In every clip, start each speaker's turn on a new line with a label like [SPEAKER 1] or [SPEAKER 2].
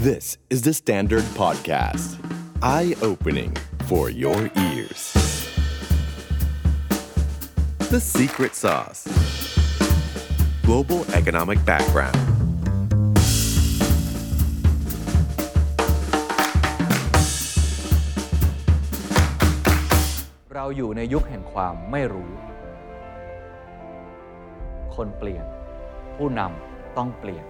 [SPEAKER 1] This is the Standard Podcast. Eye-opening for your ears. The Secret Sauce. Global Economic Background.
[SPEAKER 2] "เราอยู่ในยุคแห่งความไม่รู้ คนเปลี่ยน ผู้นำต้องเปลี่ยน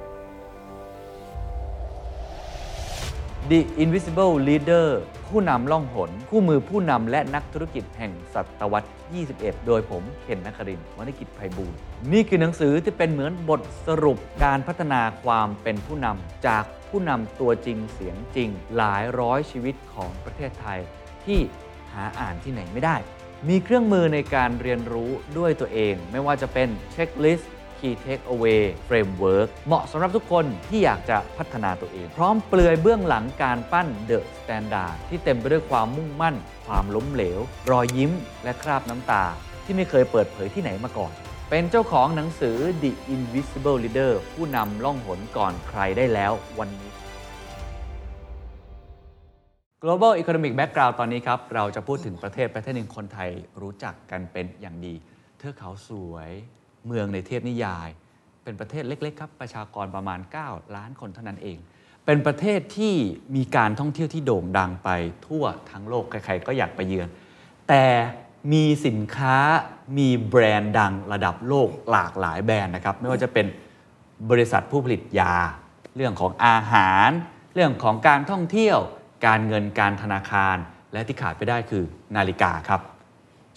[SPEAKER 2] The Invisible Leader ผู้นำล่องหน คู่มือผู้นำและนักธุรกิจแห่งศตวรรษ 21 โดยผมเคนนักครินทร์วณิกิจไพบูลย์นี่คือหนังสือที่เป็นเหมือนบทสรุปการพัฒนาความเป็นผู้นำจากผู้นำตัวจริงเสียงจริง หลายร้อยชีวิตของประเทศไทย ที่หาอ่านที่ไหนไม่ได้ มีเครื่องมือในการเรียนรู้ด้วยตัวเอง ไม่ว่าจะเป็นเช็คลิสต์ Key Takeaway Framework เหมาะสำหรับทุกคนที่อยากจะพัฒนาตัวเอง พร้อมเปลือยเบื้องหลังการปั้น The Standard ที่เต็มไปด้วยความมุ่งมั่น ความล้มเหลว รอยยิ้มและคราบน้ำตา ที่ไม่เคยเปิดเผยที่ไหนมาก่อน เป็นเจ้าของหนังสือ The Invisible Leader ผู้นำล่องหนก่อนใครได้แล้ววันนี้ global economic background ตอนนี้ครับ เราจะพูดถึงประเทศประเทศหนึ่งคนไทยรู้จักกันเป็นอย่างดี เทือกเขาสวย เมืองในเทพนิยาย เป็นประเทศเล็ก ๆ ครับ ประชากรประมาณ 9 ล้านคนเท่านั้นเอง เป็นประเทศที่มีการท่องเที่ยวที่โด่งดังไปทั่วทั้งโลก ใคร ๆ ก็อยากไปเยือน แต่มีสินค้ามีแบรนด์ดังระดับโลกหลากหลายแบรนด์นะครับ ไม่ว่าจะเป็นบริษัทผู้ผลิตยา เรื่องของอาหาร เรื่องของการท่องเที่ยว การเงินการธนาคาร และที่ขาดไม่ได้คือนาฬิกาครับ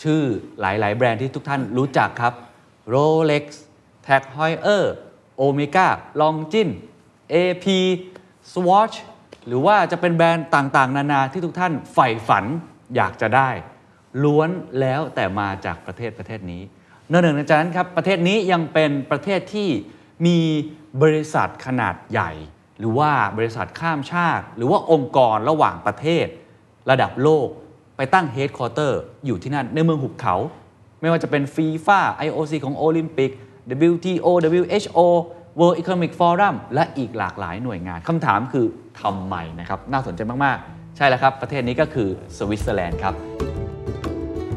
[SPEAKER 2] ชื่อหลาย ๆ แบรนด์ที่ทุกท่านรู้จักครับ Rolex Tag Heuer Omega Longines AP Swatch หรือว่าจะเป็นแบรนด์ต่าง ๆ นานาที่ทุกท่านใฝ่ฝันอยากจะได้ ล้วนแล้วแต่มาจากประเทศประเทศนี้นอกเหนือจากนั้นครับ ประเทศนี้ยังเป็นประเทศที่มีบริษัทขนาดใหญ่ หรือว่าบริษัทข้ามชาติ หรือว่าองค์กรระหว่างประเทศ ระดับโลกไปตั้งเฮดคอร์เตอร์อยู่ที่นั่นในเมืองหุบเขา ไม่ว่าจะเป็นฟีฟ่า IOC ของโอลิมปิก WTO WHO World Economic Forum และอีกหลากหลายหน่วยงานคำถามคือทำไมนะครับ น่าสนใจมาก ๆ ใช่แล้วครับ ประเทศนี้ก็คือสวิตเซอร์แลนด์ครับ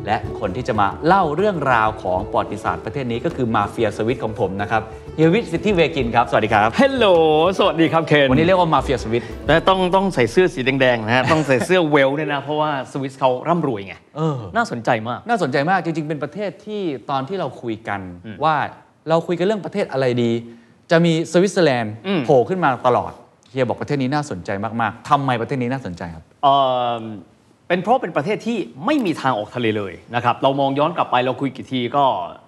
[SPEAKER 2] และคนที่จะมาเล่าเรื่องราวของประวัติศาสตร์ประเทศนี้ก็คือมาเฟียสวิตของผมนะครับเฮียวิทย์สิทธิเวกินครับ สวัสดีครับ
[SPEAKER 3] ฮัลโหล สวัสดีครับเคน
[SPEAKER 2] วันนี้เรียกว่ามาเฟียสวิต
[SPEAKER 3] แต่ต้องต้องใส่เสื้อสีแดงๆนะฮะ ต้องใส่เสื้อเวลเนี่ยนะ เพราะว่าสวิสเขาร่ำรวยไง
[SPEAKER 2] เออ
[SPEAKER 3] น่าสนใจมาก
[SPEAKER 2] น่าสนใจมากจริง ๆ เป็นประเทศที่ตอนที่เราคุยกันว่าเราคุยกันเรื่องประเทศอะไรดี จะมีสวิตเซอร์แลนด์
[SPEAKER 3] อืม
[SPEAKER 2] โผล่ขึ้นมาตลอดเฮียบอกประเทศนี้น่าสนใจมากๆทำไมประเทศนี้น่าสนใจครับ
[SPEAKER 3] เอ่อเป็นเพราะเป็นประเทศที่ไม่มีทางออกทะเลเลยนะครับ เรามองย้อนกลับไปเราคุยกี่ทีก็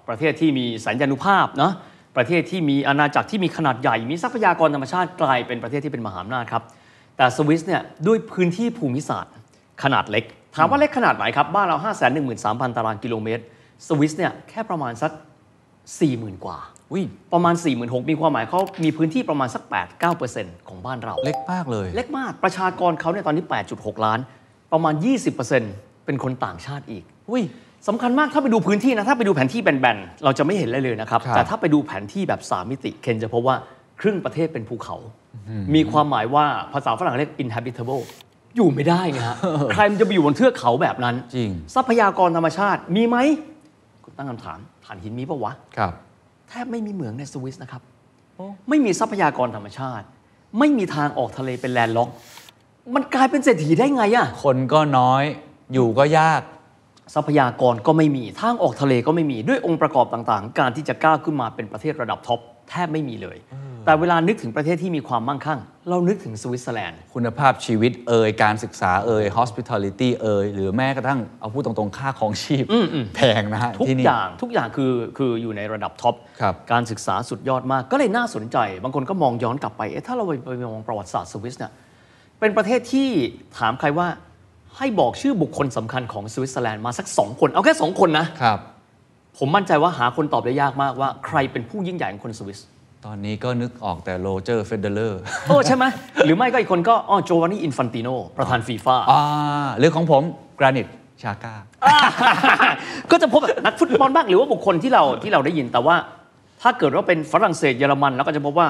[SPEAKER 3] ประเทศที่มีสัญญาณุภาพเนาะประเทศที่มีอาณาจักรที่มีขนาดใหญ่ มีทรัพยากรธรรมชาติกลายเป็นประเทศที่เป็นมหาอำนาจครับ แต่สวิสเนี่ยด้วยพื้นที่ภูมิศาสตร์ ขนาดเล็ก ถามว่าเล็กขนาดไหนครับ บ้านเรา 5 1 3 0 0 0 ตารางกิโลเมตร สวิสเนี่ยแค่ประมาณสัก 40,000 กว่า
[SPEAKER 2] อุ้ย
[SPEAKER 3] ประมาณ 4 6 0 0 0มีความหมายเขามีพื้นที่ประมาณสัก 8-9%ของบ้านเรา
[SPEAKER 2] เล็กมากเลย
[SPEAKER 3] เล็กมาก ประชากรเขาเนี่ยตอนนี้ 8.6 ล้าน ประมาณ 20%เป็นคนต่างชาติอีก
[SPEAKER 2] อุ้ย
[SPEAKER 3] สำคัญมาก ถ้าไปดูพื้นที่นะ ถ้าไปดูแผนที่แบนๆ เราจะไม่เห็นอะไรเลยนะครับ
[SPEAKER 2] ครับ
[SPEAKER 3] แต่ถ้าไปดูแผนที่แบบ 3 มิติ เคนจะพบว่าครึ่งประเทศเป็นภูเขา มีความหมายว่าภาษาฝรั่งเรียก inhabitable อยู่ไม่ได้ไงฮะ ใครมันจะไปอยู่บนเทือกเขาแบบนั้น
[SPEAKER 2] จริง
[SPEAKER 3] ทรัพยากรธรรมชาติมีไหมก็ตั้งคำถามฐานหินมีปะวะ
[SPEAKER 2] ครับ
[SPEAKER 3] แทบไม่มีเหมืองในสวิสนะครับ
[SPEAKER 2] โอ้
[SPEAKER 3] ไม่มีทรัพยากรธรรมชาติ ไม่มีทางออกทะเลเป็นแลนด์ล็อก มันกลายเป็นเศรษฐีได้ไงอะ
[SPEAKER 2] คนก็น้อยอยู่ก็ยาก
[SPEAKER 3] ทรัพยากรก็ไม่มี ทางออกทะเลก็ไม่มี ด้วยองค์ประกอบต่างๆ การที่จะก้าวขึ้นมาเป็นประเทศระดับท็อปแทบไม่มีเลย แต่เวลานึกถึงประเทศที่มีความมั่งคั่ง เรานึกถึงสวิตเซอร์แลนด์
[SPEAKER 2] คุณภาพชีวิตเอ่ยการศึกษาเอ่ย hospitality เอ่ยหรือแม้กระทั่งเอาพูดตรงๆค่าของชีพแพงนะฮะ
[SPEAKER 3] ทุก
[SPEAKER 2] ที่นี่
[SPEAKER 3] อย่างทุกอย่างคือคืออยู่ในระดับท็อป
[SPEAKER 2] ครับ
[SPEAKER 3] การศึกษาสุดยอดมากก็เลยน่าสนใจ บางคนก็มองย้อนกลับไปเอ๊ะถ้าเราไปมองประวัติศาสตร์สวิสเนี่ยเป็นประเทศที่ถามใครว่าให้บอกชื่อบุคคลสำคัญของสวิตเซอร์แลนด์มาสัก 2 คน เอาแค่ 2 คนนะ
[SPEAKER 2] ครับ
[SPEAKER 3] ผมมั่นใจว่าหาคนตอบได้ยากมากว่าใครเป็นผู้ยิ่งใหญ่ของคนสวิส
[SPEAKER 2] ตอนนี้ก็นึกออกแต่โรเจอร์เฟเดเลอร์
[SPEAKER 3] โอ้ใช่ไหม หรือไม่ก็อีกคนก็อ๋อโจวานนี่อินฟันติโนประธานฟีฟ่า
[SPEAKER 2] อ่าหรือของผมกรานิตชาก้า
[SPEAKER 3] ก็จะพบแบบนักฟุตบอลบ้างหรือว่าบุคคลที่เราที่เราได้ยินแต่ว่า ถ้าเกิดว่าเป็นฝรั่งเศสเยอรมัน แล้วก็จะพบว่า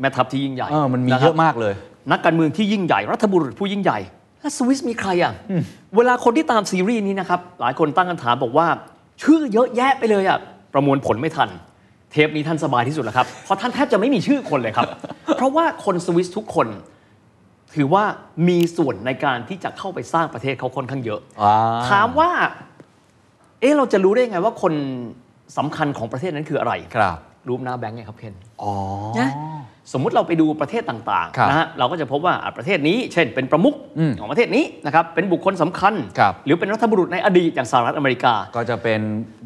[SPEAKER 3] แม่ทัพที่ยิ่งใหญ่
[SPEAKER 2] เออมันมี
[SPEAKER 3] ครับ
[SPEAKER 2] เยอะมากเลย
[SPEAKER 3] นักการเมืองที่ยิ่งใหญ่รัฐบุรุษผู้ยิ่งใหญ่แล้วสวิสมีใครอ่ะเวลาคนที่ตามซีรีส์นี้นะครับหลายคนตั้งคำถามบอกว่า ชื่อเยอะแยะไปเลยอ่ะประมวลผลไม่ทัน เทปนี้ท่านสบายที่สุดแล้วครับเพราะท่านแทบจะไม่มีชื่อคนเลย ครับ เพราะว่าคนสวิสทุกคน ถือว่ามีส่วนในการที่จะเข้าไปสร้างประเทศเขาค่อนข้างเยอะ
[SPEAKER 2] อ่
[SPEAKER 3] ถามว่า เอ๊ะเราจะรู้ได้ยังไงว่าคนสำคัญของประเทศนั้นคืออะไร
[SPEAKER 2] ครับ
[SPEAKER 3] รูปหน้าแบงค์ไงครับเคน
[SPEAKER 2] อ๋อ
[SPEAKER 3] นะสมมุติเราไปดูประเทศต่าง
[SPEAKER 2] ครับ
[SPEAKER 3] ๆนะฮะเราก็จะพบว่าอ่ะประเทศนี้ เช่น เป็นประมุข
[SPEAKER 2] อืม
[SPEAKER 3] ของประเทศนี้นะครับเป็นบุคคลสำคัญ
[SPEAKER 2] ครับ
[SPEAKER 3] หรือเป็นรัฐบุรุษในอดีตอย่างสหรัฐอเมริกา
[SPEAKER 2] ก็จะเป็น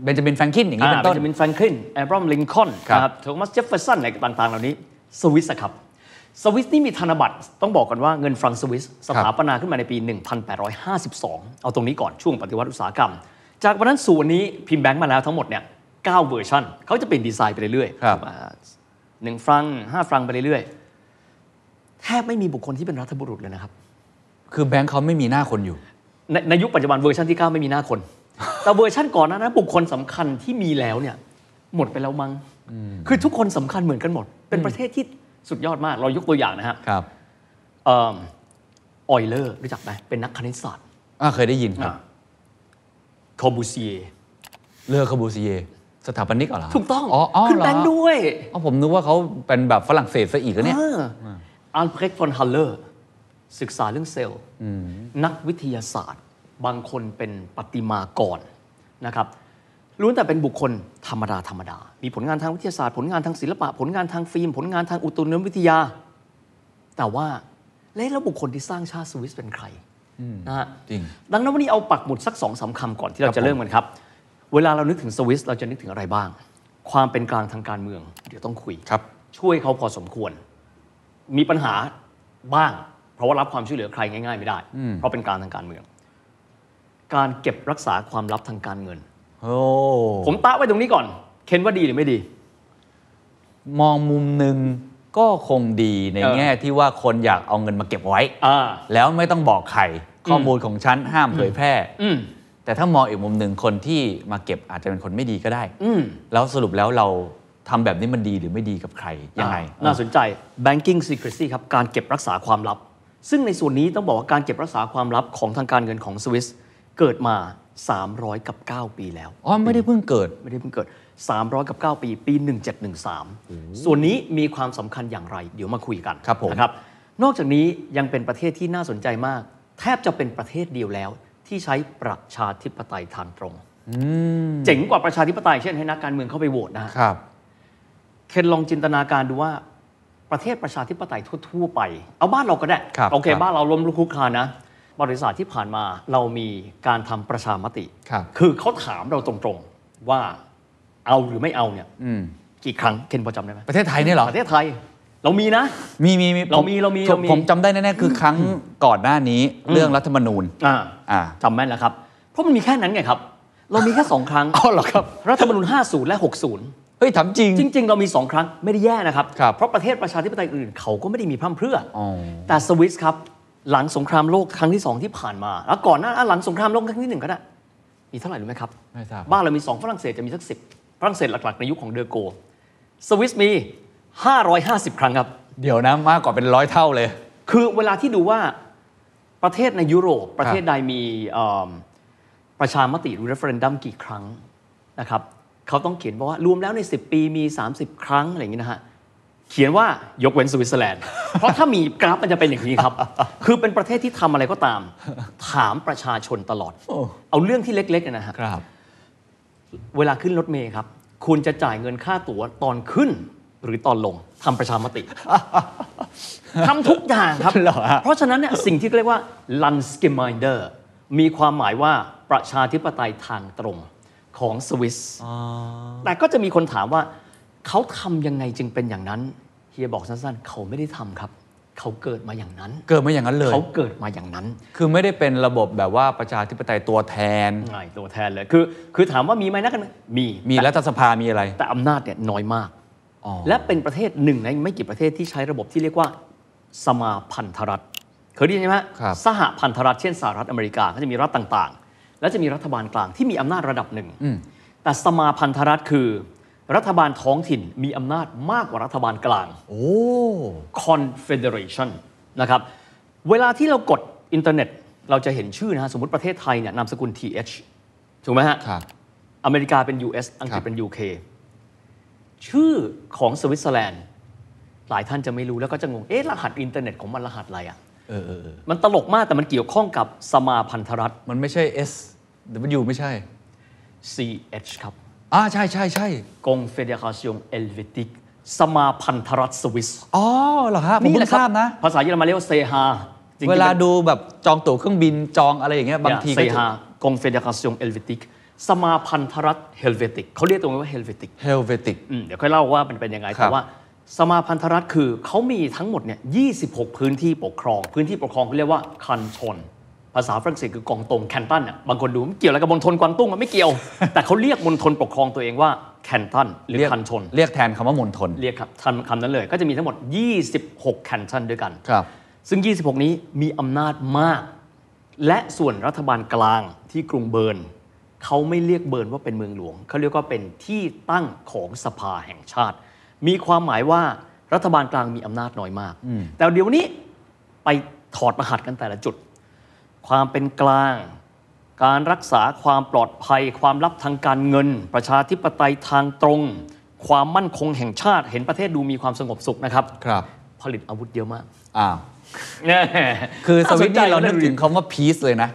[SPEAKER 2] เบนจามินแฟรงคินอย่างนี้เป็นต้น
[SPEAKER 3] จะเป็นแฟรงคลินแอบรอมลินคอน
[SPEAKER 2] ครับ
[SPEAKER 3] โทมัสเจฟเฟอร์สันอะไรต่างๆ เหล่านี้ สวิสอะครับ สวิสนี่มีธนบัตรต้องบอกกันว่าเงินฟรังก์สวิสสถาปนาขึ้นมาในปี 1852 เอาตรงนี้ก่อนช่วงปฏิวัติอุตสาหกรรม จากวันนั้นสู่วันนี้พิมพ์แบงค์มาแล้วทั้งหมดเนี่ย9เวอร์ชันเขาจะเปลี่ยนดีไซน์ไปเรื่อย
[SPEAKER 2] ครับ
[SPEAKER 3] อ่าหนึ่งฟรังก์ห้าฟรังก์ไปเรื่อยๆแทบไม่มีบุคคลที่เป็นรัฐบุรุษเลยนะครับ
[SPEAKER 2] คือแบงค์เขาไม่มีหน้าคนอยู่
[SPEAKER 3] ในในยุคปัจจุบันเวอร์ชันที่ 9 ไม่มีหน้าคน แต่เวอร์ชันก่อนหนานั้นบุคคลสำคัญที่มีแล้วเนี่ยหมดไปแล้วมัง้งคือทุกคนสำคัญเหมือนกันหมด เป็นประเทศที่สุดยอดมาก เรายกตัวอย่างนะฮะ
[SPEAKER 2] ครับ
[SPEAKER 3] เอออยเลอร์รู้จักไหมเป็นนักคณิตศาสตร์
[SPEAKER 2] อ่าเคยได้ยินครับ
[SPEAKER 3] คอบูซีเอ
[SPEAKER 2] เลอคาบูซีเยสถาปนิกเหรอ
[SPEAKER 3] ถูกต้อง
[SPEAKER 2] อ๋ออ๋อ
[SPEAKER 3] ขึ้น
[SPEAKER 2] เหรอ
[SPEAKER 3] แบงค์ด้วย
[SPEAKER 2] อ๋อผมนึกว่าเขาเป็นแบบฝรั่งเศสซะอีกแล้วเนี่ย
[SPEAKER 3] เอออัลเพรกฟอนฮัลเลอร์ศึกษาเรื่องเซลล์นักวิทยาศาสตร์ บางคนเป็นปฏิมากรนะครับ ล้วนแต่เป็นบุคคลธรรมดา ธรรมดา มีผลงานทางวิทยาศาสตร์ ผลงานทางศิลปะ ผลงานทางฟิล์ม ผลงานทางอุตุนิยมวิทยา แต่ว่าแล้วแล้วบุคคลที่สร้างชาติสวิสเป็นใครนะฮะ
[SPEAKER 2] จริง
[SPEAKER 3] ดังนั้นวันนี้เอาปักหมุดสักสองสามคำก่อนที่เราจะเริ่มกันครับ เวลาเรานึกถึงสวิสเราจะนึกถึงอะไรบ้าง ความเป็นกลางทางการเมือง เดี๋ยวต้องคุย
[SPEAKER 2] ครับ
[SPEAKER 3] ช่วยเขาพอสมควร มีปัญหาบ้าง เพราะว่ารับความช่วยเหลือใครง่ายๆไม่ได้ เพราะเป็นกลารทางการเมือง การเก็บรักษาความลับทางการเงิน
[SPEAKER 2] โอ้
[SPEAKER 3] ผมตะไว้ตรงนี้ก่อน เคนว่าดีหรือไม่ดี
[SPEAKER 2] มองมุมหนึ่งก็คงดีใน
[SPEAKER 3] เออ
[SPEAKER 2] แง่ที่ว่าคนอยากเอาเงินมาเก็บไว้
[SPEAKER 3] อ่า
[SPEAKER 2] แล้วไม่ต้องบอกใครข้อมูลของฉันห้ามเผยแพร่
[SPEAKER 3] อืม
[SPEAKER 2] แต่ถ้ามองอีกมุมหนึ่งคนที่มาเก็บอาจจะเป็นคนไม่ดีก็ได้
[SPEAKER 3] อืม
[SPEAKER 2] แล้วสรุปแล้วเราทำแบบนี้มันดีหรือไม่ดีกับใคร ยังไง
[SPEAKER 3] อ่าน่าสนใจ banking secrecy ครับ การเก็บรักษาความลับ ซึ่งในส่วนนี้ต้องบอกว่าการเก็บรักษาความลับของทางการเงินของสวิสเกิดมา 300กับ9ปีแล้ว
[SPEAKER 2] อ๋อไม่ได้เพิ่งเกิด
[SPEAKER 3] ไม่ได้เพิ่งเกิด 300 กับ 9 ปี ปี 1713 ส่วนนี้มีความสำคัญอย่างไร เดี๋ยวมาคุยกัน
[SPEAKER 2] ครับผม
[SPEAKER 3] นะครับ นอกจากนี้ยังเป็นประเทศที่น่าสนใจมาก แทบจะเป็นประเทศเดียวแล้ว ที่ใช้ประชาธิปไตยทางตรง เจ๋งกว่าประชาธิปไตยเช่นให้นักการเมืองเข้าไปโหวตนะฮะ
[SPEAKER 2] ครับ
[SPEAKER 3] เคนลองจินตนาการดูว่าประเทศประชาธิปไตยทั่ว ๆ ไป เอาบ้านเราก็ได้
[SPEAKER 2] ครับ
[SPEAKER 3] โอเค
[SPEAKER 2] ครับ
[SPEAKER 3] บ้านเราล้มลุกคลุกคลานนะบริษัทที่ผ่านมาเรามีการทำประชามติ
[SPEAKER 2] ครับ
[SPEAKER 3] อเขาถามเราตรงๆว่าเอาหรือไม่เอาเนี่ย
[SPEAKER 2] อืม
[SPEAKER 3] กี่ครั้งเคนพอจำได้ไหม
[SPEAKER 2] ประเทศไทยเนี่ยเหรอ
[SPEAKER 3] ประเทศไทย เรามีนะ
[SPEAKER 2] มีมี
[SPEAKER 3] เรามีเรามี
[SPEAKER 2] ผ
[SPEAKER 3] เรามี
[SPEAKER 2] ผมจำได้แน่ๆคือครั้งก่อนหน้านี้เรื่องรัฐธรรมนูญ
[SPEAKER 3] ะ
[SPEAKER 2] อ่า
[SPEAKER 3] จำแม่นแล้วครับ เพราะมันมีแค่นั้นไงครับ เรามีแค่สองครั้งอ๋อเหรอครับรัฐธรรมนูญ50 และ 60
[SPEAKER 2] เฮ้ยถามจริง
[SPEAKER 3] จริง ๆ เรามี 2 ครั้งไม่ได้แย่นะครับ
[SPEAKER 2] ครับ
[SPEAKER 3] เพราะประเทศประชาธิปไตยอื่นเขาก็ไม่ได้มีพร่ำเพรื่อ
[SPEAKER 2] อ
[SPEAKER 3] อแต่สวิสครับ หลังสงครามโลกครั้งที่ 2 ที่ผ่านมา แล้วก่อนหน้าอ่ะหลังสงครามโลกครั้งที่ 1 ก็ได้ มีเท่าไหร่รู้ไหมครับ
[SPEAKER 2] ไม่ทราบ
[SPEAKER 3] บ้านเรามี 2 ฝรั่งเศสจะมีสักสิฝรั่งเศสหลัก ๆ ในยุคของเดอโก สวิสมี 550 ครั้งครับ
[SPEAKER 2] เดี๋ยวนะมากกว่าเป็นร้อยเท่าเลย
[SPEAKER 3] คือเวลาที่ดูว่าประเทศในยุโรป ประเทศใดมีเอิ่มประชามติหรือ referendum กี่ครั้งนะครับเขาต้องเขียนบอกว่ารวมแล้วใน 10 ปีมี 30 ครั้งอะไรอย่างนี้นะฮะ เขียนว่ายกเว้นสวิตเซอร์แลนด์ เพราะถ้ามีกราฟมันจะเป็นอย่างนี้ครับ คือเป็นประเทศที่ทำอะไรก็ตาม ถามประชาชนตลอด
[SPEAKER 2] โอ้
[SPEAKER 3] เอาเรื่องที่เล็กๆเนี่ยนะฮะ
[SPEAKER 2] ครับ
[SPEAKER 3] เวลาขึ้นรถเมย์ครับ คุณจะจ่ายเงินค่าตั๋วตอนขึ้น หรือตอนลงทำประชาม ติ ทำทุกอย่างครับ
[SPEAKER 2] เหรอฮะ
[SPEAKER 3] เพราะฉะนั้นเนี่ยสิ่งที่เรียกว่า l a n d s c h m i n d e r มีความหมายว่าประชาธิปไตยทางตรงของสวิสแต่ก็จะมีคนถามว่า เขาทำยังไงจึงเป็นอย่างนั้น เฮียบอกสั้นๆ เขาไม่ได้ทำครับ เขาเกิดมาอย่างนั้น
[SPEAKER 2] เกิดมาอย่างนั้นเลย
[SPEAKER 3] เขาเกิดมาอย่างนั้น
[SPEAKER 2] คือไม่ได้เป็นระบบแบบว่าประชาธิปไตยตัวแทน
[SPEAKER 3] ไงตัวแทนเลย คือ คือถามว่ามีไหมนะกัน มี
[SPEAKER 2] มีรัฐสภามีอะไร
[SPEAKER 3] แต่อำนาจเนี่ยน้อยมาก
[SPEAKER 2] อ๋อ
[SPEAKER 3] และเป็นประเทศหนึ่งในไม่กี่ประเทศที่ใช้ระบบที่เรียกว่าสมาพันธรัฐ เคยได้ยินไหมฮะ
[SPEAKER 2] ครับ
[SPEAKER 3] สหพันธรัฐเช่นสหรัฐอเมริกาก็จะมีรัฐต่างๆ และจะมีรัฐบาลกลางที่มีอำนาจระดับหนึ่ง แต่สมาพันธรัฐคือ รัฐบาลท้องถิ่นมีอำนาจมากกว่ารัฐบาลกลาง
[SPEAKER 2] โอ้
[SPEAKER 3] Confederation นะครับเวลาที่เรากดอินเทอร์เน็ต เราจะเห็นชื่อนะฮะสมมติประเทศไทยเนี่ยนามสกุล th ถูกไหมฮะ
[SPEAKER 2] ครับ
[SPEAKER 3] อเมริกาเป็น US อังกฤ
[SPEAKER 2] ครั
[SPEAKER 3] ษ
[SPEAKER 2] บ
[SPEAKER 3] เป็น UK ชื่อของสวิตเซอร์แลนด์หลายท่านจะไม่รู้แล้วก็จะงง เอ๊ะ รหัสอินเทอร์เน็ตของมันรหัสอะไรอ่ะ
[SPEAKER 2] เออเออเออ
[SPEAKER 3] มันตลกมากแต่มันเกี่ยวข้องกับสมาพันธรัฐ
[SPEAKER 2] มันไม่ใช่ S W ไม่ใช่
[SPEAKER 3] CH ครับ
[SPEAKER 2] อ่าใช่ใช่ใช่
[SPEAKER 3] Confederation Helvetic สมาพันธรัฐสวิส
[SPEAKER 2] อ๋อเหรอฮะผมเพิ่ง
[SPEAKER 3] ครั
[SPEAKER 2] ทราบนะ
[SPEAKER 3] ภาษาเยอรมันเรียกว่าเซฮาจริงๆ
[SPEAKER 2] เวลา
[SPEAKER 3] ป็น
[SPEAKER 2] ดูแบบจองตั๋วเครื่องบินจองอะไรอย่างเงี้ยบางที
[SPEAKER 3] เซ
[SPEAKER 2] ก็จะ
[SPEAKER 3] ฮากองเฟเดราซิองเอลเวติกสมาพันธรัฐเฮลเวติกเขาเรียกตรงนี้ว่าเฮลเวติก
[SPEAKER 2] Helvetic
[SPEAKER 3] เดี๋ยวค่อยเล่าว่ามันเป็นยังไง
[SPEAKER 2] ครับ
[SPEAKER 3] แต่ว่าสมาพันธรัฐคือเขามีทั้งหมดเนี่ย26 พื้นที่ปกครอง พื้นที่ปกครองเขาเรียกว่าคันชน ภาษาฝรั่งเศสคือกองตรงแคนตันอ่ะบางคนดูมันเกี่ยวอะไรกับมณฑลกวางตุ้งมันไม่เกี่ยว แต่เขาเรียกมณฑลปกครองตัวเองว่าแคนตันหรือ
[SPEAKER 2] เรียก
[SPEAKER 3] คันชน
[SPEAKER 2] เรียกแทนคำว่ามณฑล
[SPEAKER 3] เรียกครับคำคำนั้นเลย ก็จะมีทั้งหมด 26 แคนตันด้วยกัน
[SPEAKER 2] ครับ
[SPEAKER 3] ซึ่ง 26 นี้มีอำนาจมาก และส่วนรัฐบาลกลางที่กรุงเบิร์นเขาไม่เรียกเบิร์นว่าเป็นเมืองหลวง เขาเรียกว่าเป็นที่ตั้งของสภาแห่งชาติ มีความหมายว่ารัฐบาลกลางมีอำนาจน้อยมาก แต่เดี๋ยวนี้ไปถอดรหัสกันแต่ละจุด ความเป็นกลาง การรักษาความปลอดภัย ความลับทางการเงิน ประชาธิปไตยทางตรง ความมั่นคงแห่งชาติ เห็นประเทศดูมีความสงบสุขนะครับ
[SPEAKER 2] ครับ
[SPEAKER 3] ผลิตอาวุธเยอะมาก
[SPEAKER 2] อ้าว คือสวิตช์นี่เรานึกถึงคำว่า peace เลยนะ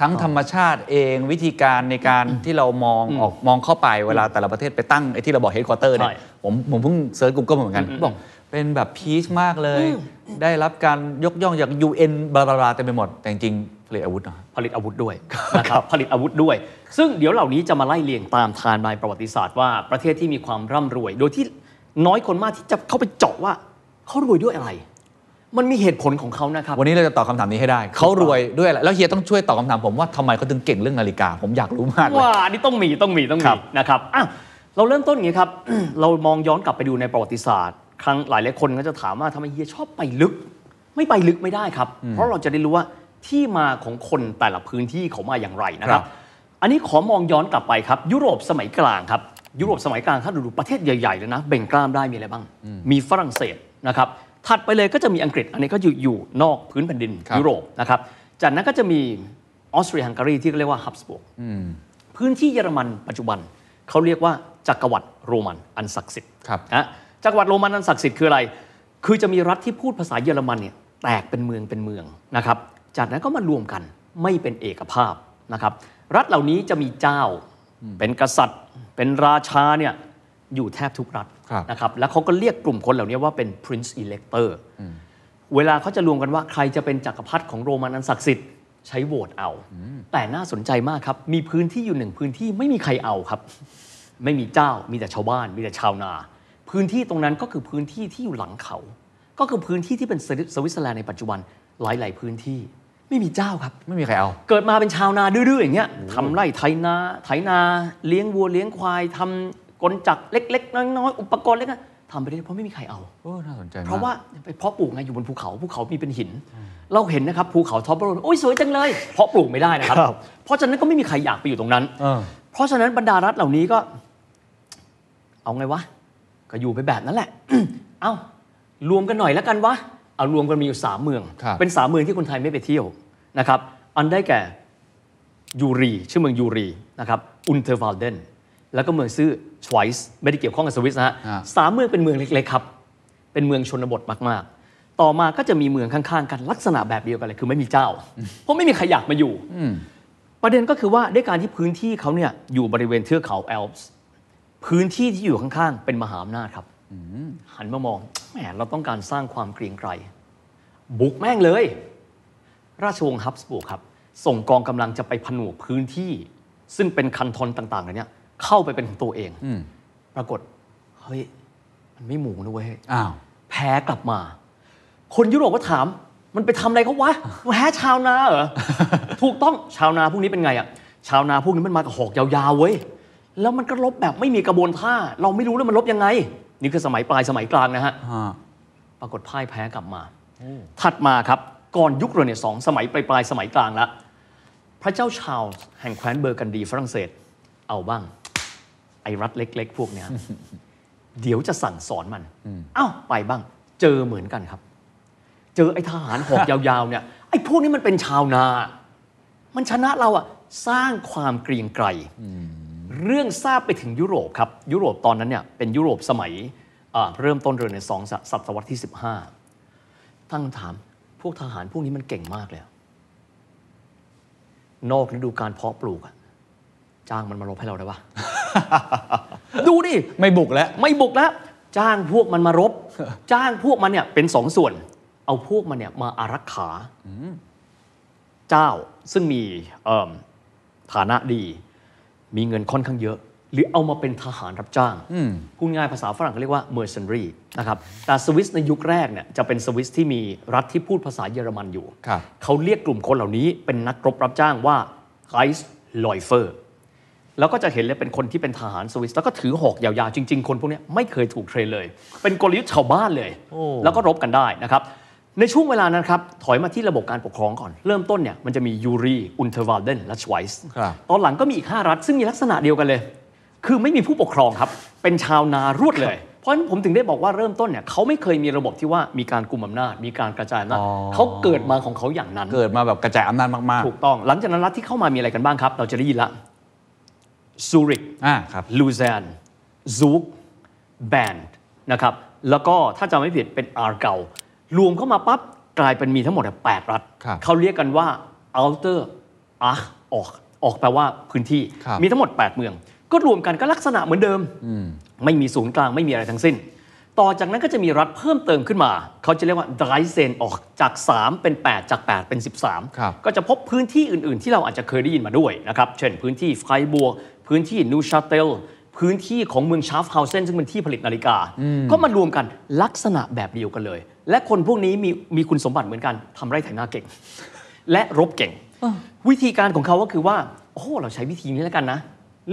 [SPEAKER 2] ทั้งธรรมชาติเองวิธีการในการที่เรามองออกมองเข้าไปเวลาแต่ละประเทศไปตั้งไอ้ที่เราบอก headquarter เนี่ย
[SPEAKER 3] ใช่
[SPEAKER 2] ผมผมเพิ่งเซิร์ช Google มาเหมือนกันบอกเป็นแบบ peace มากเลย ได้รับการยกย่องจาก UN บลาบลาบลาเต็มไปหมด แต่จริงๆผลิตอาวุธเนาะ
[SPEAKER 3] ผลิตอาวุธ ด้วยนะครับผลิตอาวุธด้วย ซึ่งเดี๋ยวเหล่านี้จะมาไล่เรียงตามไทม์ไลน์ประวัติศาสตร์ว่าประเทศที่มีความร่ำรวย โดยที่น้อยคนมากที่จะเข้าไปเจาะว่าเขารวยด้วยอะไร มันมีเหตุผลของเขานะครับ
[SPEAKER 2] วันนี้เราจะตอบคำถามนี้ให้ได้ เขารวยด้วยอะไรแล้วเฮียต้องช่วยตอบคำถามผมว่าทำไมเขาถึงเก่งเรื่องนาฬิกา ผมอยากรู้มากเลย
[SPEAKER 3] ว่าอันนี้ต้องมีต้องมีต้อง
[SPEAKER 2] ครั
[SPEAKER 3] มี
[SPEAKER 2] บ
[SPEAKER 3] นะครับอ่ะเราเริ่มต้นอย่างนี้ครับ เรามองย้อนกลับไปดูในประวัติศาสตร์ ครั้งหลายหลายคนก็จะถามว่าทำไมเฮียชอบไปลึก ไม่ไปลึกไม่ได้ครับ เพราะเราจะได้รู้ว่าที่มาของคนแต่ละพื้นที่เขามาอย่างไรนะค
[SPEAKER 2] ครั
[SPEAKER 3] รับ
[SPEAKER 2] บ
[SPEAKER 3] อันนี้ขอมองย้อนกลับไปครับ ยุโรปสมัยกลางครับ ยุโรปสมัยกลางถ้าดูประเทศใหญ่ๆเลยนะเบ่งกล้ามได้มีอะไรบ้าง มีฝรั่งเศสนะครับถัดไปเลยก็จะมีอังกฤษ อันนี้ก็อยู่อยู่นอกพื้นแผ่นดิน
[SPEAKER 2] ครับ
[SPEAKER 3] ยุโรปนะครับจากนั้นก็จะมีออสเตรียฮังการีที่เรียกว่าฮับสบ พื้นที่เยอรมันปัจจุบันเขาเรียกว่าจักรวรรดิโรมันอันศักดิ์สิทธิ์
[SPEAKER 2] ครับ
[SPEAKER 3] นะจักรวรรดิโรมันอันศักดิ์สิทธิ์คืออะไร คือจะมีรัฐที่พูดภาษาเยอรมันเนี่ยแตกเป็นเมืองเป็นเมืองนะครับ จากนั้นก็มารวมกันไม่เป็นเอกภาพนะครับ รัฐเหล่านี้จะมีเจ้าเป็นกษัตริย์ เป็นราชาเนี่ยอยู่แทบทุกรัฐ
[SPEAKER 2] ครับ
[SPEAKER 3] นะครับ แล้วเขาก็เรียกกลุ่มคนเหล่านี้ว่าเป็น prince elector เวลาเขาจะรวมกันว่าใครจะเป็นจักรพรรดิของโรมันอันศักดิ์สิทธิ์ใช้โหวตเอา แต่น่าสนใจมากครับ มีพื้นที่อยู่หนึ่งพื้นที่ไม่มีใครเอาครับ ไม่มีเจ้ามีแต่ชาวบ้าน มีแต่ชาวนา พื้นที่ตรงนั้นก็คือพื้นที่ที่อยู่หลังเขา ก็คือพื้นที่ที่เป็นสวิตสวิตเซอร์แลนด์ในปัจจุบันหลาย ๆ พื้นที่ ไม่มีเจ้าครับ
[SPEAKER 2] ไม่มีใครเอา
[SPEAKER 3] เกิดมาเป็นชาวนาดื้อๆอย่างเงี้ยทำไร่ไถนาไถนาเลี้ยงวัวเลี้ยงควายทำกลจักรเล็ก ๆ น้อยๆอุปกรณ์เล็กๆทำไปเรื่อยๆเพราะไม่มีใครเอา
[SPEAKER 2] โอ้ น่าสนใจมก
[SPEAKER 3] เพราะว่าไปเพาะปลูกไงอยู่บนภูเขาภูเขามีเป็นหิน เราเห็นนะครับภูเขาท็อปโรนโอ้ยสวยจังเลย เพาะปลูกไม่ได้นะครับ
[SPEAKER 2] ครับ
[SPEAKER 3] เพราะฉะนั้นก็ไม่มีใครอยากไปอยู่ตรงนั้น
[SPEAKER 2] เออ
[SPEAKER 3] เพราะฉะนั้นบรรดารัฐเหล่านี้ก็ เอาไงวะ ก็อยู่ไปแบบนั้นแหละ เอารวมกันหน่อยแล้วกันวะ เอารวมกันมีอยู่สามเมือง
[SPEAKER 2] ครับ
[SPEAKER 3] เป็นสามเมืองที่คนไทยไม่ไปเที่ยวนะครับ อันได้แก่ยูรีชื่อเมืองยูรีนะครับ อุนเทอร์วาลเดน แล้วก็เมืองซื่อชไวส์ไม่ได้เกี่ยวข้องกับสวิสนะฮะสามเมืองเป็นเมืองเล็กๆครับ เป็นเมืองชนบทมาก ๆ ต่อมาก็จะมีเมืองข้างๆ กันลักษณะแบบเดียวกันเลยคือไม่มีเจ้า เพราะไม่มีใครอยากมาอยู่ ประเด็นก็คือว่าด้วยการที่พื้นที่เขาเนี่ยอยู่บริเวณเทือกเขาแอลป์สพื้นที่ที่อยู่ข้างๆ เป็นมหาอำนาจครับหันมามองแหมเราต้องการสร้างความเกรียงไกรบุกแม่งเลย ราชวงศ์ฮับสบูร์กครับ ส่งกองกำลังจะไปผนวกพื้นที่ ซึ่งเป็นคันทอนต่างๆเหล่าเนี่ยเข้าไปเป็นของตัวเอง ปรากฏ เฮ้ย มันไม่หมูนะเว้ย
[SPEAKER 2] อ้าว
[SPEAKER 3] แพ้กลับมา คนยุโรปก็ถาม มันไปทำอะไรเขาวะแพ้ชาวนาเหรอ ถูกต้องชาวนาพวกนี้เป็นไงอะชาวนาพวกนี้มันมากับหอกยาวๆเว้ย แล้วมันก็ลบแบบไม่มีกระบวนท่า เราไม่รู้เลยมันลบยังไง นี่คือสมัยปลายสมัยกลางนะฮะ
[SPEAKER 2] อ่า
[SPEAKER 3] ปรากฏพ่ายแพ้กลับมา ถัดมาครับ ก่อนยุคเรเนซองส์สมัยปลายปลายๆสมัยกลางละพระเจ้าชาร์ลส์แห่งแคว้นเบอร์กันดีฝรั่งเศส เอาบ้าง ไอรัฐเล็ก ๆ พวกเนี้ย เดี๋ยวจะสั่งสอนมัน เอ้า ไปบ้าง เจอเหมือนกันครับ เจอไอ้ทหารหอกยาวๆเนี่ยไอ้พวกนี้มันเป็นชาวนา มันชนะเราอะสร้างความเกรียงไกรเรื่องทราบไปถึงยุโรปครับ ยุโรปตอนนั้นเนี่ยเป็นยุโรปสมัยอ่าเริ่มต้นเรือนในสองศศตวรรษที่ 15 ตั้งคำถามพวกทหารพวกนี้มันเก่งมากเลยอะนอกฤดูการเพาะปลูกอะจ้างมันมารบให้เราได้ปะ ดูดิ
[SPEAKER 2] ไม่บุกแล้ว
[SPEAKER 3] ไม่บุกแล้ว จ้างพวกมัน มารบ จ้างพวกมันเนี่ยเป็นสองส่วน เอาพวกมันเนี่ยมาอารักขา เจ้าซึ่งมีเอิ่มฐานะดี มีเงินค่อนข้างเยอะ หรือเอามาเป็นทหารรับจ้าง
[SPEAKER 2] อืม
[SPEAKER 3] พูดง่ายภาษาฝรั่งเขาเรียกว่า mercenary นะครับแต่สวิสในยุคแรกเนี่ยจะเป็นสวิสที่มีรัฐที่พูดภาษาเยอรมันอยู่
[SPEAKER 2] ครับ
[SPEAKER 3] เขาเรียกกลุ่มคนเหล่านี้เป็นนักรบรับจ้างว่าไ i ส์ลอยเฟอร์ แล้วก็จะเห็นเลยเป็นคนที่เป็นทหารสวิส แล้วก็ถือหอกยาวๆ จริง ๆ คนพวกเนี้ยไม่เคยถูกเทรนเลย เป็นกลยุทธ์ชาวบ้านเลย
[SPEAKER 2] โอ้
[SPEAKER 3] แล้วก็รบกันได้นะครับ ในช่วงเวลานั้นครับ ถอยมาที่ระบบการปกครองก่อน เริ่มต้นเนี่ยมันจะมียูรีอุนเทอร์วาเดนและชไวส์
[SPEAKER 2] ครับ
[SPEAKER 3] ตอนหลังก็มีอีก 5 รัฐซึ่งมีลักษณะเดียวกันเลย คือไม่มีผู้ปกครองครับ เป็นชาวนารวดเลย เพราะฉะนั้นผมถึงได้บอกว่าเริ่มต้นเนี่ยเขาไม่เคยมีระบบที่ว่ามีการกุมอำนาจ มีการกระจายอำนาจ
[SPEAKER 2] อ๋อ
[SPEAKER 3] เขาเกิดมาของเขาอย่างนั้น
[SPEAKER 2] เกิดมาแบบกระจายอำนาจมาก
[SPEAKER 3] ถูกต้อง หลังจากนั้นรัฐที่เข้ามามีอะไรกันบ้างครับ เราจะได้ยินละซูริก
[SPEAKER 2] ๆอ่าครับ
[SPEAKER 3] ลูเซนซูกแบนด์นะครับ แล้วก็ถ้าจำไม่ผิดเป็นอาร์เกรวมเข้ามาปั๊บกลายเป็นมีทั้งหมด 8 รัฐ
[SPEAKER 2] ครับ
[SPEAKER 3] เขาเรียกกันว่าอัลเตอร์อาร์ออกออกแปลว่าพื้นที่ มีทั้งหมด 8 เมือง ก็รวมกันก็ลักษณะเหมือนเดิม ไม่มีศูนย์กลางไม่มีอะไรทั้งสิ้น ต่อจากนั้นก็จะมีรัฐเพิ่มเติมขึ้นมา เขาจะเรียกว่าไดเซนออกจาก 3 เป็น 8 จาก 8 เป็น 13
[SPEAKER 2] ครับ
[SPEAKER 3] ก็จะพบพื้นที่อื่น ๆ ที่เราอาจจะเคยได้ยินมาด้วยนะครับ เช่นพื้นที่ไฟบัว พื้นที่นูชาเตล พื้นที่ของเมืองชาฟเฮาเซนซึ่งเป็นที่ผลิตนาฬิกา ก็มารวมกันลักษณะแบบเดียวกันเลย และคนพวกนี้มีมีคุณสมบัติเหมือนกันทำไร่ไถนาเก่ง และรบเก่ง วิธีการของเขาก็คือว่า โอ้โหเราใช้วิธีนี้แล้วกันนะ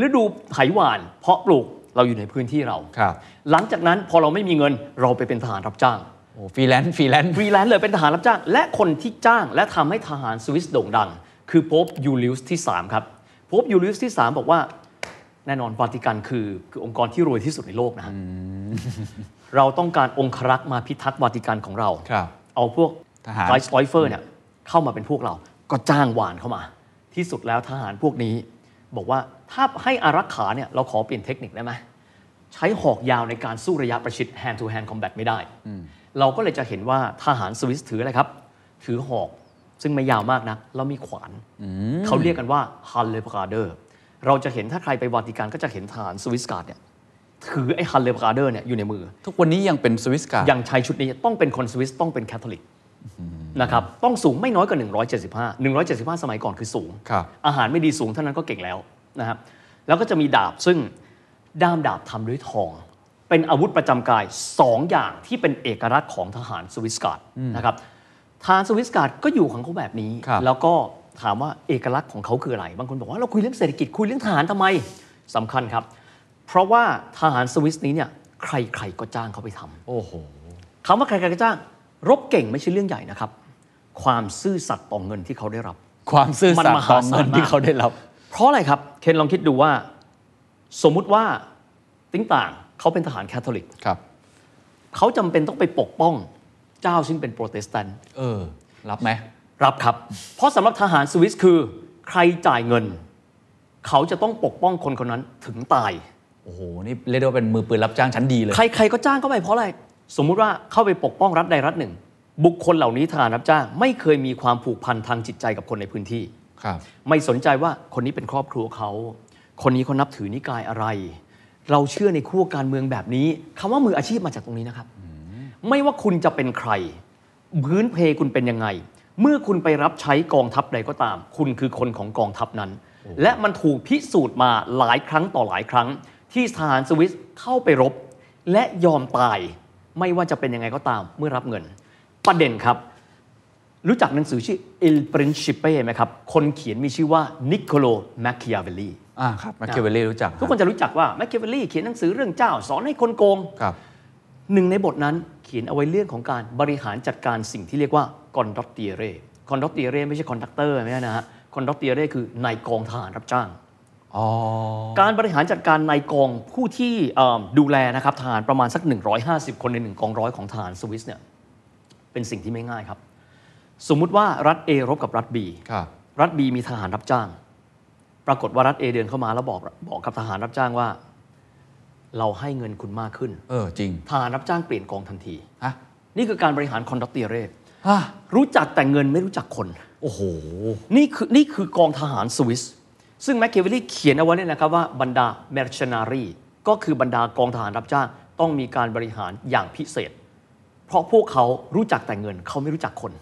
[SPEAKER 3] ฤดูไถหวาน เพาะปลูกเราอยู่ในพื้นที่เรา
[SPEAKER 2] ครับ
[SPEAKER 3] หลังจากนั้นพอเราไม่มีเงินเราไปเป็นทหารรับจ้าง
[SPEAKER 2] โอ้ฟรีแลนซ์ฟรีแลนซ์
[SPEAKER 3] ฟรีแลนซ์เลยเป็นทหารรับจ้าง และคนที่จ้างและทำให้ทหารสวิสโด่งดัง คือโป๊ปยูลิอุสที่ 3 ครับโป๊ปยูลิอุสที่ 3 บอกว่า แน่นอนวาติกันคือคือองค์กรที่รวยที่สุดในโลกนะฮะเราต้องการองครักษ์มาพิทักษ์วาติกันของเรา
[SPEAKER 2] ครับ
[SPEAKER 3] เอาพวก
[SPEAKER 2] ทหาร
[SPEAKER 3] ไลท์ไลเฟอร์เนี่ยเข้ามาเป็นพวกเราก็จ้างหวานเข้ามา ที่สุดแล้วทหารพวกนี้ บอกว่าถ้าให้อารักขาเนี่ยเราขอเปลี่ยนเทคนิคได้ไหม ใช้หอกยาวในการสู้ระยะประชิด hand to hand combat ไม่ได้ เราก็เลยจะเห็นว่าทหารสวิสถืออะไรครับ ถือหอกซึ่งไม่ยาวมากนะแล้วมีขวาน เขาเรียกกันว่าฮันเลปราเดอร์เราจะเห็นถ้าใครไปวาติกันก็จะเห็นทหารสวิสการ์ดเนี่ยถือไอ้ฮันเลปราเดอร์เนี่ยอยู่ในมือ
[SPEAKER 2] ทุกวันนี้ยังเป็นสวิสการ์ด
[SPEAKER 3] อย่างชายชุดนี้ต้องเป็นคนสวิสต้องเป็นแคทอลิกนะครับต้องสูงไม่น้อยกว่า 175 175 สมัยก่อนคือสูง
[SPEAKER 2] ครับ
[SPEAKER 3] อาหารไม่ดีสูงเท่านั้นก็เก่งแล้วนะครับแล้วก็จะมีดาบซึ่งด้ามดาบทำด้วยทอง เป็นอาวุธประจำกาย 2 อย่างที่เป็นเอกลักษณ์ของทหารสวิสการ์ดนะครับทหารสวิสการ์ดก็อยู่ของเขาแบบนี้
[SPEAKER 2] ครับ
[SPEAKER 3] แล้วก็ถามว่าเอกลักษณ์ของเขาคืออะไร บางคนบอกว่าเราคุยเรื่องเศรษฐกิจคุยเรื่องทหารทำไมสำคัญครับ เพราะว่าทหารสวิสนี้เนี่ยใครๆก็จ้างเขาไปทำ
[SPEAKER 2] โอ้โห
[SPEAKER 3] คำว่าใครๆก็จ้าง รบเก่งไม่ใช่เรื่องใหญ่นะครับ ความซื่อสัตย์ต่อเงินที่เขาได้รับ
[SPEAKER 2] ความซื่อสัต
[SPEAKER 3] มันม
[SPEAKER 2] ย์
[SPEAKER 3] หา
[SPEAKER 2] ต่อ
[SPEAKER 3] ศาล
[SPEAKER 2] เงิน
[SPEAKER 3] มาก
[SPEAKER 2] ที่เขาได้รับ
[SPEAKER 3] เพราะอะไรครับ เคนลองคิดดูว่า สมมุติว่าติ้งต่างเขาเป็นทหารแคทอลิก
[SPEAKER 2] ครับ
[SPEAKER 3] เขาจำเป็นต้องไปปกป้องเจ้าซึ่งเป็นโปรเตสแตนต์
[SPEAKER 2] เออ รับไหม
[SPEAKER 3] รับครับ เพราะสำหรับทหารสวิสคือ ใครจ่ายเงิน เขาจะต้องปกป้องคนคนนั้นถึงตาย
[SPEAKER 2] โอ้โห นี่เรียกได้ว่าเป็นมือปืนรับจ้างชั้นดีเลย
[SPEAKER 3] ใครใครก็จ้างเข้าไปเพราะอะไร สมมุติว่าเข้าไปปกป้องรัฐใดรัฐหนึ่ง บุคคลเหล่านี้ทหารรับจ้าง ไม่เคยมีความผูกพันทางจิตใจกับคนในพื้นที่
[SPEAKER 2] ครับ
[SPEAKER 3] ไม่สนใจว่าคนนี้เป็นครอบครัวเขา คนนี้เขานับถือนิกายอะไร เราเชื่อในขั้วการเมืองแบบนี้คำว่ามืออาชีพมาจากตรงนี้นะครับ ไม่ว่าคุณจะเป็นใคร พื้นเพคุณเป็นยังไง เมื่อคุณไปรับใช้กองทัพใดก็ตาม คุณคือคนของกองทัพนั้น และมันถูกพิสูจน์มาหลายครั้งต่อหลายครั้ง ที่ทหารสวิสเข้าไปรบ และยอมตาย ไม่ว่าจะเป็นยังไงก็ตามเมื่อรับเงิน ประเด็นครับ รู้จักหนังสือชื่อ Il Principe ไหมครับ คนเขียนมีชื่อว่านิโคโลแมคคิอาเวลลี
[SPEAKER 2] อ่าครับมาเกเวลลี่รู้จัก
[SPEAKER 3] ทุกคนจะรู้จักว่าแมคคิอาเวลลีเขียนหนังสือเรื่องเจ้าสอนให้คนโกง
[SPEAKER 2] ครับ
[SPEAKER 3] หนึ่งในบทนั้นเขียนเอาไว้เรื่องของการบริหารจัดการสิ่งที่เรียกว่า c o n d o t t i e r e c o n d o t t i e r e ไม่ใช่ conductor ไม่ใช่นะฮะ c o n d o t t i e r e คือนายกองทหารรับจ้าง
[SPEAKER 2] อ๋อ
[SPEAKER 3] การบริหารจัดการนายกองผู้ที่เอิ่มดูแลนะครับทหารประมาณสัก 150 คนในหนึ่งกองร้อยของทหารสวิสเนี่ย เป็นสิ่งที่ไม่ง่ายครับ สมมุติว่ารัฐ A รบกับรัฐ B
[SPEAKER 2] ครับ
[SPEAKER 3] รัฐ B มีทหารรับจ้าง ปรากฏว่ารัฐ A เดินเข้ามาแล้วบอกบอกกับทหารรับจ้างว่า เราให้เงินคุณมากขึ้น
[SPEAKER 2] เออจริง
[SPEAKER 3] ทหารรับจ้างเปลี่ยนกองทันที
[SPEAKER 2] ฮะ
[SPEAKER 3] นี่คือการบริหารคอนดักเตียเร
[SPEAKER 2] ฮะ
[SPEAKER 3] รู้จักแต่เงินไม่รู้จักคน
[SPEAKER 2] โอ้โห
[SPEAKER 3] นี่คือนี่คือกองทหารสวิส ซึ่งแมคเคเวลลี่เขียนเอาไว้เลยนะครับว่าบรรดา mercenary ก็คือบรรดากองทหารรับจ้าง ต้องมีการบริหารอย่างพิเศษ เพราะพวกเขารู้จักแต่เงิน เขาไม่รู้จักคน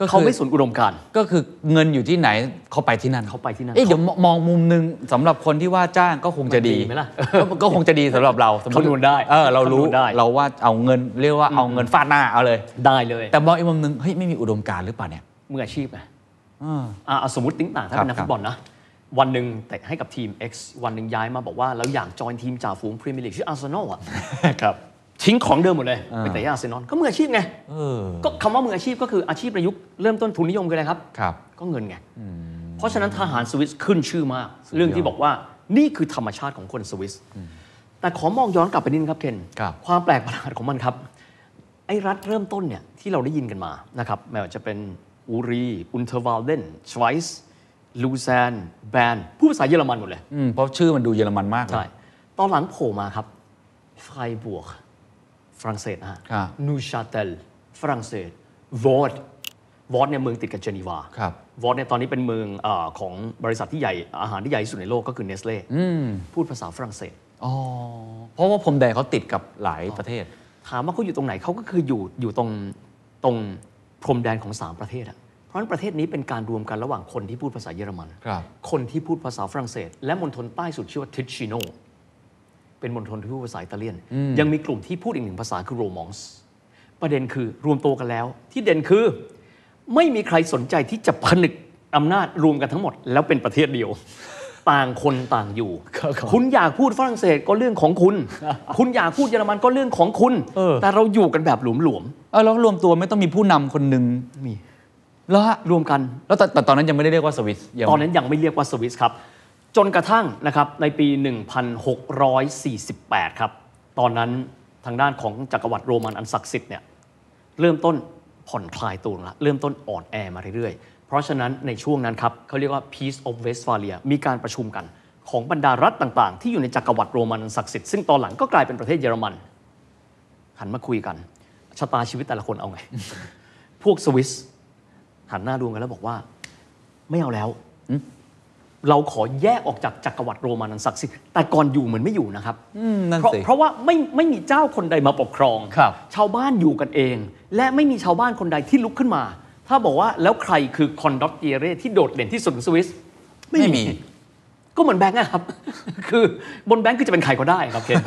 [SPEAKER 2] ก็คือ
[SPEAKER 3] เขาไม่สนอุดมการณ์
[SPEAKER 2] ก็คือเงินอยู่ที่ไหนเขาไปที่นั่น
[SPEAKER 3] เขาไปที่นั่น
[SPEAKER 2] เอ๊ะเดี๋ยวมองมุมหนึ่งสำหรับคนที่ว่าจ้างก็คงจะดี
[SPEAKER 3] มันดีไหมล่ะ
[SPEAKER 2] ก็ก็คงจะดีสำหรับเราสมมติ
[SPEAKER 3] คำนวณได้
[SPEAKER 2] เออเรารู้
[SPEAKER 3] คำนวณได้
[SPEAKER 2] เราว่าเอาเงินเรียกว่าเอาเงินฟาดหน้าเอาเลย
[SPEAKER 3] ได้เลย
[SPEAKER 2] แต่มองอีกมุมหนึ่งเฮ้ยไม่มีอุดมการณ์หรือเปล่าเนี่ย
[SPEAKER 3] มืออาชีพไง
[SPEAKER 2] เออ
[SPEAKER 3] อ่ะเอาสมมติติ้งต่างถ้า
[SPEAKER 2] ครับ
[SPEAKER 3] เป็นนักฟุตบอลนะ วันหนึ่งเตะให้กับทีม X วันหนึ่งย้ายมาบอกว่า เราอยากจอยทีมจ่าฝูงพรีเมียร์ลีกชื่ออาร์เซนอลอ่ะ
[SPEAKER 2] ครับ
[SPEAKER 3] ทิ้งของเดิมหมดเลย
[SPEAKER 2] อ่า
[SPEAKER 3] ไปเตะอาร์เซนอลก็มืออาชีพไง
[SPEAKER 2] เออ
[SPEAKER 3] ก็คำว่ามืออาชีพก็คืออาชีพในยุคเริ่มต้นทุนนิยมกันเลยครับ
[SPEAKER 2] ครับ
[SPEAKER 3] ก็เงินไง เพราะฉะนั้นทหารสวิสขึ้นชื่อมาก เรื่องที่บอกว่านี่คือธรรมชาติของคนสวิส แต่ขอมองย้อนกลับไปนิดนึงครับเคน
[SPEAKER 2] ครับ
[SPEAKER 3] ความแปลกประหลาดของมันครับ ไอ้รัฐเริ่มต้นเนี่ยที่เราได้ยินกันมานะครับไม่ว่าจะเป็นอูรีอุนเทอร์วาลเดนชไวส์ลูแซนแบนผู้ภาษาเยอรมันหมดเลย
[SPEAKER 2] อืมเพราะชื่อมันดูเยอรมันมากเล
[SPEAKER 3] ใช่
[SPEAKER 2] ย
[SPEAKER 3] ตอนหลังโผล่มาครับ ไฟบวก ฝรั่งเศสนะฮะ
[SPEAKER 2] ครับ
[SPEAKER 3] นูชาเตล ฝรั่งเศส วอดวอดเนี่ยเมืองติดกับเจนีวา
[SPEAKER 2] ครับ
[SPEAKER 3] วอดเนี่ยตอนนี้เป็นเมืองเออของบริษัทที่ใหญ่ อาหารที่ใหญ่ที่สุดในโลกก็คือเนสเล่พูดภาษาฝรั่งเศส
[SPEAKER 2] อ๋อเพราะว่าพรมแดนเขาติดกับหลายประเทศ
[SPEAKER 3] ถามว่าเขาอยู่ตรงไหนเขาก็คืออยู่อยู่ตรงตรงพรมแดนของ 3 ประเทศอะเพราะฉะนั้นประเทศนี้เป็นการรวมกันระหว่างคนที่พูดภาษาเยอรมัน
[SPEAKER 2] ครับ
[SPEAKER 3] คนที่พูดภาษาฝรั่งเศส และมณฑลใต้สุดชื่อว่าทิชชิโน เป็นมณฑลที่พูดภาษาอิตาเลียน ยังมีกลุ่มที่พูดอีกหนึ่งภาษาคือโรมองส์ประเด็นคือรวมตัวกันแล้ว ที่เด่นคือไม่มีใครสนใจที่จะผนึกอำนาจรวมกันทั้งหมด แล้วเป็นประเทศเดียว ต่างคนต่างอยู่
[SPEAKER 2] ครับครับ
[SPEAKER 3] คุณอยากพูดฝรั่งเศสก็เรื่องของคุณ คุณอยากพูดเยอรมันก็เรื่องของคุณ
[SPEAKER 2] เออ
[SPEAKER 3] แต่เราอยู่กันแบบหลวม
[SPEAKER 2] เออแล้วรวมตัวไม่ต้องมีผู้นำคนหนึ่ง
[SPEAKER 3] ๆมี
[SPEAKER 2] แล้วฮะ
[SPEAKER 3] รวมกัน
[SPEAKER 2] แล้วแต่แต่ตอนนั้นยังไม่ได้เรียกว่าสวิสยัง
[SPEAKER 3] ตอนนั้นยังไม่เรียกว่าสวิสครับ จนกระทั่งนะครับในปี 1648 ครับ ตอนนั้นทางด้านของจักรวรรดิโรมันอันศักดิ์สิทธิ์เนี่ยเริ่มต้นผ่อนคลายตัวลงละเริ่มต้นอ่อนแอมาเรื่อยๆ เพราะฉะนั้นในช่วงนั้นครับเขาเรียกว่า Peace of Westphalia มีการประชุมกันของบรรดารัฐต่างๆ ที่อยู่ในจักรวรรดิโรมันอันศักดิ์สิทธิ์ซึ่งตอนหลังก็กลายเป็นประเทศเยอรมันหันมาคุยกันชะตาชีวิตแต่ละคนเอาไง พวกสวิสหันหน้าดูกันแล้วบอกว่า ไม่เอาแล้ว เราขอแยกออกจากจักรวรรดิโรมันอันศักดิ์สิทธิ์แต่ก่อนอยู่เหมือนไม่อยู่นะครับ
[SPEAKER 2] มนั่น
[SPEAKER 3] เพราะ
[SPEAKER 2] สิ
[SPEAKER 3] เพราะว่าไม่ไม่มีเจ้าคนใดมาปกครอง
[SPEAKER 2] ครับ
[SPEAKER 3] ชาวบ้านอยู่กันเอง และไม่มีชาวบ้านคนใดที่ลุกขึ้นมา ถ้าบอกว่าแล้วใครคือคอนดอตเตียเรที่โดดเด่นที่สุดของสวิส
[SPEAKER 2] ไม่มี
[SPEAKER 3] ก็เหมือนแบงค์อะครับ คือบนแบงค์คือจะเป็นใครก็ได้ครับเคน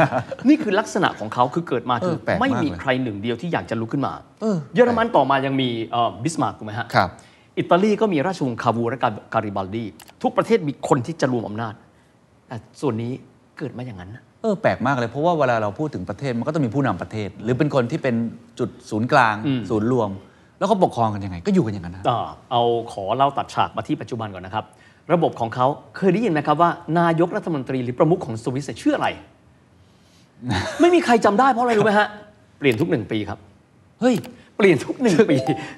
[SPEAKER 3] นี่คือลักษณะของเขาคือเกิดมาคือ
[SPEAKER 2] เออแปลกมาก
[SPEAKER 3] ไม่มีใครหนึ่งเดียวที่อยากจะลุกขึ้นมา
[SPEAKER 2] เออ
[SPEAKER 3] เยอรมันต่อมายังมีเอ่อบิสมาร์กถูกไหมฮะ
[SPEAKER 2] ครับ
[SPEAKER 3] อิตาลีก็มีราชวงศ์คาบูและการิบัลดี ทุกประเทศมีคนที่จะรวมอำนาจแต่ส่วนนี้เกิดมาอย่างนั้นนะ
[SPEAKER 2] เออแปลกมากเลยเพราะว่าเวลาเราพูดถึงประเทศมันก็ต้องมีผู้นำประเทศ หรือเป็นคนที่เป็นจุดศูนย์กลาง ศูนย์รวม แล้วเขาปกครองกันยังไง ก็อยู่กันอย่างนั้นนะ
[SPEAKER 3] อ่าเอาขอเล่าตัดฉากมาที่ปัจจุบันก่อนนะครับ ระบบของเขาเคยได้ยินไหมครับว่า นายกรัฐมนตรีหรือประมุขของสวิสเนี่ยชื่อ อะไร ไม่มีใครจำได้เพราะอะไรรู้ไหมฮะ เปลี่ยนทุกหนึ่งปีครับ
[SPEAKER 2] เฮ้ย
[SPEAKER 3] เปลี่ยนทุกหนึ่ง ปี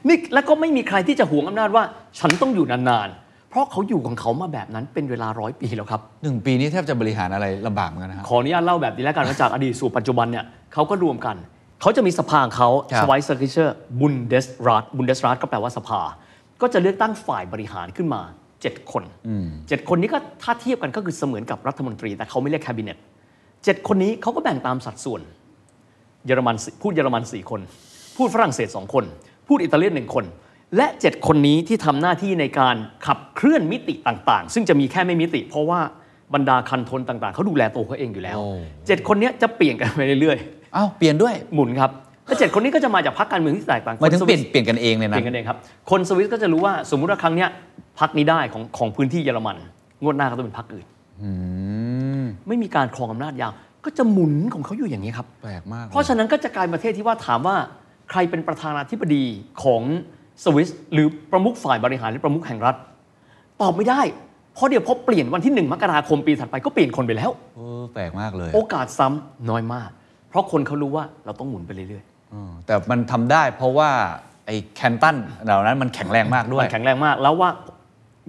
[SPEAKER 3] นี่แล้วก็ไม่มีใครที่จะหวงอำนาจว่า ฉันต้องอยู่นานๆเพราะเขาอยู่ของเขามาแบบนั้นเป็นเวลาร้อยปีแล้วครับ
[SPEAKER 2] หนึ่งปีนี้แทบจะบริหารอะไรลำบากเหมือนกันนะครับ
[SPEAKER 3] ขออนุญาตเล่าแบบนี้แล้วกันว่าจากอดีตสู่ปัจจุบันเนี่ยเขาก็รวมกัน เขาจะมีสภาของเขา
[SPEAKER 2] ครับ
[SPEAKER 3] สว e ยเซอร์คิเชอร์บุนเดสรัฐบุนเดสรัฐก็แปลว่าสภา ก็จะเลือกตั้งฝ่ายบริหารขึ้นมา 7 คนเจ็ดคนนี้ก็ถ้าเทียบกันก็คือเสมือนกับรัฐมนตรี แต่เขาไม่เรียกแคบิเนตเจ็ดคนนี้เขาก็แบ่งตามสัดส่วน เยอรมันสี่พูดเยอรมัน 4 คน พูดฝรั่งเศส 2 คน พูดอิตาเลียนหนึ่งคน และ 7 คนนี้ที่ทำหน้าที่ในการขับเคลื่อนมิติต่างๆ ซึ่งจะมีแค่ไม่มิติ เพราะว่าบรรดาคันโทนต่างๆ เขาดูแลตัวเขาเองอยู่แล้ว
[SPEAKER 2] โอ้
[SPEAKER 3] 7 คนเนี้ยจะเปลี่ยนกันไปเรื่อย
[SPEAKER 2] อ้าวเปลี่ยนด้วย
[SPEAKER 3] ๆ หมุนครับและเจ็ดคนนี้ก็จะมาจากพรรคการเมืองที่แตกต่าง
[SPEAKER 2] หมายถึง
[SPEAKER 3] คส
[SPEAKER 2] เป
[SPEAKER 3] วิ
[SPEAKER 2] ลี่ยน
[SPEAKER 3] ส
[SPEAKER 2] เปลี่ยนกันเองเลย
[SPEAKER 3] เป
[SPEAKER 2] นะ
[SPEAKER 3] ลี่ยนกันเองครับ คนสวิสก็จะรู้ว่าสมมุติว่าครั้งเนี้ยพักนี้ได้ของของพื้นที่เยอรมัน งวดหน้าก็ต้องเป็นพักอื่น ไม่มีการครองอำนาจยาว ก็จะหมุนของเขาอยู่อย่างนี้ครับ
[SPEAKER 2] แปลกมากลย
[SPEAKER 3] เพราะฉะนั้นก็จะกลายเป็นประเทศที่ว่าถามว่าใครเป็นประธานาธิบดีของสวิส หรือประมุขฝ่ายบริหารหรือประมุขแห่งรัฐ ตอบไม่ได้ เพราะเดี๋ยวพอเปลี่ยนวันที่ 1 มกราคมปีถัดไปก็เปลี่ยนคนไปแล้ว
[SPEAKER 2] เออแปลกมากเลย
[SPEAKER 3] โอกาสซ้ำน้อยมาก เพราะคนเขารู้ว่าเราต้องหมุนไปเรื่อย
[SPEAKER 2] เออแต่มันทำได้เพราะว่า ไอ้แคนตันเหล่านั้นมันแข็งแรงมากด้วย
[SPEAKER 3] มันแข็งแรงมากแล้วว่า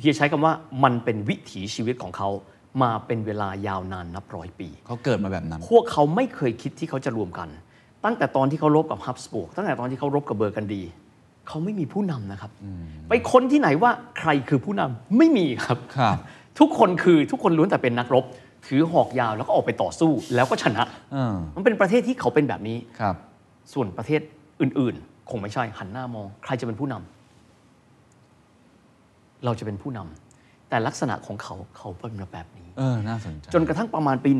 [SPEAKER 3] เฮียใช้คำว่ามันเป็นวิถีชีวิตของเขามาเป็นเวลายาวนานนับร้อยปี
[SPEAKER 2] เขาเกิดมาแบบนั้น
[SPEAKER 3] พวกเขาไม่เคยคิดที่เขาจะรวมกัน ตั้งแต่ตอนที่เขารบกับฮับสบูร์กตั้งแต่ตอนที่เขารบกับเบอร์กันดี เขาไม่มีผู้นำนะครับ ไปค้นที่ไหนว่าใครคือผู้นำไม่มีครับ
[SPEAKER 2] ครับ
[SPEAKER 3] ทุกคนคือทุกคนล้วนแต่เป็นนักรบ ถือหอกยาวแล้วก็ออกไปต่อสู้แล้วก็ชนะ
[SPEAKER 2] เออ
[SPEAKER 3] มันเป็นประเทศที่เขาเป็นแบบนี้
[SPEAKER 2] ครับ
[SPEAKER 3] ส่วนประเทศอื่นๆ คงไม่ใช่หันหน้ามอง ใครจะเป็นผู้นำเราจะเป็นผู้นำแต่ลักษณะของเขาเขาเป็นแบบนี้
[SPEAKER 2] เออ น่าสนใจ
[SPEAKER 3] จนกระทั่งประมาณปี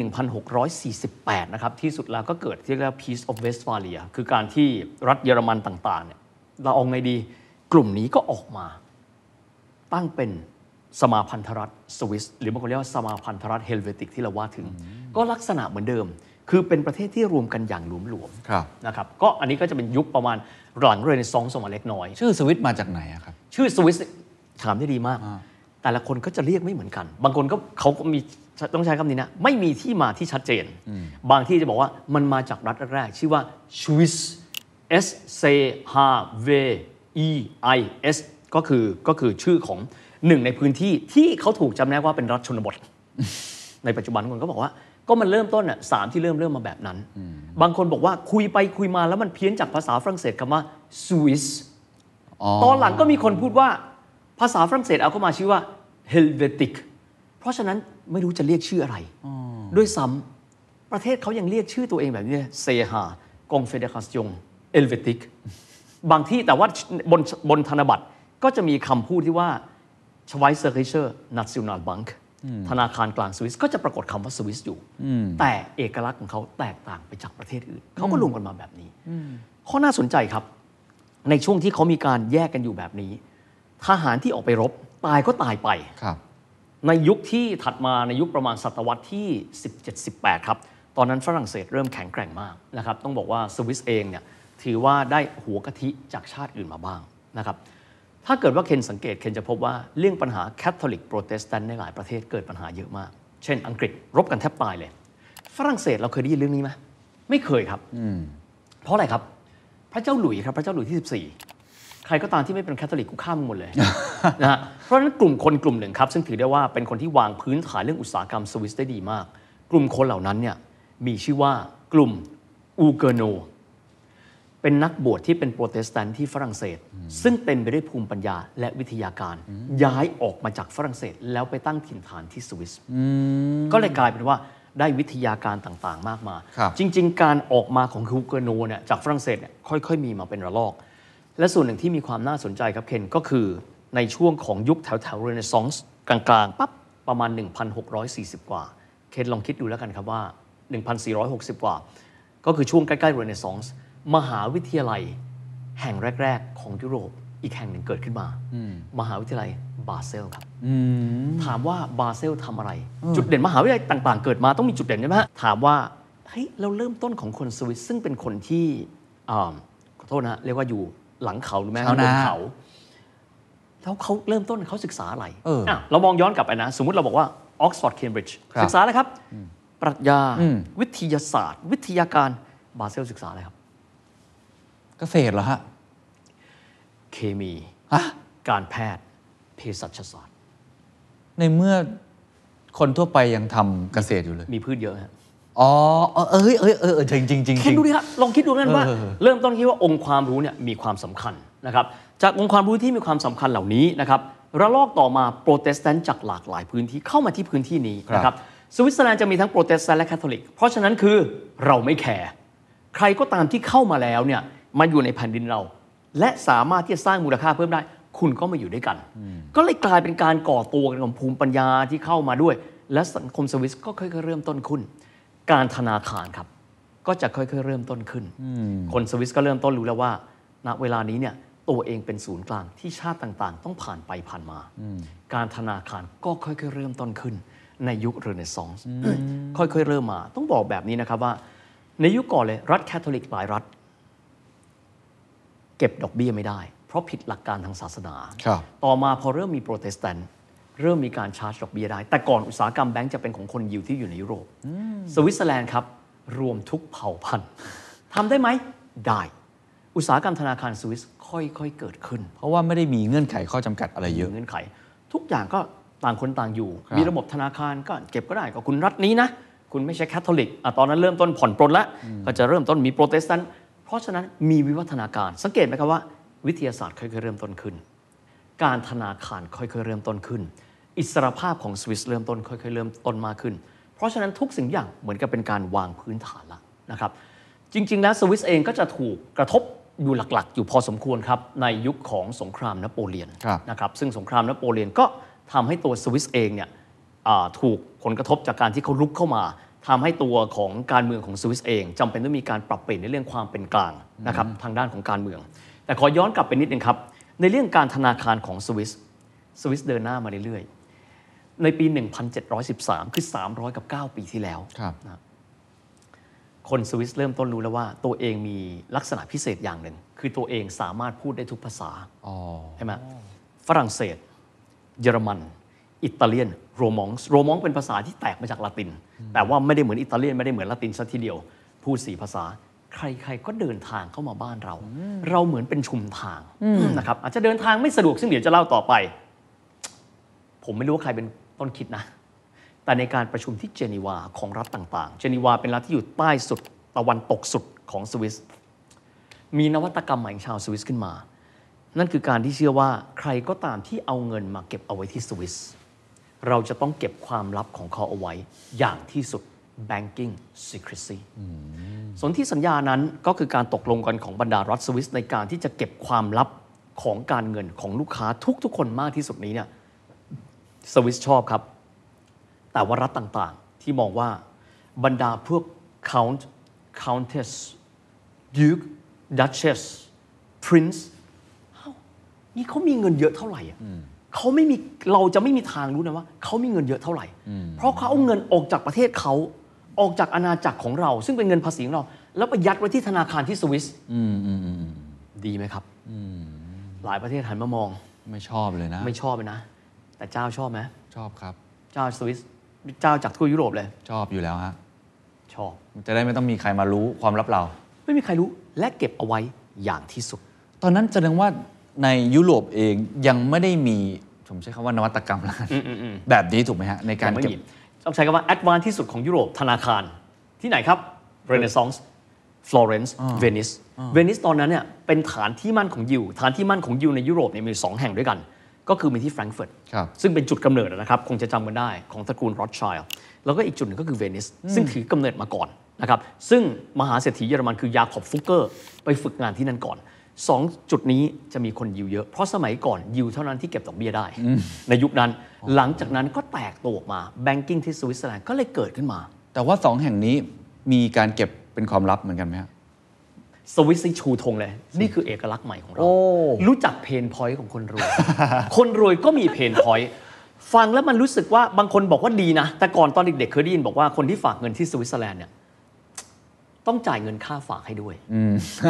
[SPEAKER 3] 1648 นะครับ ที่สุดแล้วก็เกิดที่เรียกว่า Peace of Westphalia คือการที่รัฐเยอรมันต่าง ๆ เนี่ย เราเอาไงดี กลุ่มนี้ก็ออกมา ตั้งเป็นสมาพันธรัฐสวิส หรือบางคนเรียกว่าสมาพันธรัฐเฮลเวติกที่เราว่าถึง ก็ลักษณะเหมือนเดิม คือเป็นประเทศที่รวมกันอย่างหลวม
[SPEAKER 2] ครับ
[SPEAKER 3] ๆนะครับ ก็อันนี้ก็จะเป็นยุคประมาณหลังเรเนซองส์ลงมาเล็กน้อย
[SPEAKER 2] ชื่อสวิตมาจากไหนอะครับ
[SPEAKER 3] ชื่อสวิสถามได้ดีมาก แต่ละคนก็จะเรียกไม่เหมือนกัน บางคนก็เขาก็มีต้องใช้คำนี้นะ ไม่มีที่มาที่ชัดเจน บางที่จะบอกว่ามันมาจากรัฐแรก ชื่อว่าสวิส S C H V E I S ก็คือก็คือชื่อของหนึ่งในพื้นที่ที่เขาถูกจำแนกว่าเป็นรัฐช นบท ในปัจจุบันคนก็บอกว่าก็มันเริ่มต้นอ่ะสามที่เริ่มเริ่มมาแบบนั้น บางคนบอกว่าคุยไปคุยมาแล้วมันเพี้ยนจากภาษาฝรั่งเศสคำว่าสวิส
[SPEAKER 2] อ๋อ
[SPEAKER 3] ตอนหลังก็มีคนพูดว่าภาษาฝรั่งเศสเอาเข้ามาชื่อว่าเฮลเวติก เพราะฉะนั้นไม่รู้จะเรียกชื่ออะไร ด้วยซ้ำประเทศเขายังเรียกชื่อตัวเองแบบนี้เซฮากองเฟเดคาสยงเอลเวติก บางที่แต่ว่าบนบนธนบัตรก็จะมีคำพูดที่ว่าชไวเซอร์เคเชอร์นัช i o น a ลบังค์ธนาคารกลางสวิสก็จะปรากฏคำว่าสวิสอยู่ แต่เอกลักษณ์ของเขาแตกต่างไปจากประเทศอื่น เขาก็รวมกันมาแบบนี้ ข้อน่าสนใจครับ ในช่วงที่เขามีการแยกกันอยู่แบบนี้ ทหารที่ออกไปรบ ตายก็ตายไป
[SPEAKER 2] ครับ
[SPEAKER 3] ในยุคที่ถัดมาในยุคประมาณศตวรรษที่ 17-18 ครับ ตอนนั้นฝรั่งเศสเริ่มแข็งแกร่งมากนะครับ ต้องบอกว่าสวิสเองเนี่ยถือว่าได้หัวกะทิจากชาติอื่นมาบ้างนะครับ ถ้าเกิดว่าเคนสังเกตเคนจะพบว่าเรื่องปัญหาแคทอลิกโปรเตสแตนต์ในหลายประเทศเกิดปัญหาเยอะมาก เช่น อังกฤษรบกันแทบตายเลย ฝรั่งเศสเราเคยได้ยินเรื่องนี้ไหมไม่เคยครับ เพราะอะไรครับ พระเจ้าหลุยส์ครับ พระเจ้าหลุยส์ที่ 14 ใครก็ตามที่ไม่เป็นแคทอลิกกูฆ่ามึงหมดเลย นะฮะเพราะฉะนั้นกลุ่มคนกลุ่มหนึ่งครับ ซึ่งถือได้ว่าเป็นคนที่วางพื้นฐานเรื่องอุตสาหกรรมสวิสได้ดีมาก กลุ่มคนเหล่านั้นเนี่ยมีชื่อว่ากลุ่มอูเกอร์โน เป็นนักบวชที่เป็นโปรเตสแตนต์ที่ฝรั่งเศส ซึ่งเต็มไปด้วยภูมิปัญญาและวิทยาการ ย้ายออกมาจากฝรั่งเศส แล้วไปตั้งถิ่นฐานที่สวิส ก็เลยกลายเป็นว่าได้วิทยาการต่างๆ มากมาย
[SPEAKER 2] ครับ
[SPEAKER 3] จริง ๆ การออกมาของฮูเกอร์โนเนี่ยจากฝรั่งเศสเนี่ยค่อย ๆ มีมาเป็นระลอก และส่วนหนึ่งที่มีความน่าสนใจครับเคนก็คือในช่วงของยุคแถวแถวเรเนซองส์กลางๆปั๊บประมาณ 1,640 กว่า เคนลองคิดดูแล้วกันครับว่า 1,460 กว่า ก็คือช่วงใกล้ๆเรเนซองส์มหาวิทยาลัยแห่งแรก ๆ ของยุโรปอีกแห่งหนึ่งเกิดขึ้นมา มหาวิทยาลัยบาเซลครับ ถามว่าบาเซลทำอะไร จุดเด่นมหาวิทยาลัยต่างๆ เกิดมาต้องมีจุดเด่นใช่ไหมฮะถามว่าเฮ้ยเราเริ่มต้นของคนสวิสซึ่งเป็นคนที่อ่าขอโทษนะฮะเรียกว่าอยู่หลังเขาหรือแม้
[SPEAKER 2] ชาวนา
[SPEAKER 3] บเขา แล้วเขาเริ่มต้นเขาศึกษาอะไร
[SPEAKER 2] เอออ่
[SPEAKER 3] ะเรามองย้อนกลับไปนะ สมมุติเราบอกว่าออกซฟอร์ดเคมบริดจ์
[SPEAKER 2] ครับ
[SPEAKER 3] ศึกษาอะไรครับ ปรัชญา
[SPEAKER 2] อืม
[SPEAKER 3] วิทยาศาสตร์ วิทยาการบาเซลศึกษาอะไรครับ
[SPEAKER 2] เกษตรเหรอฮะ
[SPEAKER 3] เคมี
[SPEAKER 2] ฮะ
[SPEAKER 3] การแพทย์เภสัชศาสตร์
[SPEAKER 2] ในเมื่อคนทั่วไปยังทำเกษตรอยู่เลย
[SPEAKER 3] มีพืชเยอะฮะ
[SPEAKER 2] อ๋อ เอ้ยเอ้ยเออเออจริงจริงจริง
[SPEAKER 3] คิดดูดิครับลองคิดดูกันว่า
[SPEAKER 2] เออ
[SPEAKER 3] เริ่มต้นคิดว่าองค์ความรู้เนี่ยมีความสำคัญนะครับ จากองค์ความรู้ที่มีความสำคัญเหล่านี้นะครับระลอกต่อมาโปรเตสแตนต์จากหลากหลายพื้นที่เข้ามาที่พื้นที่นี้นะครับสวิตเซอร์แลนด์จะมีทั้งโปรเตสแตนต์และคาทอลิก เพราะฉะนั้นคือเราไม่แคร์ใครก็ตามที่เข้ามาแล้วเนี่ยมันอยู่ในแผ่นดินเรา และสามารถที่จะสร้างมูลค่าเพิ่มได้ คุณก็มาอยู่ด้วยกัน ก็เลยกลายเป็นการก่อตัวกันของภูมิปัญญาที่เข้ามาด้วย และสังคมสวิสก็ค่อยๆเริ่มต้นขึ้น การธนาคารครับ ก็จะค่อยๆ เริ่มต้นขึ้น คนสวิสก็เริ่มต้นรู้แล้วว่า ณ เวลานี้เนี่ยตัวเองเป็นศูนย์กลางที่ชาติต่างๆ ต้องผ่านไปผ่านมา การธนาคารก็ค่อยๆ เริ่มต้นขึ้น ในยุคเรเนซองส์ค่อยๆ เริ่มมา ต้องบอกแบบนี้นะครับว่า ในยุคก่อนเลยรัฐแคทอลิกหลายรัฐ เก็บดอกเบี้ยไม่ได้ เพราะผิดหลักการทางศาสนา
[SPEAKER 2] ครับ
[SPEAKER 3] ต่อมาพอเริ่มมีโปรเตสแตนต์เริ่มมีการชาร์จดอกเบี้ยได้ แต่ก่อนอุตสาหกรรมแบงก์จะเป็นของคนยิวที่อยู่ในยุโรป สวิตเซอร์แลนด์ครับ รวมทุกเผ่าพันธุ์ทำได้ไหม ได้ อุตสาหกรรมธนาคารสวิสค่อยๆเกิดขึ้น
[SPEAKER 2] เพราะว่าไม่ได้มีเงื่อนไขข้อจำกัดอะไรเยอะ
[SPEAKER 3] เงื่อนไข ทุกอย่างก็ต่างคนต่างอยู่
[SPEAKER 2] ครับ
[SPEAKER 3] มีระบบธนาคารก็เก็บก็ได้ก็คุณรัฐนี้นะ คุณไม่ใช่แคทอลิกอ่ะตอนนั้นเริ่มต้นผ่อนปลนแล้ว ก็จะเริ่มต้นมีโปรเตสแตนต์เพราะฉะนั้นมีวิวัฒนาการ สังเกตไหมครับว่า วิทยาศาสตร์ค่อยๆเริ่มต้นขึ้น การธนาคารค่อยๆเริ่มต้นขึ้น อิสรภาพของสวิสเริ่มต้นค่อยๆเริ่มต้นมากขึ้น เพราะฉะนั้นทุกสิ่งอย่างเหมือนกับเป็นการวางพื้นฐานละนะครับ จริง ๆ แล้วสวิสเองก็จะถูกกระทบอยู่หลักๆ อยู่พอสมควรครับในยุคของสงครามนโปเลียน
[SPEAKER 2] ครับ
[SPEAKER 3] นะครับซึ่งสงครามนโปเลียนก็ทำให้ตัวสวิสเองเนี่ยอ่าถูกผลกระทบจากการที่เขาลุกเข้ามาทำให้ตัวของการเมืองของสวิสเองจำเป็นต้องมีการปรับเปลี่ยนในเรื่องความเป็นกลางนะครับทางด้านของการเมือง แต่ขอย้อนกลับไปนิดนึงครับในเรื่องการธนาคารของสวิสสวิสเดินหน้ามาเรื่อยๆในปี 1713 คือ 300กับ9ปีที่แล้ว
[SPEAKER 2] ครับ
[SPEAKER 3] คนสวิสเริ่มต้นรู้แล้วว่าตัวเองมีลักษณะพิเศษอย่างหนึ่ง คือตัวเองสามารถพูดได้ทุกภาษา
[SPEAKER 2] อ๋อ
[SPEAKER 3] ใช่ไหมฝรั่งเศส เยอรมัน อิตาเลียน โรมองส์โรมองเป็นภาษาที่แตกมาจากละติน แต่ว่าไม่ได้เหมือนอิตาเลียน ไม่ได้เหมือนละตินซะทีเดียว พูดสี่ภาษา ใครๆก็เดินทางเข้ามาบ้านเรา เราเหมือนเป็นชุมทางนะครับอาจจะเดินทางไม่สะดวกซึ่งเดี๋ยวจะเล่าต่อไป ผมไม่รู้ว่าใครเป็นต้นคิดนะ แต่ในการประชุมที่เจนีวาของรัฐต่างๆ เจนีวาเป็นรัฐที่อยู่ใต้สุดตะวันตกสุดของสวิส มีนวัตกรรมใหม่ของชาวสวิสขึ้นมา นั่นคือการที่เชื่อว่าใครก็ตามที่เอาเงินมาเก็บเอาไว้ที่สวิส เราจะต้องเก็บความลับของเขาเอาไว้อย่างที่สุด banking secrecy สนธิสัญญานั้นก็คือการตกลงกันของบรรดารัฐสวิสในการที่จะเก็บความลับของการเงินของลูกค้าทุกๆ คนมากที่สุดนี้เนี่ยสวิสชอบครับ แต่ว่ารัฐต่างๆ ที่มองว่าบรรดาพวก count countess duke duchess prince เอ้านี่เขามีเงินเยอะเท่าไหร่อะเขาไม่มีเราจะไม่มีทางรู้นะว่าเขามีเงินเยอะเท่าไหร่ เพราะเขาเอาเงินออกจากประเทศเขาออกจากอาณาจักรของเรา ซึ่งเป็นเงินภาษีของเรา แล้วไปยัดไว้ที่ธนาคารที่สวิสดีไหมครับหลายประเทศหันมามอง
[SPEAKER 2] ไม่ชอบเลยนะ
[SPEAKER 3] ไม่ชอบเลยนะ แต่เจ้าชอบไหม
[SPEAKER 2] ชอบครับ
[SPEAKER 3] เจ้าสวิสเจ้าจากทั่วยุโรปเลย
[SPEAKER 2] ชอบอยู่แล้วฮะ
[SPEAKER 3] ชอบ
[SPEAKER 2] จะได้ไม่ต้องมีใครมารู้ความลับเรา
[SPEAKER 3] ไม่มีใครรู้และเก็บเอาไว้อย่างที่สุด
[SPEAKER 2] ตอนนั้นแสดงว่าในยุโรปเองยังไม่ได้มี ผมใช้คำว่านวัตกรรมแล้วกันแบบนี้ถูกไหมฮะ ในการ
[SPEAKER 3] ยังไม่
[SPEAKER 2] เก็บ
[SPEAKER 3] มีต้องใช้คำว่าแอดวานที่สุดของยุโรปธนาคาร ที่ไหนครับเรเนซองส์ฟลอเรนซ์เวนิสเวนิสตอนนั้นเนี่ยเป็นฐานที่มั่นของยิวฐานที่มั่นของยิวในยุโรปเนี่ยมีอยู่สองแห่งด้วยกัน ก็คือมีที่แฟรงก์เฟิร์ต
[SPEAKER 2] ครับ
[SPEAKER 3] ซึ่งเป็นจุดกำเนิดนะครับคงจะจำกันได้ของตระกูลโรดชัยแล้วก็อีกจุดหนึ่งก็คือเวนิส ซึ่งถือกำเนิดมาก่อนนะครับซึ่งมหาเศรษฐีเยอรมันคือยาขอบฟุกเกอร์ไปฝึกงานที่นั่นก่อนสองจุดนี้จะมีคนยิวเยอะเพราะสมัยก่อนยิวเท่านั้นที่เก็บดอกเบี้ยได้ ในยุคนั้นหลังจากนั้นก็แตกตัวออกมาแบงกิ้งที่สวิตเซอร์แลนด์ก็เลยเกิดขึ้นมา
[SPEAKER 2] แต่ว่าสองแห่งนี้มีการเก็บเป็นความลับเหมือนกันไหมฮะ
[SPEAKER 3] สวิสนี่ชูธงเลย นี่คือเอกลักษณ์ใหม่ของเรา
[SPEAKER 2] โอ้
[SPEAKER 3] รู้จักเพนพอยต์ของคนร วย คนรวยก็มีเพนพอยต์ฟังแล้วมันรู้สึกว่าบางคนบอกว่าดีนะ แต่ก่อนตอนเด็กๆเคยได้ยินบอกว่าคนที่ฝากเงินที่สวิตเซอร์แลนด์เนี่ยต้องจ่ายเงินค่าฝากให้ด้วย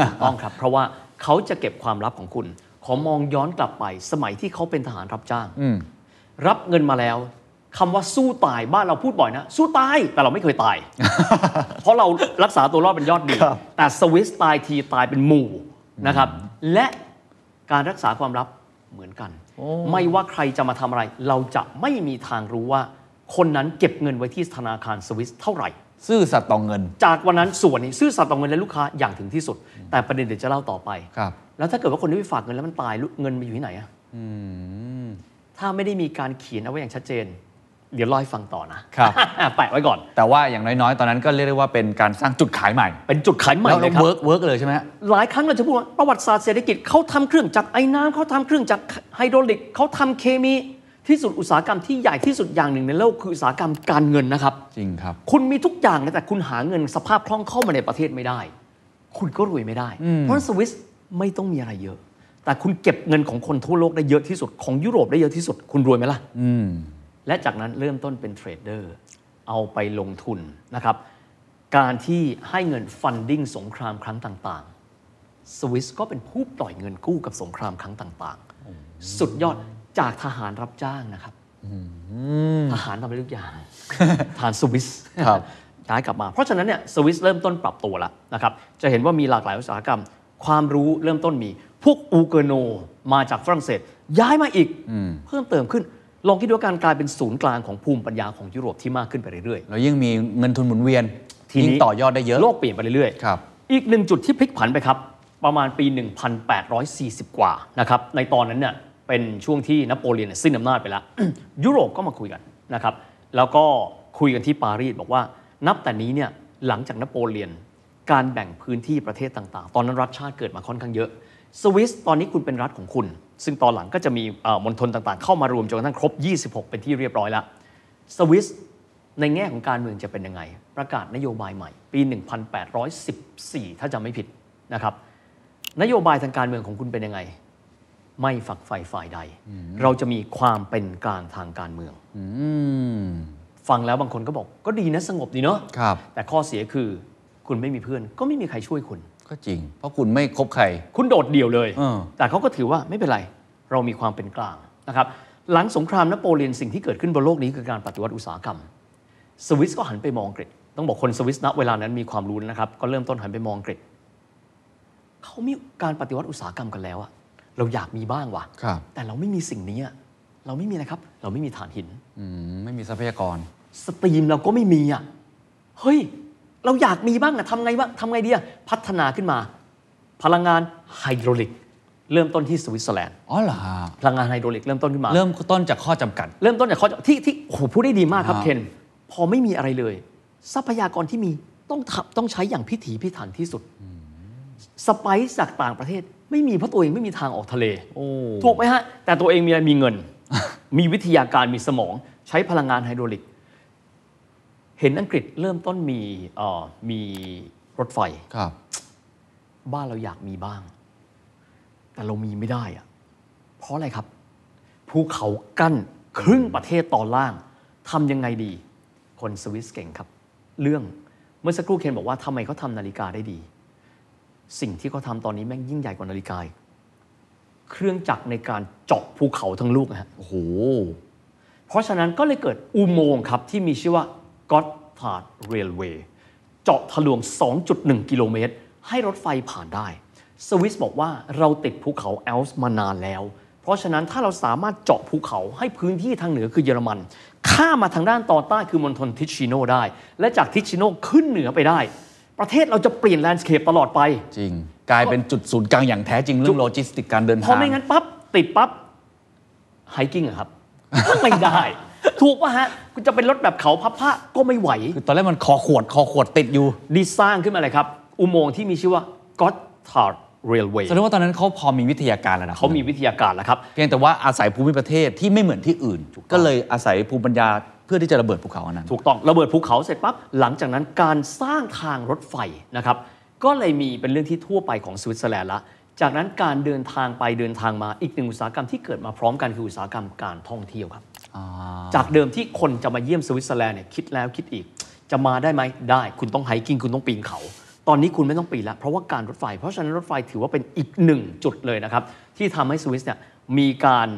[SPEAKER 3] ถูกต้องครับ เพราะว่าเขาจะเก็บความลับของคุณ ขอมองย้อนกลับไป สมัยที่เขาเป็นทหารรับจ้าง รับเงินมาแล้วคำว่าสู้ตายบ้านเราพูดบ่อยนะ สู้ตายแต่เราไม่เคยตาย เพราะเรารักษาตัวรอดเป็นยอดดี แต่สวิสตายทีตายเป็นหมู่นะครับ และการรักษาความลับเหมือนกัน ไม่ว่าใครจะมาทำอะไร เราจะไม่มีทางรู้ว่า คนนั้นเก็บเงินไว้ที่ธนาคารสวิสเท่าไหร่
[SPEAKER 2] ซื่อสัตย์ต่อเงิน
[SPEAKER 3] จากวันนั้นส่วนนี้ซื่อสัตย์ต่อเงินและลูกค้าอย่างถึงที่สุด แต่ประเด็นเดี๋ยวจะเล่าต่อไป
[SPEAKER 2] ครับ
[SPEAKER 3] แล้วถ้าเกิดว่าคนที่ไปฝากเงินแล้วมันตายลูกเงินไปอยู่ที่ไหนอะถ้าไม่ได้มีการเขียนเอาไว้อย่างชัดเจน เดี๋ยวเล่าให้ฟังต่อนะครับ แปะไว้ก่อน
[SPEAKER 2] แต่ว่าอย่างน้อยๆ ตอนนั้นก็เรียกได้ว่าเป็นการสร้างจุดขายใหม่
[SPEAKER 3] เป็นจุดขายใหม่
[SPEAKER 2] แล้ว
[SPEAKER 3] เลยครับ
[SPEAKER 2] เวิร์กเวิร์กเลยใช่ไหมฮะ
[SPEAKER 3] หลายครั้งเราจะพูดว่าประวัติศาสตร์เศรษฐกิจเขาทำเครื่องจักรไอ้น้ำเขาทำเครื่องจักรไฮโดรลิกเขาทำเคมีที่สุดอุตสาหกรรมที่ใหญ่ที่สุดอย่างหนึ่งในโลกคืออุตสาหกรรมการเงินนะครับ
[SPEAKER 2] จริงครับ
[SPEAKER 3] คุณมีทุกอย่างนะแต่คุณหาเงินสภาพคล่องเข้ามาในประเทศไม่ได้ คุณก็รวยไม่ได้ เพราะฉะนั้นสวิสไม่ต้องมีอะไรเยอะ แต่คุณเก็บเงินของคนทั่วโลกได้เยอะที่สุดของยุโรปได้เยอะที่สุด คุณรวยไหมล่ะ
[SPEAKER 2] อืม
[SPEAKER 3] และจากนั้นเริ่มต้นเป็นเทรดเดอร์ เอาไปลงทุนนะครับ การที่ให้เงินฟันดิ้งสงครามครั้งต่างๆ สวิสก็เป็นผู้ปล่อยเงินกู้กับสงครามครั้งต่างๆ สุดยอดจากทหารรับจ้างนะครับทหารทำไปทุกอย่าง ทหารสวิส
[SPEAKER 2] ครับ
[SPEAKER 3] ย้ายกลับมา เพราะฉะนั้นเนี่ยสวิสเริ่มต้นปรับตัวแล้วนะครับ จะเห็นว่ามีหลากหลายอุตสาหกรรม ความรู้เริ่มต้นมี พวกอูเกโนมาจากฝรั่งเศส ย้ายมาอีกเพิ่มเติมขึ้น ลองคิดดูว่าการกลายเป็นศูนย์กลางของภูมิปัญญาของยุโรปที่มากขึ้นไปเรื่อย
[SPEAKER 2] แล้วยิ่งมีเงินทุนหมุนเวียน
[SPEAKER 3] ทีนี้
[SPEAKER 2] ยิ่งต่อยอดได้เยอะ
[SPEAKER 3] ๆ โลกเปลี่ยนไปเรื่อยๆ
[SPEAKER 2] ครับ
[SPEAKER 3] อีกหนึ่งจุดที่พลิกผันไปครับ ประมาณปี 1840 กว่านะครับในตอนนั้นเนี่ยเป็นช่วงที่นโปเลียนเนี่ยสิ้นอำนาจไปแล้ว ยุโรปก็มาคุยกันนะครับ แล้วก็คุยกันที่ปารีสบอกว่า นับแต่นี้เนี่ยหลังจากนโปเลียน การแบ่งพื้นที่ประเทศต่างๆ ตอนนั้นรัฐชาติเกิดมาค่อนข้างเยอะ สวิสตอนนี้คุณเป็นรัฐของคุณ ซึ่งตอนหลังก็จะมีเอ่อมณฑลต่างๆ เข้ามารวมจนกระทั่งครบ 26 เป็นที่เรียบร้อยแล้ว สวิสในแง่ของการเมืองจะเป็นยังไง ประกาศนโยบายใหม่ ปี 1814 ถ้าจำไม่ผิดนะครับ นโยบายทางการเมืองของคุณเป็นยังไง ไม่ฝักใฝ่ฝ่ายใด เราจะมีความเป็นกลางทางการเมือง
[SPEAKER 2] อืม
[SPEAKER 3] ฟังแล้วบางคนก็บอกก็ดีนะสงบดีเนาะ
[SPEAKER 2] ครับ
[SPEAKER 3] แต่ข้อเสียคือคุณไม่มีเพื่อน ก็ไม่มีใครช่วยคุณ
[SPEAKER 2] ก็จริง เพราะคุณไม่คบใคร
[SPEAKER 3] คุณโดดเดี่ยวเลย
[SPEAKER 2] เออ
[SPEAKER 3] แต่เขาก็ถือว่าไม่เป็นไร เรามีความเป็นกลางนะครับ หลังสงครามนโปเลียนสิ่งที่เกิดขึ้นบนโลกนี้คือการปฏิวัติอุตสาหกรรม สวิสก็หันไปมองอังกฤษ ต้องบอกคนสวิสณเวลานั้นมีความรู้นะครับ ก็เริ่มต้นหันไปมองอังกฤษเขามีการปฏิวัติอุตสาหกรรมกันแล้วอะเราอยากมีบ้างว่ะ
[SPEAKER 2] ครับ
[SPEAKER 3] แต่เราไม่มีสิ่งนี้อะเราไม่มีอะไรครับ เราไม่มีฐานหิน
[SPEAKER 2] อืมไม่มีทรัพยากร
[SPEAKER 3] สตรีมเราก็ไม่มีอ่ะ เฮ้ย เราอยากมีบ้างอะทำไงบ้างทำไงดีอะพัฒนาขึ้นมา พลังงานไฮโดรลิก เริ่มต้นที่สวิตเซอร์แลนด์
[SPEAKER 2] อ๋อเหรอฮะ
[SPEAKER 3] พลังงานไฮโดรลิกเริ่มต้นขึ้นมา
[SPEAKER 2] เริ่มต้นจากข้อจำกัด
[SPEAKER 3] เริ่มต้นจากข้อที่ที่โอ้โหพูดได้ดีมากครับ
[SPEAKER 2] อ่า
[SPEAKER 3] เคน พอไม่มีอะไรเลย ทรัพยากรที่มีต้องทำต้องใช้อย่างพิถีพิถันที่สุด สไปซ์จากต่างประเทศ ไม่มีเพราะตัวเองไม่มีทางออกทะเล
[SPEAKER 2] โอ้
[SPEAKER 3] ถูกไหมฮะ แต่ตัวเองมีอะไรมี เงิน มีวิทยาการมีสมอง ใช้พลังงานไฮโดรลิก เห็นอังกฤษเริ่มต้นมีเอ่อมีรถไฟ
[SPEAKER 2] ครับ
[SPEAKER 3] บ้านเราอยากมีบ้าง แต่เรามีไม่ได้อะเพราะอะไรครับ ภูเขากั้นครึ่งประเทศตอนล่างทำยังไงดี คนสวิสเก่งครับ เรื่องเมื่อสักครู่เคนบอกว่าทำไมเขาทำนาฬิกาได้ดี สิ่งที่เขาทำตอนนี้แม่งยิ่งใหญ่กว่านาฬิกาอีกเครื่องจักรในการเจาะภูเขาทั้งลูกนะฮะ
[SPEAKER 2] โอ้โห
[SPEAKER 3] เพราะฉะนั้นก็เลยเกิดอุโมงค์ครับ ที่มีชื่อว่า Gotthard Railway เจาะทะลวง 2.1 กิโลเมตร ให้รถไฟผ่านได้ สวิสบอกว่าเราติดภูเขาแอลส์มานานแล้ว เพราะฉะนั้นถ้าเราสามารถเจาะภูเขาให้พื้นที่ทางเหนือคือเยอรมัน ข้ามมาทางด้านตอนใต้คือมณฑลทิชชิโนได้ และจากทิชชิโนขึ้นเหนือไปได้ ประเทศเราจะเปลี่ยนแลนด์สเคปตลอดไป
[SPEAKER 2] จริง กลายเป็นจุดศูนย์กลางอย่างแท้จริงเรื่องโลจิสติกการเดิน
[SPEAKER 3] เพ
[SPEAKER 2] ทาง
[SPEAKER 3] ราะไม่งั้นปั๊บ ติดปั๊บไฮกิ้งอะครับ ไม่ได้ ถูกป่ะฮะ คุณจะเป็นรถแบบเขาพับผ้าก็ไม่ไหว
[SPEAKER 2] คือตอนแรกมันคอขวดคอขวดติดอยู่
[SPEAKER 3] ดีสร้างขึ้นมาเลยครับ อุโมงค์ที่มีชื่อว่า Gotthard Railway
[SPEAKER 2] แสดงว่าตอนนั้นเขาพอมีวิทยาการแล้วนะ
[SPEAKER 3] เขามีวิทยาการแล้วครับ
[SPEAKER 2] เพียงแต่ว่าอาศัยภูมิประเทศที่ไม่เหมือนที่อื่น ก็เลยอาศัยภูมิปัญญาเพื่อที่จะระเบิดภูเขาอันนั้น
[SPEAKER 3] ถูกต้องระเบิดภูเขาเสร็จปั๊บ หลังจากนั้นการสร้างทางรถไฟนะครับ ก็เลยมีเป็นเรื่องที่ทั่วไปของสวิตเซอร์แลนด์ละ จากนั้นการเดินทางไปเดินทางมาอีกหนึ่งอุตสาหกรรมที่เกิดมาพร้อมกันคืออุตสาหกรรมการท่องเที่ยวครับ จากเดิมที่คนจะมาเยี่ยมสวิตเซอร์แลนด์เนี่ยคิดแล้วคิดอีก จะมาได้ไหมได้คุณต้องไฮกิ้งคุณต้องปีนเขา ตอนนี้คุณไม่ต้องปีนละเพราะว่าการรถไฟ เพราะฉะนั้นรถไฟถือว่าเป็นอีกหนึ่งจุดเลยนะครับ ที่ทำให้สวิสเนี่ยมีการ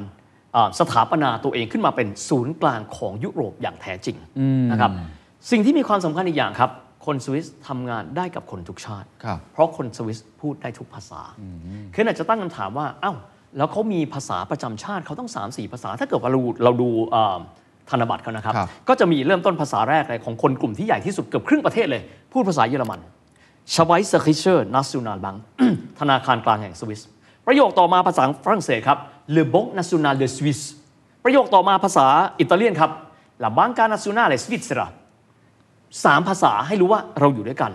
[SPEAKER 3] เอ่อสถาปนาตัวเองขึ้นมาเป็นศูนย์กลางของยุโรปอย่างแท้จริงนะครับสิ่งที่มีความสำคัญอีกอย่างครับ คนสวิสทำงานได้กับคนทุกชาติ
[SPEAKER 2] ครับ
[SPEAKER 3] เพราะคนสวิสพูดได้ทุกภาษาเคนอาจจะตั้งคำถามว่า เอ้า แล้วเขามีภาษาประจำชาติเขาต้อง 3 4 ภาษา ถ้าเกิดว่าเราเราดูเอ่อธนบัตรเขานะครับ
[SPEAKER 2] ครับ
[SPEAKER 3] ก็จะมีเริ่มต้นภาษาแรกเลยของคนกลุ่มที่ใหญ่ที่สุดเกือบครึ่งประเทศเลย พูดภาษาเยอรมันชไวซ์คิเชอร์นัสซูนาลบัง ธนาคารกลางแห่งสวิส ประโยคต่อมาภาษาฝรั่งเศสครับเลบงนัสซูนาเดสวิสประโยคต่อมาภาษาอิตาเลียนครับลาบังกานัสซูนาเลสวิสรา สามภาษาให้รู้ว่าเราอยู่ด้วยกัน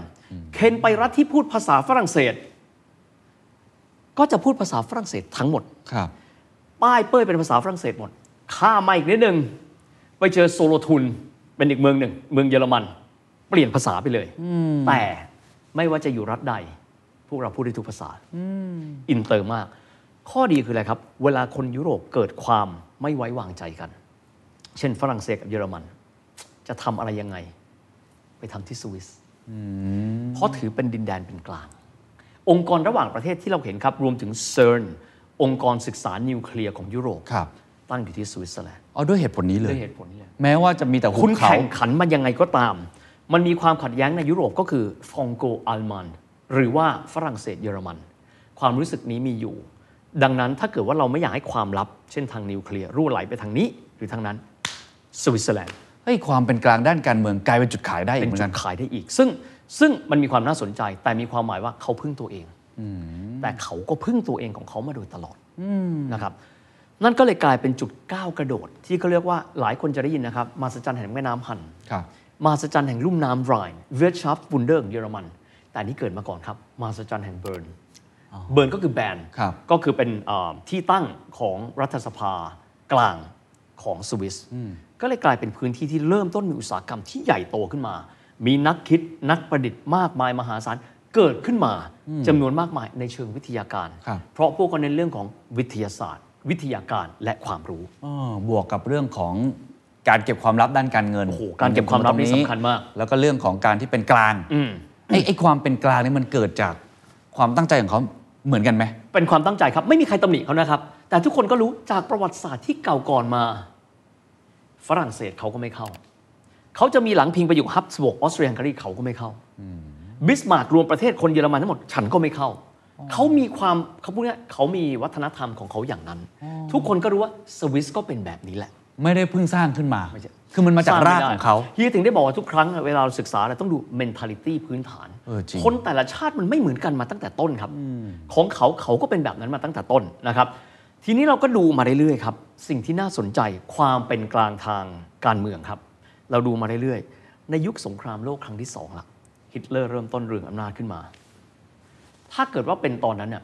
[SPEAKER 3] เคนไปรัฐที่พูดภาษาฝรั่งเศส ก็จะพูดภาษาฝรั่งเศสทั้งหมด
[SPEAKER 2] ครับ
[SPEAKER 3] ป้ายเป้ยเป็นภาษาฝรั่งเศสหมด ข้ามมาอีกนิดนึง ไปเจอโซโลทุนเป็นอีกเมืองหนึ่ง เมืองเยอรมัน เปลี่ยนภาษาไปเลย แต่ไม่ว่าจะอยู่รัฐใด พวกเราพูดได้ทุกภาษาอินเตอร์มาก ข้อดีคืออะไรครับ เวลาคนยุโรปเกิดความไม่ไว้วางใจกัน เช่นฝรั่งเศสกับเยอรมัน จะทำอะไรยังไง ไปทำที่สวิสเพราะถือเป็นดินแดนเป็นกลาง องค์กรระหว่างประเทศที่เราเห็นครับ รวมถึงเซิร์นองค์กรศึกษานิวเคลียร์ของยุโรป
[SPEAKER 2] ครับ
[SPEAKER 3] ตั้งอยู่ที่สวิตเซอร์แลนด์
[SPEAKER 2] เอาด้วยเหตุผลนี้เล
[SPEAKER 3] ด้วย ยเหตุผลนี้เลย
[SPEAKER 2] แม้ว่าจะมีแต่หุ
[SPEAKER 3] คุณ
[SPEAKER 2] บเขา
[SPEAKER 3] แข่งขันมันยังไงก็ตาม มันมีความขัดแย้งในยุโรปก็คือฟองโกอัลมันหรือว่าฝรั่งเศสเยอรมัน ความรู้สึกนี้มีอยู่ ดังนั้นถ้าเกิดว่าเราไม่อยากให้ความลับ เช่นทางนิวเคลียร์รั่วไหลไปทางนี้ หรือทางนั้นสวิตเซอร์แลนด์
[SPEAKER 2] เฮ้ยความเป็นกลางด้านการเมืองกลายเป็นจุดขายได้อีก
[SPEAKER 3] เป็น
[SPEAKER 2] เหมือน
[SPEAKER 3] จุ
[SPEAKER 2] กั
[SPEAKER 3] ด
[SPEAKER 2] น
[SPEAKER 3] ขายได้อีก ซึ่งซึ่งมันมีความน่าสนใจ แต่มีความหมายว่าเขาพึ่งตัวเองแต่เขาก็พึ่งตัวเองของเขามาโดยตลอดนะครับ นั่นก็เลยกลายเป็นจุดก้าวกระโดด ที่เขาเรียกว่าหลายคนจะได้ยินนะครับมาสจันแห่งแม่น้ำหัน
[SPEAKER 2] ครับ
[SPEAKER 3] มาสจันแห่งลุ่มน้ำไรน์เวสชัฟบุนเดอร์ของเยอรมัน แต่อันนี้เกิดมาก่อนครับ มาสจันแห่งเบิร์นเบิร์นก็คือแบน
[SPEAKER 2] ครับ
[SPEAKER 3] ก็คือเป็นเอ่อที่ตั้งของรัฐสภากลางของสวิสก็เลยกลายเป็นพื้นที่ที่เริ่มต้นมีอุตสาหกรรมที่ใหญ่โตขึ้นมา มีนักคิดนักประดิษฐ์มากมายมหาศาลเกิดขึ้นมาจำนวนมากมายในเชิงวิทยาการ
[SPEAKER 2] ครับ
[SPEAKER 3] เพราะพวกเขาเน้นเรื่องของวิทยาศาสตร์ วิทยาการและความรู้
[SPEAKER 2] อ้อบวกกับเรื่องของการเก็บความลับด้านการเงิน
[SPEAKER 3] โอ้โหการเก็บความลับนี่สำคัญมาก
[SPEAKER 2] แล้วก็เรื่องของการที่เป็นกลาง
[SPEAKER 3] อืม
[SPEAKER 2] ไอ้ไอ้ความเป็นกลางนี่มันเกิดจากความตั้งใจของเขาเหมือนกันไหม
[SPEAKER 3] เป็นความตั้งใจครับ ไม่มีใครตำหนิเขานะครับ แต่ทุกคนก็รู้จากประวัติศาสตร์ที่เก่าก่อนมา ฝรั่งเศสเขาก็ไม่เข้า เขาจะมีหลังพิงไปอยู่ฮับสบกออสเตรียฮังการีเขาก็ไม่เข้าบิสมาร์กรวมประเทศคนเยอรมันทั้งหมดฉันก็ไม่เข้า เขามีความเขาพูดง่ายๆเขามีวัฒนธรรมของเขาอย่างนั้น ทุกคนก็รู้ว่าสวิสก็เป็นแบบนี้แหละ
[SPEAKER 2] ไม่ได้เพิ่งสร้างขึ้นมา
[SPEAKER 3] ไม่ใช่
[SPEAKER 2] คือมันมาจากรากของเขา
[SPEAKER 3] เฮียถึงได้บอกว่าทุกครั้งเวลาเราศึกษาเราต้องดู mentality พื้นฐาน
[SPEAKER 2] เออจริง
[SPEAKER 3] คนแต่ละชาติมันไม่เหมือนกันมาตั้งแต่ต้นครับ ของเขาเขาก็เป็นแบบนั้นมาตั้งแต่ต้นนะครับ ทีนี้เราก็ดูมาเรื่อยๆครับสิ่งที่น่าสนใจความเป็นกลางทางการเมืองครับ เราดูมาเรื่อยๆ ในยุคสงครามโลกครั้งที่สองละฮิตเลอร์เริ่มต้นเรืองอำนาจขึ้นมา ถ้าเกิดว่าเป็นตอนนั้นเนี่ย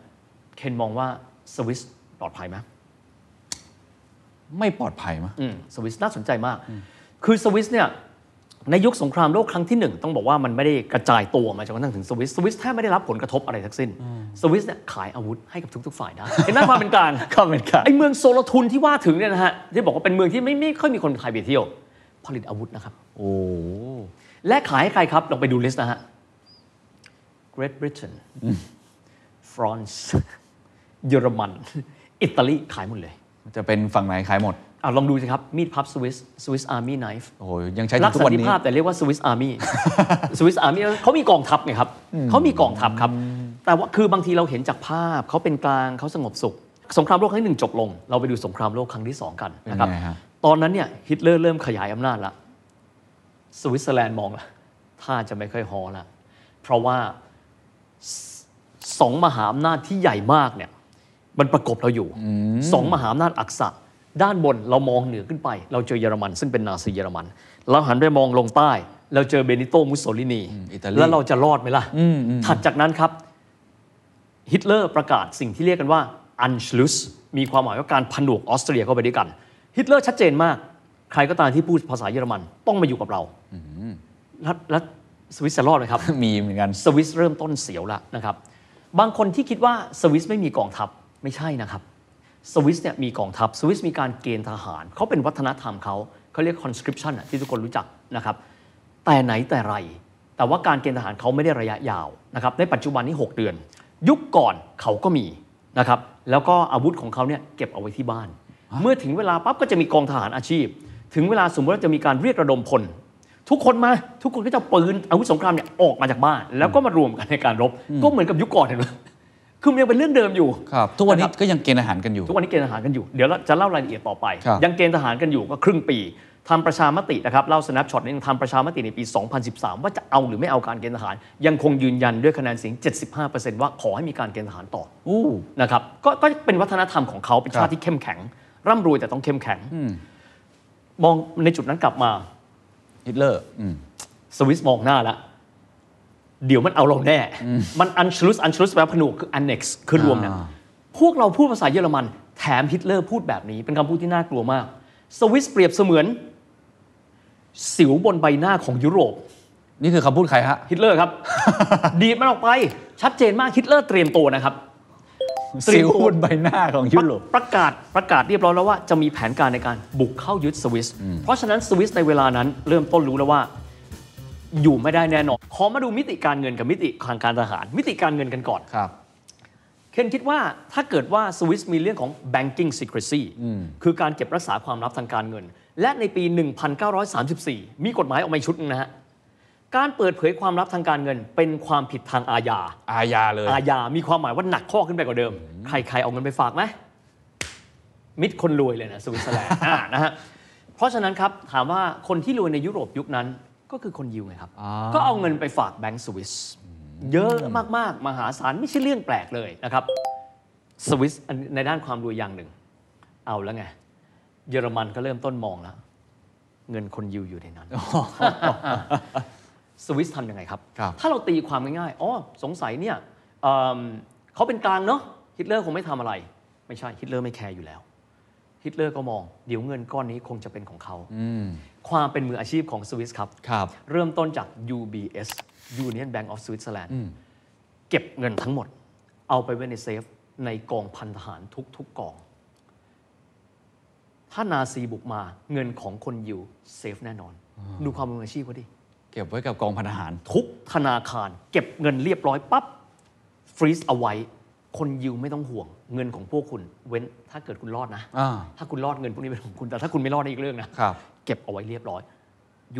[SPEAKER 3] เคนมองว่าสวิสปลอดภัยไหม
[SPEAKER 2] ไม่ปลอดภัยมั้ย
[SPEAKER 3] อืมสวิสน่าสนใจมาก คือสวิสเนี่ยในยุคสงครามโลกครั้งที่หนึ่งต้องบอกว่ามันไม่ได้กระจายตัวมาจนกระทั่งถึงสวิสสวิสแทบไม่ได้รับผลกระทบอะไรทั้งสิ้น สวิสเนี่ยขายอาวุธให้กับทุกๆฝ่ายได้ เห็นไหมความเป็นกลาง
[SPEAKER 2] ความเป็นกลาง
[SPEAKER 3] ไอ้เมืองโซโลทุนที่ว่าถึงเนี่ยนะฮะที่บอกว่าเป็นเมืองที่ไม่ไม่ค่อยมีคนไทยไปเที่ยว ผลิตอาวุธนะครับ
[SPEAKER 2] โอ้
[SPEAKER 3] และขายให้ใครครับลองไปดูลิสต์นะฮะ Great Britain France เยอรมัน อิตาลีขายหมดเลย
[SPEAKER 2] จะเป็นฝั่งไหนขายหมด
[SPEAKER 3] อ่ะลองดูสิครับมีดพับสวิสสวิสอาร์มี่ไนฟ์
[SPEAKER 2] โอ้โหยังใช้ถึ
[SPEAKER 3] รัก
[SPEAKER 2] งทุก
[SPEAKER 3] สั
[SPEAKER 2] วัน
[SPEAKER 3] นติ
[SPEAKER 2] นี้
[SPEAKER 3] ภาพแต่เรียกว่าสวิสอาร์ มี่สวิสอาร์มี่เขามีกองทัพไงครับเขามีกองทัพครับ แต่ว่าคือบางทีเราเห็นจากภาพเขาเป็นกลางเขาสงบสุข สงครามโลกครั้งที่หนึ่งจบลง เราไปดูสงครามโลกครั้งที่สองกันนะครับ
[SPEAKER 2] เป็นไงฮะ
[SPEAKER 3] ตอนนั้นเนี่ยฮิตเลอร์เริ่มขยายอำนาจละสวิตเซอร์แลนด์มองละท่าจะไม่ค่อยฮอละเพราะว่าสสองมหาอำนาจที่ใหญ่มากเนี่ยมันประกบเราอยู่สองมหาอำนาจอักษะ ด้านบนเรามองเหนือขึ้นไป เราเจอเยอรมัน ซึ่งเป็นนาซีเยอรมัน เราหันไปมองลงใต้ เราเจอเบนิโตมุสโสลินี
[SPEAKER 2] อืมอิตาลี
[SPEAKER 3] แล้วเราจะรอดไหมล่ะ ถัดจากนั้นครับ ฮิตเลอร์ประกาศสิ่งที่เรียกกันว่าอันชลุสมีความหมายว่าการผนวกออสเตรียเข้าไปด้วยกัน ฮิตเลอร์ชัดเจนมาก ใครก็ตามที่พูดภาษาเยอรมันต้องมาอยู่กับเราแล้วแล้วสวิตจะรอดไหมครับ
[SPEAKER 2] มีเหมือนกัน
[SPEAKER 3] สวิสเริ่มต้นเสียวละนะครับ บางคนที่คิดว่าสวิสไม่มีกองทัพไม่ใช่นะครับ สวิสเนี่ยมีกองทัพ สวิสมีการเกณฑ์ทหาร เขาเป็นวัฒนธรรมเขาเขาเรียก conscription อะที่ทุกคนรู้จักนะครับ แต่ไหนแต่ไร แต่ว่าการเกณฑ์ทหารเขาไม่ได้ระยะยาวนะครับในปัจจุบันนี้ 6 เดือน ยุคก่อนเขาก็มีนะครับแล้วก็อาวุธของเขาเนี่ยเก็บเอาไว้ที่บ้าน เมื่อถึงเวลาปั๊บก็จะมีกองทหารอาชีพ ถึงเวลาสมมติว่าจะมีการเรียกระดมพล ทุกคนมาทุกคนก็จะเอาปืนอาวุธสงครามเนี่ยออกมาจากบ้าน แล้วก็มารวมกันในการรบ ก็เหมือนกับยุคก่อนเห็นไหมคือมันยังเป็นเรื่องเดิมอยู่
[SPEAKER 2] ครับ ทุกวันนี้
[SPEAKER 3] นะครับ
[SPEAKER 2] ก็ยังเกณฑ์อาหารกันอยู่
[SPEAKER 3] ทุกวันนี้เกณฑ์ทหารกันอยู่ เดี๋ยวเราจะเล่ารายละเอียดต่อไป
[SPEAKER 2] ครับ
[SPEAKER 3] ยังเกณฑ์ทหารกันอยู่ก็ครึ่งปีทำประชามตินะครับ เล่า snapshot นี้ยังทำประชามติในปี 2013 ว่าจะเอาหรือไม่เอาการเกณฑ์ทหาร ยังคงยืนยันด้วยคะแนนเสียง 75%ว่าขอให้มีการเกณฑ์ทหารต่อ
[SPEAKER 2] อู้
[SPEAKER 3] นะครับก็ก็เป็นวัฒนธรรมของเขาเป็น
[SPEAKER 2] ครับ
[SPEAKER 3] ชาติที่เข้มแข็ง ร่ำรวยแต่ต้องเข้มแข็ง มองในจุดนั้นกลับมา
[SPEAKER 2] ฮิตเลอร์อืม
[SPEAKER 3] สวิสมองหน้าละ เดี๋ยวมันเอาเราแน่ มันอันชลุสอันชลุสแปลว่าผนวกคืออันเน็กซ์คือรวมเนี่ย
[SPEAKER 2] อ่า
[SPEAKER 3] พวกเราพูดภาษาเยอรมันแถมฮิตเลอร์พูดแบบนี้ เป็นคำพูดที่น่ากลัวมาก สวิสเปรียบเสมือน สิวบนใบหน้าของยุโรป
[SPEAKER 2] นี่คือคำพูดใครฮะ
[SPEAKER 3] ฮิตเลอ ร์ครับ ดีดมันออกไป ชัดเจนมากฮิตเลอร์เตรียมตัวนะครับ สิ
[SPEAKER 2] สิ
[SPEAKER 3] ว
[SPEAKER 2] วบนใบหน้าของยุโรป
[SPEAKER 3] ประกาศประกาศเรียบร้อยแล้วว่าจะมีแผนการในการบุกเข้ายึดสวิส เพราะฉะนั้นสวิสในเวลานั้นเริ่มต้นรู้แล้วว่า อยู่ไม่ได้แน่นอน ขอมาดูมิติการเงินกับมิติทางการทหาร มิติการเงินกันก่อน
[SPEAKER 2] ครับ
[SPEAKER 3] เคนคิดว่าถ้าเกิดว่าสวิสมีเรื่องของ banking secrecy คือการเก็บรักษาความลับทางการเงิน และในปี 1934 มีกฎหมายออกมาอีกชุดหนึงนะฮะ การเปิดเผยความลับทางการเงิน เป็นความผิดทางอาญา
[SPEAKER 2] อาญาเลย
[SPEAKER 3] อาญา มีความหมายว่าหนักข้อขึ้นไปกว่าเดิม ใครๆ เอาเงินไปฝากไหม มิดคนรวยเลยนะสวิตเซอร์แล นด์ อ่านะฮะ เพราะฉะนั้นครับ ถามว่าคนที่รวยในยุโรปยุคนั้นก็คือคนยิวไงครับ
[SPEAKER 2] อ่า
[SPEAKER 3] ก็เอาเงินไปฝากแบงก์สวิสเยอะมากๆ มหาศาลไม่ใช่เรื่องแปลกเลยนะครับ สวิสอันในด้านความรวยอย่างหนึ่ง เอาแล้วไง เยอรมันก็เริ่มต้นมองแล้ว เงินคนยิวอยู่ในนั้น สวิสทำยังไงครับ
[SPEAKER 2] ครับ
[SPEAKER 3] ถ้าเราตีความง่ายๆ อ๋อ สงสัยเนี่ยเอิ่มเขาเป็นกลางเนาะ ฮิตเลอร์คงไม่ทำอะไร ไม่ใช่ ฮิตเลอร์ไม่แคร์อยู่แล้ว ฮิตเลอร์ก็มอง เดี๋ยวเงินก้อนนี้คงจะเป็นของเขา
[SPEAKER 2] อืม
[SPEAKER 3] ความเป็นมืออาชีพของสวิสครับ
[SPEAKER 2] ครับ
[SPEAKER 3] เริ่มต้นจาก UBS Union Bank of Switzerland
[SPEAKER 2] อืม
[SPEAKER 3] เก็บเงินทั้งหมด เอาไปไว้ในเซฟ ในกองพันทหารทุก ๆกอง ถ้านาซีบุกมาเงินของคนยิวเซฟแน่นอน ดูความเป็นมืออาชีพเขาดิ
[SPEAKER 2] เก็บไว้กับกองพันทหาร
[SPEAKER 3] ทุกธนาคารเก็บเงินเรียบร้อยปั๊บฟรีซเอาไว้ คนยิวไม่ต้องห่วง เงินของพวกคุณเว้นถ้าเกิดคุณรอดนะ
[SPEAKER 2] อ่า
[SPEAKER 3] ถ้าคุณรอดเงินพวกนี้เป็นของคุณ แต่ถ้าคุณไม่รอดนี่อีกเรื่องนะ
[SPEAKER 2] ครับ
[SPEAKER 3] เก็บเอาไว้เรียบร้อย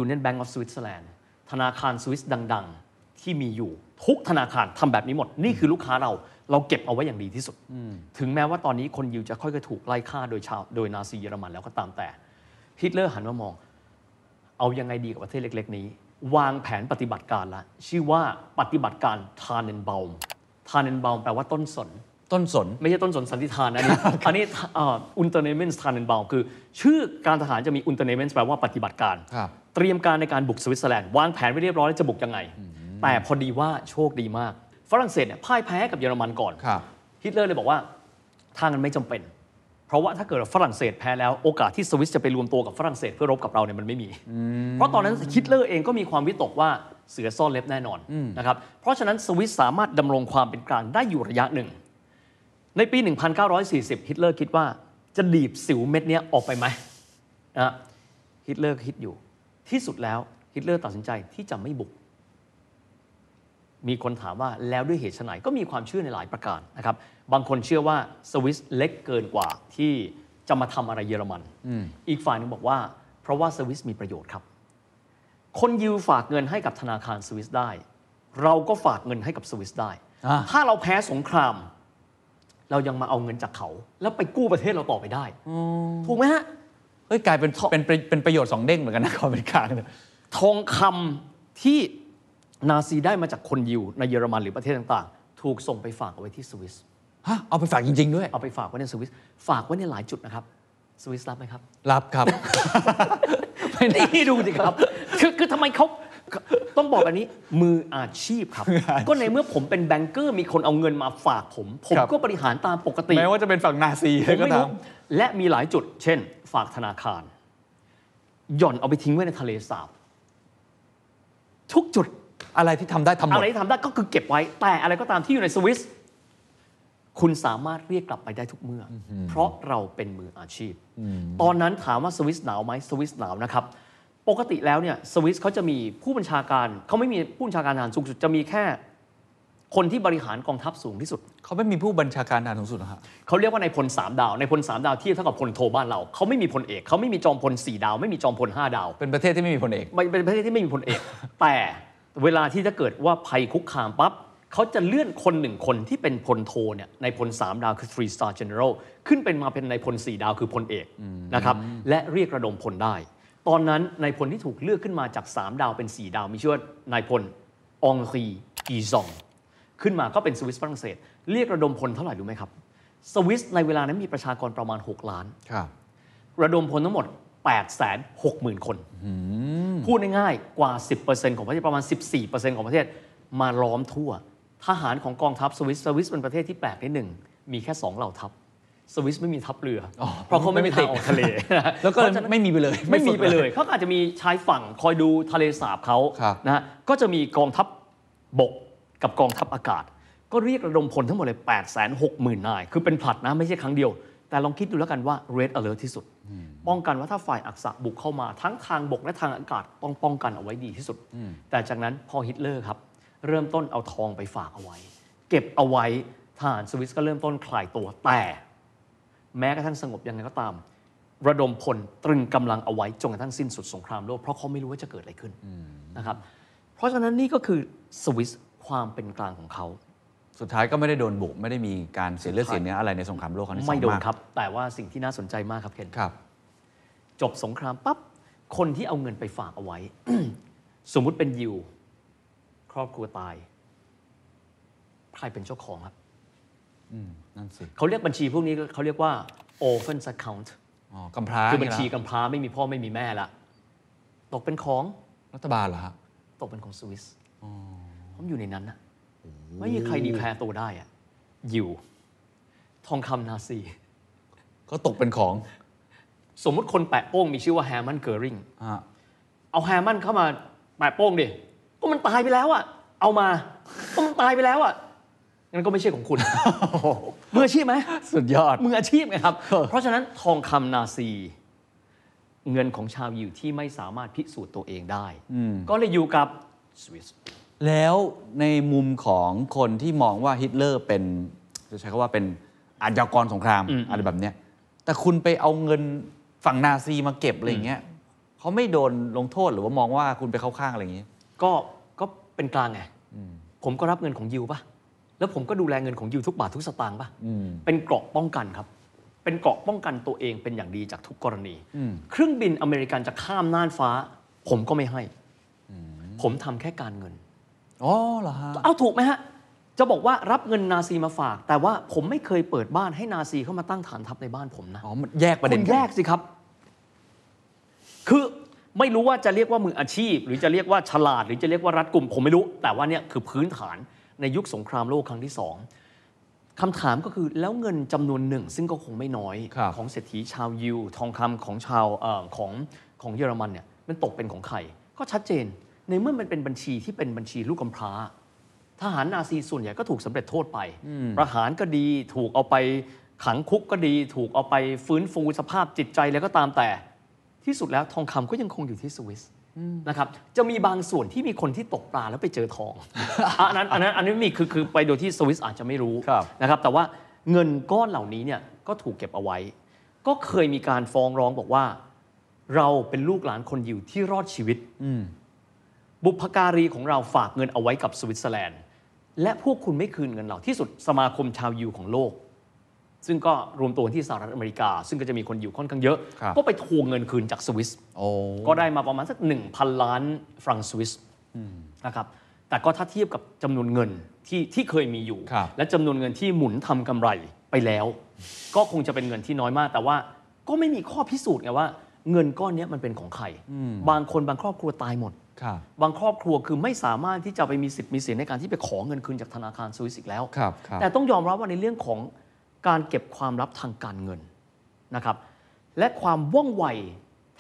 [SPEAKER 3] Union Bank of Switzerland ธนาคารสวิสดัง ๆ ที่มีอยู่ ทุกธนาคารทำแบบนี้หมด นี่คือลูกค้าเรา เราเก็บเอาไว้อย่างดีที่สุด ถึงแม้ว่าตอนนี้คนยิวจะค่อยๆถูกไล่ฆ่าโดยชาวโดยนาซีเยอรมันแล้วก็ตามแต่ฮิตเลอร์หันมามอง เอายังไงดีกับประเทศเล็ก ๆ นี้ วางแผนปฏิบัติการละชื่อว่าปฏิบัติการทานเนนเบลทานเนนเบลแปลว่าต้นสน
[SPEAKER 2] ต้นสน
[SPEAKER 3] ไม่ใช่ต้นสนสันติธานนะอันนี้ อันนี้อุนเตอร์เนเมนส์ทานเนนบาคือ ชื่อการทหารจะมีอุนเตอร์เนเมนส์แปลว่าปฏิบัติการ
[SPEAKER 2] ครับ
[SPEAKER 3] เตรียมการในการบุกสวิตเซอร์แลนด์ วางแผนไว้เรียบร้อยแล้วจะบุกยังไง แต่พอดีว่าโชคดีมาก ฝรั่งเศสเนี่ยพ่ายแพ้กับเยอรมันก่อน
[SPEAKER 2] ครับ
[SPEAKER 3] ฮิตเลอร์เลยบอกว่าทางนั้นไม่จำเป็น เพราะว่าถ้าเกิดฝรั่งเศสแพ้แล้วโอกาสที่สวิสจะไปรวมตัวกับฝรั่งเศสเพื่อรบกับเราเนี่ยมันไม่มี เพราะตอนนั้นฮิตเลอร์เองก็มีความวิตกว่าเสือซ่อนเล็บแน่นอนนะครับเพราะฉะนั้นสวิสสามารถดำรงความเป็นกลางได้อยู่ระยะหนึ่ง ในปี 1940 ฮิตเลอร์คิดว่าจะดีบสิวเม็ดเนี้ยออกไปไหมนะฮิตเลอร์คิดอยู่ ที่สุดแล้วฮิตเลอร์ตัดสินใจที่จะไม่บุก มีคนถามว่าแล้วด้วยเหตุไฉนก็มีความเชื่อในหลายประการนะครับ บางคนเชื่อว่าสวิสเล็กเกินกว่าที่จะมาทำอะไรเยอรมัน อีกฝ่ายหนึงบอกว่า เพราะว่าสวิสมีประโยชน์ครับ คนยิวฝากเงินให้กับธนาคารสวิสได้ เราก็ฝากเงินให้กับสวิสได้
[SPEAKER 2] อ่า
[SPEAKER 3] ถ้าเราแพ้สงคราม เรายังมาเอาเงินจากเขา แล้วไปกู้ประเทศเราต่อไปได้ถูกไหมฮะ
[SPEAKER 2] เฮ้ย กลายเป็น เป็น เป็นเป็นประโยชน์สองเด้งเหมือนกันนะกอง เป็นกลางเนี่ย
[SPEAKER 3] ทองคำที่นาซีได้มาจากคนยิวในเยอรมันหรือประเทศต่างๆ ถูกส่งไปฝากเอาไว้ที่สวิส
[SPEAKER 2] ฮะ เอาไปฝากจริง ๆ ด้วย
[SPEAKER 3] เอาไปฝากไว้ในสวิส ฝากไว้ในหลายจุดนะครับ สวิสรับไหมครับ
[SPEAKER 2] รับครับ ไม่ได้
[SPEAKER 3] นี่ดูสิครับ คือคือทำไมเขาต้องบอกแบบนี้มืออาชีพครับ ก็ในเมื่อผมเป็นแบงเกอร์มีคนเอาเงินมาฝากผม ผม
[SPEAKER 2] ครับ
[SPEAKER 3] ก็บริหารตามปกติ
[SPEAKER 2] แม้ว่าจะเป็นฝั่งนาซี
[SPEAKER 3] ผม
[SPEAKER 2] ก็
[SPEAKER 3] ไม่
[SPEAKER 2] ตา
[SPEAKER 3] รู้
[SPEAKER 2] ม
[SPEAKER 3] และมีหลายจุด เช่น ฝากธนาคาร หย่อนเอาไปทิ้งไว้ในทะเลสาบทุกจุด
[SPEAKER 2] อะไรที่ทำได้ทำหม
[SPEAKER 3] อะ
[SPEAKER 2] ด
[SPEAKER 3] ไรที่ทำได้ก็คือเก็บไว้ แต่อะไรก็ตามที่อยู่ในสวิส คุณสามารถเรียกกลับไปได้ทุกเมื่ออเพราะเราเป็นมืออาชีพ ตอนนั้นถามว่าสวิสหนาวไหมสวิสหนาวนะครับ ปกติแล้วเนี่ยสวิสเขาจะมีผู้บัญชาการ เขาไม่มีผู้บัญชาการทหารสูงสุดจะมีแค่ คนที่บริหารกองทัพสูงที่สุด
[SPEAKER 2] เขาไม่มีผู้บัญชาการทหารสูงสุดนะฮะ
[SPEAKER 3] เขาเรียกว่านายพลสามดาว ในายพลสามดาวเทียบเท่ากับพลโทบ้านเรา เขาไม่มีพลเอก เขาไม่มีจอมพลสี่ดาว ไม่มีจอมพลห้าดาว
[SPEAKER 2] เป็นประเทศที่ไม่มีพลเอก
[SPEAKER 3] มันเป็นประเทศที่ไม่มีพลเอก แต่เวลาที่จะเกิดว่าภัยคุกคามปั๊บเขาจะเลื่อนคนหนึ่งคนที่เป็นพลโทเนี่ยในพล 3 ดาวคือ Three Star General ขึ้นเป็นมาเป็นในพล 4 ดาวคือพลเอกนะครับและเรียกระดมพลได้ ตอนนั้นนายพลที่ถูกเลือกขึ้นมาจาก 3 ดาวเป็น 4 ดาวมีชื่อว่านายพลองรีอีซอง ขึ้นมาก็เป็นสวิสฝรั่งเศส เรียกระดมพลเท่าไหร่รู้ไหมครับ สวิสในเวลานั้นมีประชากรประมาณ 6 ล้าน
[SPEAKER 2] ครับ
[SPEAKER 3] ระดมพลทั้งหมด 860,000 คน พูดง่ายๆ กว่า 10%ของประเทศประมาณ 14%ของประเทศ มาล้อมทั่ว ทหารของกองทัพสวิสสวิสเป็นประเทศที่แปลกนิดหนึ่ง มีแค่ 2 เหล่าทัพ สวิสไม่มีทัพเรืออ
[SPEAKER 2] อ
[SPEAKER 3] เพราะเขาไม่มี
[SPEAKER 2] ไม่มี
[SPEAKER 3] ทางออกทะเล
[SPEAKER 2] แล้วก็
[SPEAKER 3] เพราะฉะนั้น
[SPEAKER 2] ไม่มีไปเลย
[SPEAKER 3] ไม่มีไป
[SPEAKER 2] ไม่สุด
[SPEAKER 3] เล
[SPEAKER 2] เลย ย
[SPEAKER 3] เขาก็อาจจะมีชายฝั่งคอยดูทะเลสาบเขา
[SPEAKER 2] ครับ
[SPEAKER 3] นะฮะก็จะมีกองทัพบกกับกองทัพอากาศ ก็เรียกระดมพลทั้งหมดเลย 8 6 0 0 0 0นาย คือเป็นผลัดนะไม่ใช่ครั้งเดียว แต่ลองคิดดูแล้วกันว่า red alert ที่สุด ป้องกันว่าถ้าฝ่ายอักษะบุกเข้ามาทั้งทางบกและทางอากาศต้องป้องกันเอาไว้ดีที่สุด แต่จากนั้นพอฮิตเลอร์ครับ เริ่มต้นเอาทองไปฝากเอาไว้ เก็บเอาไว้ทหารสวิสก็เริ่มต้นคลายตัวแต่ แม้กระทั่งสงบยังไงก็ตาม ระดมพลตรึงกำลังเอาไว้จนกระทั่งสิ้นสุดสงครามโลกเพราะเขาไม่รู้ว่าจะเกิดอะไรขึ้นนะครับ เพ เพราะฉะนั้นนี่ก็คือสวิสความเป็นกลางของเขา
[SPEAKER 2] สุดท้ายก็ไม่ได้โดนบุก ไม่ได้มีการเสียเลือดเสียเนื้ออะไรในสงครามโลกครั้งที่สอง
[SPEAKER 3] ไม่โดน
[SPEAKER 2] มาก
[SPEAKER 3] ครับ แต่ว่าสิ่งที่น่าสนใจมากครับเคน
[SPEAKER 2] ครับ
[SPEAKER 3] จบสงครามปั๊บ คนที่เอาเงินไปฝากเอาไว้ สมมุติเป็นยิว ครอบครัวตาย ใครเป็นเจ้าของครับ
[SPEAKER 2] อืมนั่นสิ
[SPEAKER 3] เขาเรียกบัญชีพวกนี้ก็เขาเรียกว่า orphans account
[SPEAKER 2] อ๋อกำพร้า
[SPEAKER 3] คือบัญชี
[SPEAKER 2] ย่างนี้เหร
[SPEAKER 3] กำพร้าไม่มีพ่อไม่มีแม่ละตกเป็นของ
[SPEAKER 2] รัฐบาลเหรอฮะ
[SPEAKER 3] ตกเป็นของสวิสผมอยู่ในนั้นนะไม่มีใครดีแคลร์ตัวได้อะยิวทองคำนาซี
[SPEAKER 2] ก็ตกเป็นของ
[SPEAKER 3] สมมุติคนแปะโป้งมีชื่อว่าแฮร์มันเกอริง
[SPEAKER 2] ฮะ
[SPEAKER 3] เอาแฮร์มันเข้ามาแปะโป้งดิ ก็มันตายไปแล้วอะเอามา ก็มันตายไปแล้วอะงั้นก็ไม่ใช่ของคุณ มืออาชีพไหม
[SPEAKER 2] สุดยอด
[SPEAKER 3] มืออาชีพไงครับ
[SPEAKER 2] เออ
[SPEAKER 3] เพราะฉะนั้นทองคำนาซี เงินของชาวยิวที่ไม่สามารถพิสูจน์ตัวเองได้ ก็เลยอยู่กับสวิส
[SPEAKER 2] แล้วในมุมของคนที่มองว่าฮิตเลอร์เป็นจะใช้คำว่าเป็นอาชญากรสงคราม
[SPEAKER 3] อืม
[SPEAKER 2] อะไรแบบเนี้ยแต่คุณไปเอาเงินฝั่งนาซีมาเก็บอะไรอย่างเงี้ยเขาไม่โดนลงโทษหรือว่ามองว่าคุณไปเข้าข้างอะไรอย่างเงี้ย
[SPEAKER 3] ก็ก็เป็นกลางไง ผมก็รับเงินของยิวป่ะ แล้วผมก็ดูแลเงินของยิวทุกบาททุกสตางค์ป่ะ
[SPEAKER 2] อืม
[SPEAKER 3] เป็นเกราะป้องกันครับ เป็นเกราะป้องกันตัวเองเป็นอย่างดีจากทุกกรณี
[SPEAKER 2] อืม
[SPEAKER 3] เครื่องบินอเมริกันจะข้ามน่านฟ้า ผมก็ไม่ให้ ผมทำแค่การเงิน
[SPEAKER 2] อ๋อเหรอฮะ
[SPEAKER 3] เอาถูกไหมฮะ จะบอกว่ารับเงินนาซีมาฝาก แต่ว่าผมไม่เคยเปิดบ้านให้นาซีเข้ามาตั้งฐานทัพในบ้านผมนะ
[SPEAKER 2] อ๋อมันแยกประเด็น
[SPEAKER 3] คุ
[SPEAKER 2] น
[SPEAKER 3] ณแยกสิครับ คือไม่รู้ว่าจะเรียกว่ามืออาชีพ หรือจะเรียกว่าฉลาด หรือจะเรียกว่ารัดกลุ่ม ผมไม่รู้ แต่ว่าเนี่ยคือพื้นฐานในยุคสงครามโลกครั้งที่สองคำถามก็คือแล้วเงินจำนวนหนึ่ง ซึ่งก็คงไม่น้อย
[SPEAKER 2] ครับ
[SPEAKER 3] ของเศรษฐีชาวยิว ทองคำของชาวเอ่อของของเยอรมันเนี่ยมันตกเป็นของใคร ก็ชัดเจน ในเมื่อมันเป็นบัญชีที่เป็นบัญชีลูกกำพร้า ทหารนาซีส่วนใหญ่ก็ถูกสำเร็จโทษไป ประหารก็ดีถูกเอาไปขังคุกก็ดี ถูกเอาไปฟื้นฟูสภาพจิตใจแล้วก็ตามแต่ ที่สุดแล้วทองคำก็ยังคงอยู่ที่สวิสนะครับจะมีบางส่วนที่มีคนที่ตกปลาแล้วไปเจอทอง อันนั้นอันนั้นอันนี้มีคือคือไปโดยที่สวิสอาจจะไม่รู้
[SPEAKER 2] ครับ
[SPEAKER 3] นะครับ แต่ว่าเงินก้อนเหล่านี้เนี่ยก็ถูกเก็บเอาไว้ ก็เคยมีการฟ้องร้องบอกว่า เราเป็นลูกหลานคนยิวที่รอดชีวิต
[SPEAKER 2] อืม
[SPEAKER 3] บุพการีของเราฝากเงินเอาไว้กับสวิตเซอร์แลนด์ และพวกคุณไม่คืนเงินเราที่สุดสมาคมชาวยิวของโลก ซึ่งก็รวมตัวที่สหรัฐอเมริกา ซึ่งก็จะมีคนยิวค่อนข้างเยอะ
[SPEAKER 2] ครับ
[SPEAKER 3] ก็ไปทวงเงินคืนจากสวิส
[SPEAKER 2] โอ้
[SPEAKER 3] ก็ได้มาประมาณสัก 1,000 ล้านฟรังก์สวิสนะครับ แต่ก็ถ้าเทียบกับจำนวนเงินที่ที่เคยมีอยู่
[SPEAKER 2] ครับ
[SPEAKER 3] และจำนวนเงินที่หมุนทำกำไรไปแล้ว ก็คงจะเป็นเงินที่น้อยมาก แต่ว่าก็ไม่มีข้อพิสูจน์ไงว่า เงินก้อนเนี้ยมันเป็นของใคร บางคนบางครอบครัวตายหมด
[SPEAKER 2] ครับ
[SPEAKER 3] บางครอบครัวคือไม่สามารถที่จะไปมีสิทธิ์มีเสียงในการที่ไปขอเงินคืนจากธนาคารสวิสอีกแล้ว
[SPEAKER 2] ครับครับ
[SPEAKER 3] แต่ต้องยอมรับว่าในเรื่องของการเก็บความลับทางการเงินนะครับ และความว่องไว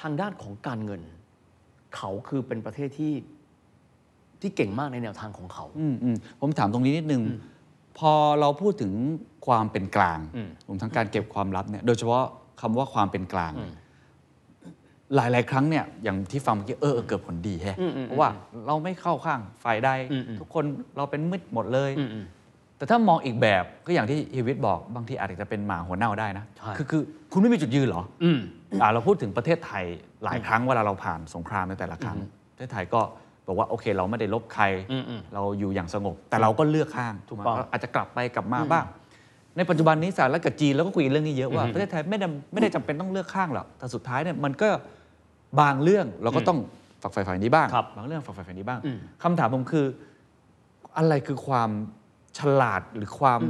[SPEAKER 3] ทางด้านของการเงิน เขาคือเป็นประเทศที่ที่เก่งมากในแนวทางของเขา
[SPEAKER 2] อืมอืมผมถามตรงนี้นิดนึง พอเราพูดถึงความเป็นกลาง
[SPEAKER 3] อืม
[SPEAKER 2] รวมทั้งการเก็บความลับเนี่ยโดยเฉพาะคำว่าความเป็นกลางเนี่ยหลาย ๆ ครั้งเนี่ยอย่างที่ฟังเมื่อกี้เออเออเกิดผลดีแฮะเพราะว่าเราไม่เข้าข้างฝ่ายใดทุกคนเราเป็นมืดหมดเลย
[SPEAKER 3] อืมอืม
[SPEAKER 2] แต่ถ้ามองอีกแบบก็อย่างที่เฮวิตบอกบางทีอาจจะเป็นหมาหัวเน่าได้นะ
[SPEAKER 3] ใช่
[SPEAKER 2] คือคือคุณไม่มีจุดยืนเหรอ
[SPEAKER 3] อืม
[SPEAKER 2] อ่าเราพูดถึงประเทศไทยหลายครั้งเวลาเราผ่านสงครามในแต่ละครั้ง ประเทศไทยก็บอกว่าโอเค เราไม่ได้ลบใคร
[SPEAKER 3] อืมอืม
[SPEAKER 2] เราอยู่อย่างสงบ แต่เราก็เลือกข้าง
[SPEAKER 3] ถูกต้อง
[SPEAKER 2] เราอาจจะกลับไปกลับมาบ้าง ในปัจจุบันนี้สหรัฐกับจีนเราก็คุยเรื่องนี้เยอะว่าประเทศไทยไม่ได้ไม่ได้จำเป็นต้องเลือกข้างหรอกแต่สุดท้ายเนี่ยมันก็บางเรื่องเราก็ต้องฝักใฝ่ฝ่ายนี้บ้าง
[SPEAKER 3] ครับ
[SPEAKER 2] งเรื่องฝักใฝ่ฝ่ายนี้บ้าง
[SPEAKER 3] อืม
[SPEAKER 2] คำถามผมคือ อะไรคือความฉลาดหรือความ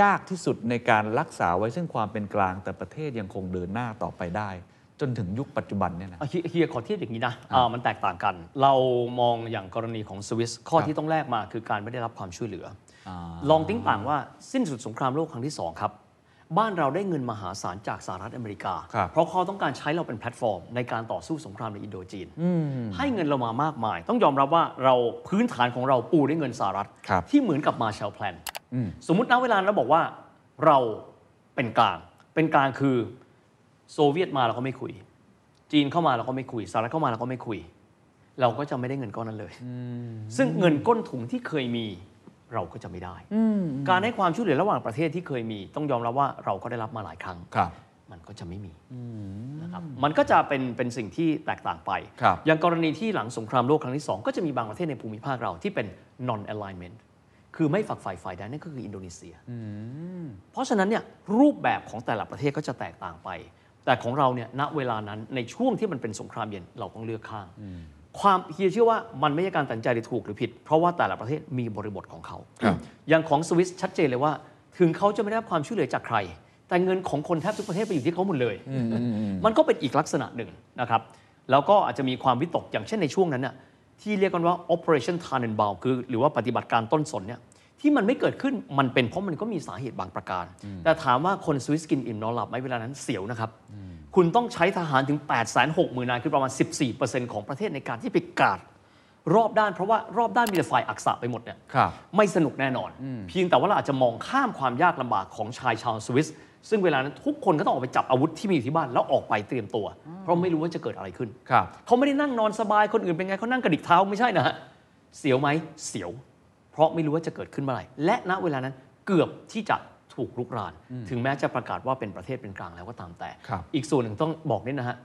[SPEAKER 2] ยากที่สุดในการรักษาไว้ซึ่งความเป็นกลางแต่ประเทศยังคงเดินหน้าต่อไปได้ จนถึงยุคปัจจุบันเนี่ยนะ
[SPEAKER 3] อ่ะเฮียเฮียขอเทียบอย่างนี้นะอ่ามันแตกต่างกัน เรามองอย่างกรณีของสวิสข้อ
[SPEAKER 2] ครับ
[SPEAKER 3] ที่ต้องแลกมาคือการไม่ได้รับความช่วยเหลือ ลองติ้งต่างว่าสิ้นสุดสงครามโลกครั้งที่ 2 ครับ บ้านเราได้เงินมหาศาลจากสหรัฐอเมริกา
[SPEAKER 2] ครับ
[SPEAKER 3] เพราะเขาต้องการใช้เราเป็นแพลตฟอร์ม ในการต่อสู้สงครามในอินโดจีน ให้เงินเรามามากมาย ต้องยอมรับว่าเราพื้นฐานของเราปูด้วยเงินสหรัฐ
[SPEAKER 2] ครับ
[SPEAKER 3] ที่เหมือนกับมาแชลแพลน
[SPEAKER 2] อืม
[SPEAKER 3] สมมุติณเวลานั้นเราบอกว่าเราเป็นกลาง เป็นกลางคือโซเวียตมาเราก็ไม่คุย จีนเข้ามาเราก็ไม่คุยสหรัฐเข้ามาเราก็ไม่คุย เราก็จะไม่ได้เงินก้อนนั้นเลย ซึ่งเงินก้นถุงที่เคยมีเราก็จะไม่ได้ การให้ความช่วยเหลือระหว่างประเทศที่เคยมี ต้องยอมรับว่าเราก็ได้รับมาหลายครั้ง
[SPEAKER 2] ครับ
[SPEAKER 3] มันก็จะไม่มีนะครับมันก็จะเป็นเป็นสิ่งที่แตกต่างไป
[SPEAKER 2] ครับ
[SPEAKER 3] อย่างกรณีที่หลังสงครามโลกครั้งที่ 2 ก็จะมีบางประเทศในภูมิภาคเราที่เป็น non alignment คือไม่ฝักฝ่ายฝ่ายใดนั่นก็คืออินโดนีเซีย เพราะฉะนั้นเนี่ยรูปแบบของแต่ละประเทศก็จะแตกต่างไป แต่ของเราเนี่ยณเวลานั้นในช่วงที่มันเป็นสงครามเย็นเราต้องเลือกข้าง ความเฮียเชื่อว่ามันไม่ใช่การตัดสินใจที่ถูกหรือผิด เพราะว่าแต่ละประเทศมีบริบทของเขา อย่างของสวิสชัดเจนเลยว่า ถึงเขาจะไม่ได้รับความช่วยเหลือจากใคร แต่เงินของคนแทบทุกประเทศไปอยู่ที่เขาหมดเลย มันก็เป็นอีกลักษณะหนึ่งนะครับ แล้วก็อาจจะมีความวิตกอย่างเช่นในช่วงนั้นน่ะที่เรียกกันว่า operation Tannenbaum คือหรือว่าปฏิบัติการต้นสนเนี่ยที่มันไม่เกิดขึ้นมันเป็นเพราะมันก็มีสาเหตุบางประการ แต่ถามว่าคนสวิสกินอิ่มนอนหลับไหมเวลานั้นเสียวนะครับ คุณต้องใช้ทหารถึง 8 6 0 0 0 0นายคือประมาณ 14%ของประเทศในการที่ไปกาดรอบด้าน เพราะว่ารอบด้านมีแต่ฝ่ายอักษะไปหมดเนี่ย
[SPEAKER 2] ครับ
[SPEAKER 3] ไม่สนุกแน่นอน เพียงแต่ว่าเราอาจจะมองข้ามความยากลำบากของชายชาวสวิส ซึ่งเวลานั้นทุกคนก็ต้องออกไปจับอาวุธที่มีอยู่ที่บ้านแล้วออกไปเตรียมตัว เพราะไม่รู้ว่าจะเกิดอะไรขึ้น
[SPEAKER 2] ครับ
[SPEAKER 3] เขาไม่ได้นั่งนอนสบายคนอื่นเป็นไงเขานั่งกระดิกเท้าไม่ใช่นะฮะเสียวไหมเสียว เพราะไม่รู้ว่าจะเกิดขึ้นเมื่อไหร่ และณเวลานั้นเกือบที่จะถูกลุกราน ถึงแม้จะประกาศว่าเป็นประเทศเป็นกลางแล้วก็ตามแต่
[SPEAKER 2] ครับ
[SPEAKER 3] อีกส่วนหนึ่งต้องบอกนิดนะฮะ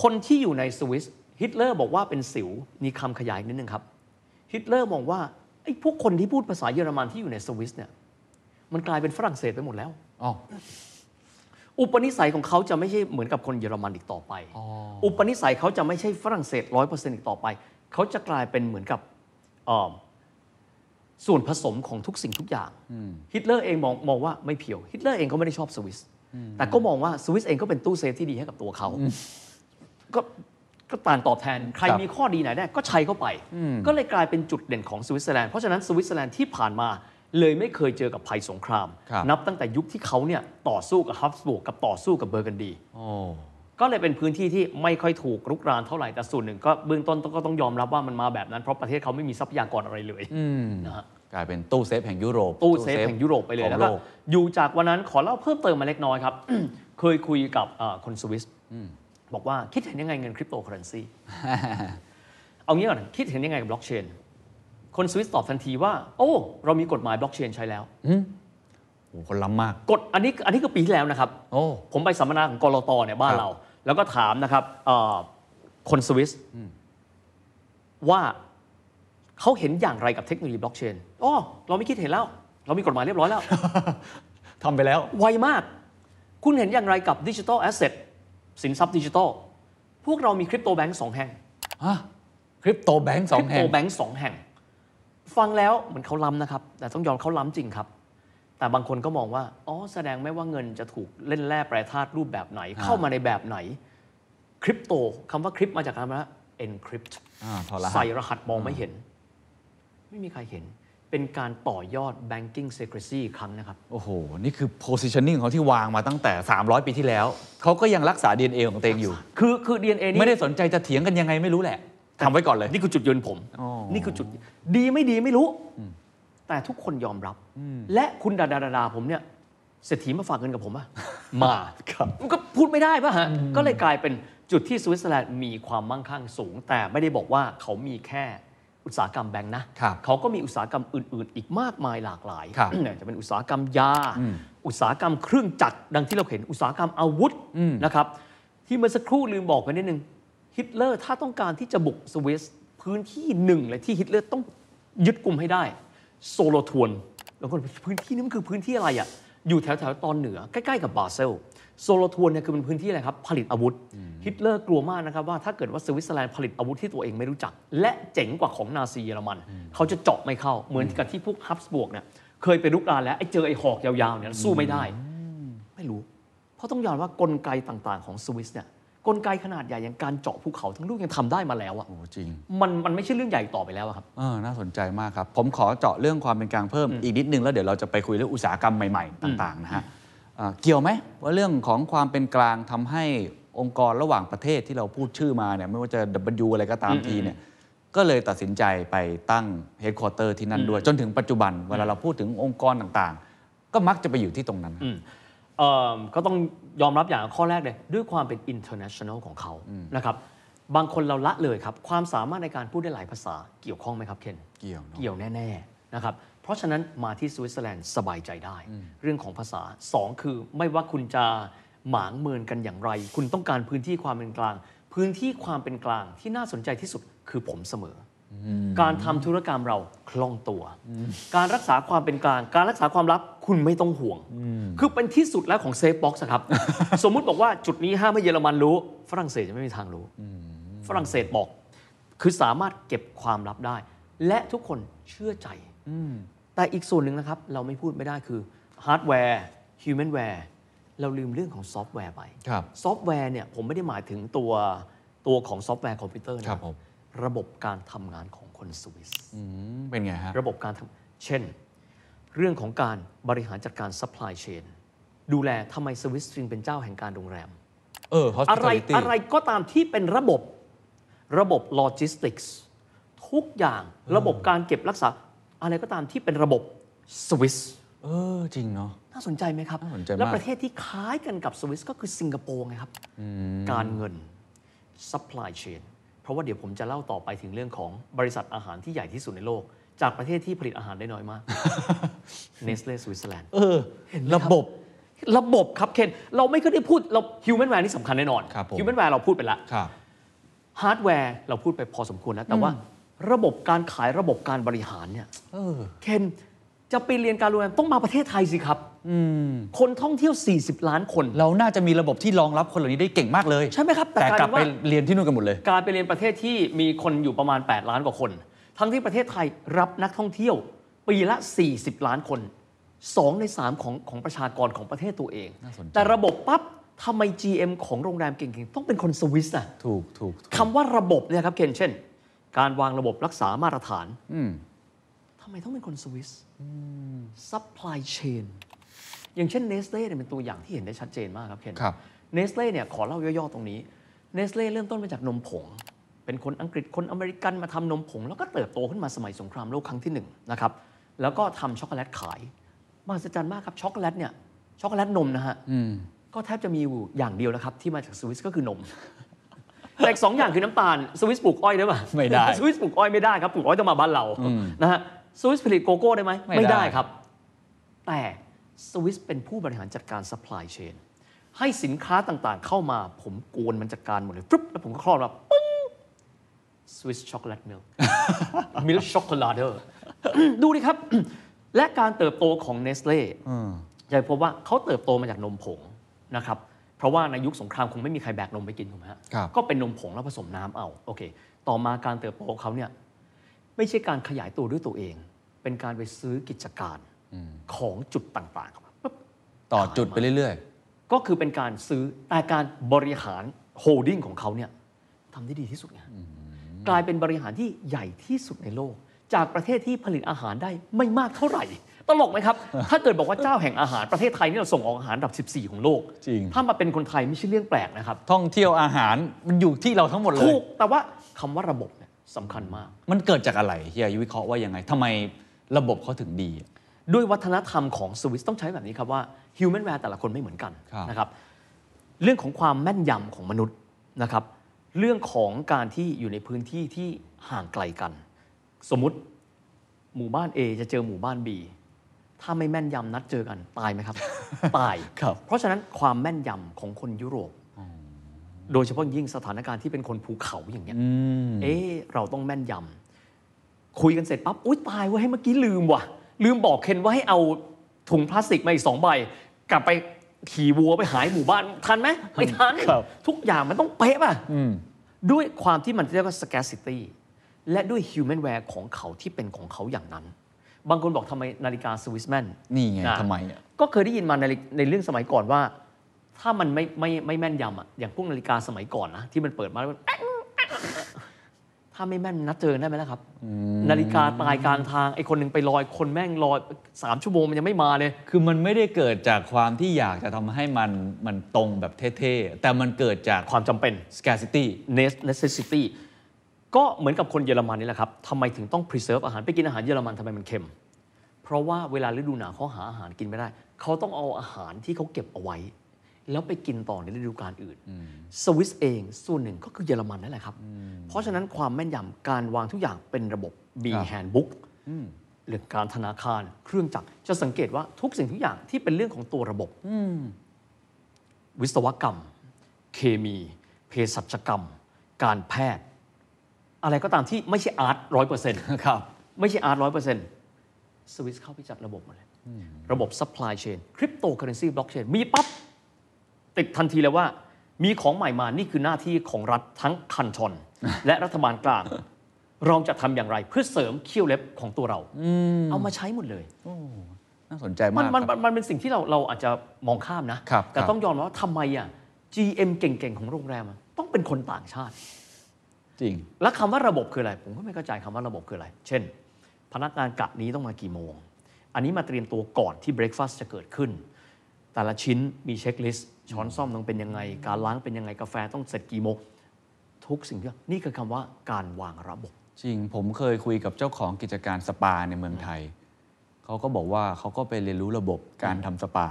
[SPEAKER 3] คนที่อยู่ในสวิสฮิตเลอร์บอกว่าเป็นสิวมีคำขยายนิดนึงครับฮิตเลอร์มองว่าไอ้พวกคนที่พูดภาษาเยอรมันที่อยู่ในสวิสเนี่ยมันกลายเป็นฝรั่งเศสไปหมดแล้ว
[SPEAKER 2] อ๋อ
[SPEAKER 3] อุปนิสัยของเขาจะไม่ใช่เหมือนกับคนเยอรมันอีกต่อไป
[SPEAKER 2] อ๋อ
[SPEAKER 3] อุปนิสัยเขาจะไม่ใช่ฝรั่งเศสร้อยเปอร์เซ็นต์อีกต่อไป เขาจะกลายเป็นเหมือนกับเอิ่มส่วนผสมของทุกสิ่งทุกอย่าง ฮิตเลอร์เองมองมองว่าไม่เพียว ฮิตเลอร์เองก็ไม่ได้ชอบสวิส แต่ก็มองว่าสวิสเองก็เป็นตู้เซฟที่ดีให้กับตัวเขา ก็ก็ต่างตอบแทน ใคร
[SPEAKER 2] ครับ
[SPEAKER 3] มีข้อดีไหนได้ก็ใช้เข้าไป ก็เลยกลายเป็นจุดเด่นของสวิตเซอร์แลนด์ เพราะฉะนั้นสวิตเซอร์แลนด์ที่ผ่านมาเลยไม่เคยเจอกับภัยสงคราม
[SPEAKER 2] ครับ
[SPEAKER 3] นับตั้งแต่ยุคที่เขาเนี่ยต่อสู้กับฮับสบูร์กกับต่อสู้กับเบอร์กันดี
[SPEAKER 2] โอ้
[SPEAKER 3] ก็เลยเป็นพื้นที่ที่ไม่ค่อยถูกรุกรานเท่าไหร่ แต่ส่วนหนึ่งก็เบื้องต้นก็ต้องยอมรับว่ามันมาแบบนั้น เพราะประเทศเขาไม่มีทรัพยากรอะไรเลยนะฮะ
[SPEAKER 2] กลายเป็นตู้เซฟแห่งยุโรป
[SPEAKER 3] ตู้เซฟแห่งยุโรปไปเลย
[SPEAKER 2] ของ
[SPEAKER 3] แล้ว
[SPEAKER 2] โล
[SPEAKER 3] ก็
[SPEAKER 2] ก
[SPEAKER 3] อยู่จากวันนั้นขอเล่าเพิ่มเติมมาเล็กน้อยครับ เคยคุยกับเอ่อคนสวิสบอกว่าคิดเห็นยังไงเงินคริปโตเคอเรนซี เอางี้ก่อนคิดเห็นยังไงกับบล็อกเชน คนสวิสตอบทันทีว่า โอ้ เรามีกฎหมายบล็อกเชนใช้แล้ว
[SPEAKER 2] โอ้คนล้ำมาก
[SPEAKER 3] กฎอันนี้อันนี้คือปีที่แล้วนะครับ
[SPEAKER 2] โอ้
[SPEAKER 3] ผมไปสัมมนาของกรตเนี่ยบ้าน
[SPEAKER 2] ครับ
[SPEAKER 3] เรา แล้วก็ถามนะครับเอ่อคนสวิสว่าเขาเห็นอย่างไรกับเทคโนโลยีบล็อกเชนอ๋อเราไม่คิดเห็นแล้ว เรามีกฎหมายเรียบร้อยแล้ว
[SPEAKER 2] ทำไปแล้ว
[SPEAKER 3] ไวมาก คุณเห็นอย่างไรกับดิจิทัลแอสเซทสินทรัพย์ดิจิทัล พวกเรามีคริปโตแบงก์สองแห่ง
[SPEAKER 2] ฮะ คริปโตแบงก์สอง
[SPEAKER 3] คริ
[SPEAKER 2] แห่
[SPEAKER 3] ป
[SPEAKER 2] ง
[SPEAKER 3] โตแบงค์สองแห่ง ฟังแล้วเหมือนเขาล้ำนะครับ แต่ต้องยอมเขาล้ำจริงครับ แต่บางคนก็มองว่า อ๋อ แสดงไม่ว่าเงินจะถูกเล่นแร่แปรธาตุรูปแบบไหน
[SPEAKER 2] อ่า
[SPEAKER 3] เข้ามาในแบบไหน คริปโตคำว่าคริปมาจากคำว่า encrypt
[SPEAKER 2] อ่าถอดรหัส
[SPEAKER 3] ใส่รหัสมองไม่เห็น ไม่มีใครเห็น เป็นการต่อยอด banking secrecy อีกครั้งนะครับ
[SPEAKER 2] โอ้โห นี่คือ positioning เขาที่วางมาตั้งแต่ 300 ปีที่แล้ว เขาก็ยังรักษา DNA ของตัวเองอยู่
[SPEAKER 3] คือคือ DNA นี่
[SPEAKER 2] ไม่ได้สนใจจะเถียงกันยังไงไม่รู้แหละทำไว้ก่อนเลย
[SPEAKER 3] นี่คือจุดยืนผม
[SPEAKER 2] อ๋อ
[SPEAKER 3] นี่คือจุด ดีไม่ดีไม่รู้ แต่ทุกคนยอมรับ และคุณดาดาดาดาผมเนี่ยเศรษฐีมาฝากเงินกับ ผมอะ มาครับมันก็พูดไม่ได้ป่ะฮะ ก็เลยกลายเป็นจุดที่สวิตเซอร์แลนด์มีความมั่งคั่งสูง แต่ไม่ได้บอกว่าเขามีแค่อุตสาหกรรมแบงค์นะ
[SPEAKER 2] ครับ
[SPEAKER 3] เขาก็มีอุตสาหกรรมอื่น ๆ อีกมากมายหลากหลาย
[SPEAKER 2] ครับ
[SPEAKER 3] เนี่ยจะเป็นอุตสาหกรรมยา อุตสาหกรรมเครื่องจักรดังที่เราเห็นอุตสาหกรรมอาวุธนะครับ ที่เมื่อสักครู่ลืมบอกไปนิดนึงฮิตเลอร์ถ้าต้องการที่จะบุกสวิสพื้นที่หนึ่งเลยที่ฮิตเลอร์ต้องยึดกลุ่มให้ได้ โซโลทวนบางคนพื้นที่นี้มันคือพื้นที่อะไรอะ่ะอยู่แถวแถวๆตอนเหนือใกล้ๆกับบาเซลโซโลทวนเนี่ยคือเป็นพื้นที่อะไรครับผลิตอาวุธฮิตเลอร์กลัวมากนะครับว่าถ้าเกิดว่าสวิตเซอร์แลนด์ผลิตอาวุธที่ตัวเองไม่รู้จัก และเจ๋งกว่าของนาซีเยอรมัน เขาจะเจาะไม่เข้าเหมือนกับที่พวกฮับสบวกเนี่ยเคยไปรุกรานแล้วไอ้เจอไอ้หอกยาวๆเนี่ยสู้ไม่ได้ ไม่รู้ เพราะต้องยอมว่ากลไกต่างๆของสวิสเนี่ยกลไกขนาดใหญ่อย่างการเจาะภูเขาทั้งลูกยังทำได้มาแล้วอะ
[SPEAKER 2] โอ้จริง
[SPEAKER 3] มันมันไม่ใช่เรื่องใหญ่ต่อไปแล้วอะครับ
[SPEAKER 2] เออน่าสนใจมากครับ ผมขอเจาะเรื่องความเป็นกลางเพิ่มอีกนิดนึง แล้วเดี๋ยวเราจะไปคุยเรื่องอุตสาหกรรมใหม่ๆ ต่างๆนะฮะเอ่อเกี่ยวไหมว่าเรื่องของความเป็นกลางทำให้องค์กรระหว่างประเทศที่เราพูดชื่อมาเนี่ยไม่ว่าจะ W อะไรก็ตามทีเนี่ยก็เลยตัดสินใจไปตั้งเฮดค q u เตอร์ที่นั่นด้วย จนถึงปัจจุบันเวลาเราพูดถึงองค์กรต่างๆ ก็มักจะไปอยู่ที่ตรงนั้น
[SPEAKER 3] เอ่อก็ต้องยอมรับอย่างข้อแรกเลยด้วยความเป็น international ของเขานะครับบางคนเราละเลยครับ ความสามารถในการพูดได้หลายภาษาเกี่ยวข้องไหมครับเคน
[SPEAKER 2] เกี่ยวเนอะ
[SPEAKER 3] เกี่ยวแน่ๆนะครับเพราะฉะนั้นมาที่สวิตเซอร์แลนด์สบายใจได้ เรื่องของภาษาสองคือไม่ว่าคุณจะ หมางเมินกันอย่างไร คุณต้องการพื้นที่ความเป็นกลาง พื้นที่ความเป็นกลางที่น่าสนใจที่สุดคือผมเสมออการทำธุรกรรมเราคล่องตัว การรักษาความเป็นกลาง การรักษาความลับคุณไม่ต้องห่วง คือเป็นที่สุดแล้วของเซฟบ็อกซ์ครับ สมมุติบอกว่าจุดนี้ห้ามให้เยอรมันรู้ ฝรั่งเศสจะไม่มีทางรู้ ฝรั่งเศสบอก คือสามารถเก็บความลับได้ และทุกคนเชื่อใจ แต่อีกส่วนหนึ่งนะครับ เราไม่พูดไม่ได้คือฮาร์ดแวร์ฮิวแมนแวร์เราลืมเรื่องของซอฟต์แวร์ไป
[SPEAKER 2] ครับ
[SPEAKER 3] ซอฟต์แวร์เนี่ยผมไม่ได้หมายถึงตัวตัวของซอฟต์แวร์คอมพิวเตอร์นะครับ
[SPEAKER 2] ผม
[SPEAKER 3] ระบบการทำงานของคนสวิส
[SPEAKER 2] อืมเป็นไงฮะ
[SPEAKER 3] ระบบการทำเช่น เรื่องของการบริหารจัดการ supply chain ดูแลทำไมสวิสจึงเป็นเจ้าแห่งการโรงแรม
[SPEAKER 2] เออ
[SPEAKER 3] อะไร
[SPEAKER 2] hospitality
[SPEAKER 3] อะไรก็ตามที่เป็นระบบระบบโลจิสติกส์ทุกอย่างระบบการเก็บรักษา อะไรก็ตามที่เป็นระบบสวิส
[SPEAKER 2] เออ จริงเนาะ
[SPEAKER 3] น่าสนใจไหมครับ
[SPEAKER 2] น่าสนใจมาก
[SPEAKER 3] และประเทศที่คล้ายกันกับสวิสก็คือสิงคโปร์ไงครับ การเงิน supply chain เพราะว่าเดี๋ยวผมจะเล่าต่อไปถึงเรื่องของบริษัทอาหารที่ใหญ่ที่สุดในโลก จากประเทศที่ผลิตอาหารได้น้อย มาก Nestle Switzerland
[SPEAKER 2] เออ ระบบ
[SPEAKER 3] ระบบครับเคนเราไม่เคยได้พูดเรา human w a r e นี่สำคัญแน่นอน
[SPEAKER 2] ครับผม
[SPEAKER 3] human w a r e เราพูดไปแล้ว
[SPEAKER 2] ครับ
[SPEAKER 3] ฮาร์ดแวร์เราพูดไปพอสมควรแล้ว แต่ว่าระบบการขายระบบการบริหารเนี่ย
[SPEAKER 2] เออ
[SPEAKER 3] เคนจะไปเรียนการโรงแรมต้องมาประเทศไทยสิครับคนท่องเที่ยว 40 ล้านคน
[SPEAKER 2] เราน่าจะมีระบบที่รองรับคนเหล่านี้ได้เก่งมากเลย
[SPEAKER 3] ใช่ไหมครับแต่
[SPEAKER 2] แต่กลับ
[SPEAKER 3] ก
[SPEAKER 2] ไป
[SPEAKER 3] ลายเป็นว่า
[SPEAKER 2] เรียนที่นู่นกันหมดเลย
[SPEAKER 3] การไปเรียนประเทศที่มีคนอยู่ประมาณ 8 ล้านกว่าคน ทั้งที่ประเทศไทยรับนักท่องเที่ยว ปีละ 40 ล้านคนสองในสามของของประชากรของประเทศตัวเอง
[SPEAKER 2] น่าสนใจ
[SPEAKER 3] แต่ระบบปั๊บทำไม GM ของโรงแรมเก่งๆ ต้องเป็นคนสวิสอะ
[SPEAKER 2] ถูกถูกถูก
[SPEAKER 3] คำว่าระบบเนี่ยครับเคนเช่น การวางระบบรักษามาตรฐานทำไมต้องเป็นคนสวิสซัพพลายเชนอย่างเช่นเนสเล่เนี่ยเป็นตัวอย่างที่เห็นได้ชัดเจนมากครับเคน
[SPEAKER 2] ครับ
[SPEAKER 3] เนสเล่เนี่ยขอเล่าย่อๆตรงนี้เนสเล่เริ่มต้นมาจากนมผง เป็นคนอังกฤษคนอเมริกันมาทำนมผง แล้วก็เติบโตขึ้นมาสมัยสงครามโลกครั้งที่หนึ่งนะครับแล้วก็ทำช็อกโกแลตขายมหัศจรรย์มากครับช็อกโกแลตเนี่ยช็อกโกแลตนมนะฮะก็แทบจะมีอยู่อย่างเดียวนะครับที่มาจากสวิสก็คือนม แต่อีกสองอย่างคือน้ำตาลสวิสปลูกอ้อยได้ปะ
[SPEAKER 2] ไม่ได้
[SPEAKER 3] สวิสปลูกอ้อยไม่ได้ครับปลูกอ้อยต้องมาบ้านเรานะฮะสวิสผลิตโกโก้ได้ไหม
[SPEAKER 2] ไม่ได้
[SPEAKER 3] ครับ แต่สวิสเป็นผู้บริหารจัดการ supply chain ให้สินค้าต่างๆ เข้ามาผมโกนมันจัดการหมดเลยปุ๊บแล้วผมก็คลอดมาปึ้งสวิสช็อกโกแลตมิล มิลช็อกโกลาเดอร์ ดูดิครับ และการเติบโตของเนสเล่จะพบว่าเขาเติบโตมาจากนมผงนะครับ เพราะว่าในยุคสงครามคงไม่มีใครแบกนมไปกินถูกไหมฮะ
[SPEAKER 2] ครับ
[SPEAKER 3] ก็เป็นนมผงแล้วผสมน้ำเอาโอเค ต่อมาการเติบโตของเขาเนี่ยไม่ใช่การขยายตัวด้วยตัวเอง เป็นการไปซื้อกิจการของจุดต่างๆครับ
[SPEAKER 2] ต่อจุดไปเรื่อย
[SPEAKER 3] ก็คือเป็นการซื้อแต่การบริหารโฮลดิ้งของเขาเนี่ยทำได้ดีที่สุดไงกลายเป็นบริหารที่ใหญ่ที่สุดในโลก จากประเทศที่ผลิตอาหารได้ไม่มากเท่าไหร่ ตลกไหมครับ ถ้าเกิดบอกว่าเจ้าแห่งอาหารประเทศไทยนี่เราส่งออกอาหารอันดับ 14 ของโลก
[SPEAKER 2] จริง
[SPEAKER 3] ถ้ามาเป็นคนไทยไม่ใช่เรื่องแปลกนะครับ
[SPEAKER 2] ๆ ท่องเที่ยวอาหารมันอยู่ที่เราทั้งหมดเลย
[SPEAKER 3] ถูกแต่ว่าคำว่าระบบเนี่ยสำคัญมาก
[SPEAKER 2] มันเกิดจากอะไรเฮียยุวิเคราะห์ว่ายังไงทำไมระบบเขาถึงดี
[SPEAKER 3] ด้วยวัฒนธรรมของสวิสต้องใช้แบบนี้ครับว่า human ware แต่ละคนไม่เหมือนกัน
[SPEAKER 2] ครับ
[SPEAKER 3] นะครับ เรื่องของความแม่นยำของมนุษย์นะครับ เรื่องของการที่อยู่ในพื้นที่ที่ห่างไกลกัน สมมติหมู่บ้าน A จะเจอหมู่บ้าน B ถ้าไม่แม่นยำนัดเจอกันตายไหม ครับ ตาย
[SPEAKER 2] ครับ
[SPEAKER 3] เพราะฉะนั้นความแม่นยำของคนยุโรป โดยเฉพาะยิ่งสถานการณ์ที่เป็นคนภูเขาอย่างเงี้ย เอ๊ะเราต้องแม่นยำคุยกันเสร็จปั๊บอุ้ยตายเว้ยให้เมื่อกี้ลืมว่ะ ลืมบอกเคนว่าให้เอาถุงพลาสติกมาอีกสองใบ กลับไปขี่วัวไปหายหมู่บ้าน ทันไหมไม่ทัน
[SPEAKER 2] ครับ
[SPEAKER 3] ทุกอย่างมันต้องเป๊ะป่ะด้วยความที่มันเรียกว่า scarcity และด้วย human wear ของเขาที่เป็นของเขาอย่างนั้น บางคนบอกทำไมนาฬิกาสวิสแมน
[SPEAKER 2] นี่ไง
[SPEAKER 3] อ่ะ
[SPEAKER 2] ทำไมอ่ะ
[SPEAKER 3] ก็เคยได้ยินมาในในเรื่องสมัยก่อนว่า ถ้ามันไม่ไม่ไม่แม่นยำอ่ะอย่างพวกนาฬิกาสมัยก่อนนะที่มันเปิดมาแล้วมัน แอ๊ะแอ๊ะถ้าไม่แม่นนัดเจอได้ไหมล่ะครับ นาฬิกาตายกลางทางไอ้คนหนึ่งไปลอยคนแม่งลอยสามชั่วโมงมันยังไม่มาเลย
[SPEAKER 2] คือมันไม่ได้เกิดจากความที่อยากจะทำให้มันมันตรงแบบเท่ๆ แต่มันเกิดจาก
[SPEAKER 3] ความจำเป็น
[SPEAKER 2] scarcity
[SPEAKER 3] Nes- necessity ก็เหมือนกับคนเยอรมันนี่แหละครับทำไมถึงต้อง preserve อาหารไปกินอาหารเยอรมันทำไมมันเค็ม เพราะว่าเวลาฤดูหนาวเขาหาอาหารกินไม่ได้ เขาต้องเอาอาหารที่เขาเก็บเอาไว้ แล้วไปกินต่อในฤดูกาลอื่น สวิสเองส่วนหนึ่งก็คือเยอรมันนั่นแหละครับ เพราะฉะนั้นความแม่นยำการวางทุกอย่างเป็นระบบ B
[SPEAKER 2] ครับ
[SPEAKER 3] handbook หรือการธนาคารเครื่องจักรจะสังเกตว่าทุกสิ่งทุกอย่างที่เป็นเรื่องของตัวระบบ เ วิศวกรรม เคมีเภสัชกรรม การแพทย์ อะไรก็ตามที่ไม่ใช่อาร์ตร้อยเปอร์เซ็นต์
[SPEAKER 2] ครับ
[SPEAKER 3] ไม่ใช่อาร์ตร้อยเปอร์เซ็นต์สวิสเข้าไปจัดระบบหมดเลย ระบบ supply chain คริปโตเคอเรนซีบล็อกเชนมีปั๊บ ติดทันทีเลยว่า มีของใหม่มานี่คือหน้าที่ของรัฐทั้งคันช อนและรัฐบาลกลาง เราจะทำอย่างไรเพื่อเสริมเขี้ยวเล็บของตัวเรา เอามาใช้หมดเลย
[SPEAKER 2] น่าสนใจมา
[SPEAKER 3] มัน
[SPEAKER 2] ก
[SPEAKER 3] มัน
[SPEAKER 2] ครับ
[SPEAKER 3] มันเป็นสิ่งที่เราเราอาจจะมองข้ามนะ
[SPEAKER 2] ครับ
[SPEAKER 3] แต่
[SPEAKER 2] ครับ
[SPEAKER 3] ต้องยอมรับว่าทำไมอ่ะ GM เก่งๆ ของโรงแรมอะต้องเป็นคนต่างชาติ
[SPEAKER 2] จริง
[SPEAKER 3] แล้วคำว่าระบบคืออะไร ผมก็ไม่เข้าใจคำว่าระบบคืออะไร เช่น พนักงานกะนี้ต้องมากี่โมง อันนี้มาเตรียมตัวก่อนที่เบรคฟาสต์จะเกิดขึ้น แต่ละชิ้นมีเช็คลิสต์ช้อนซ่อมต้องเป็นยังไง การล้างเป็นยังไงกาแฟต้องเสร็จกี่โมง ทุกสิ่งที่นี่คือคำว่าการวางระบบ
[SPEAKER 2] จริง ผมเคยคุยกับเจ้าของกิจการสปาในเมืองไทย เขาก็บอกว่าเขาก็ไปเรียนรู้ระบบการทำสปา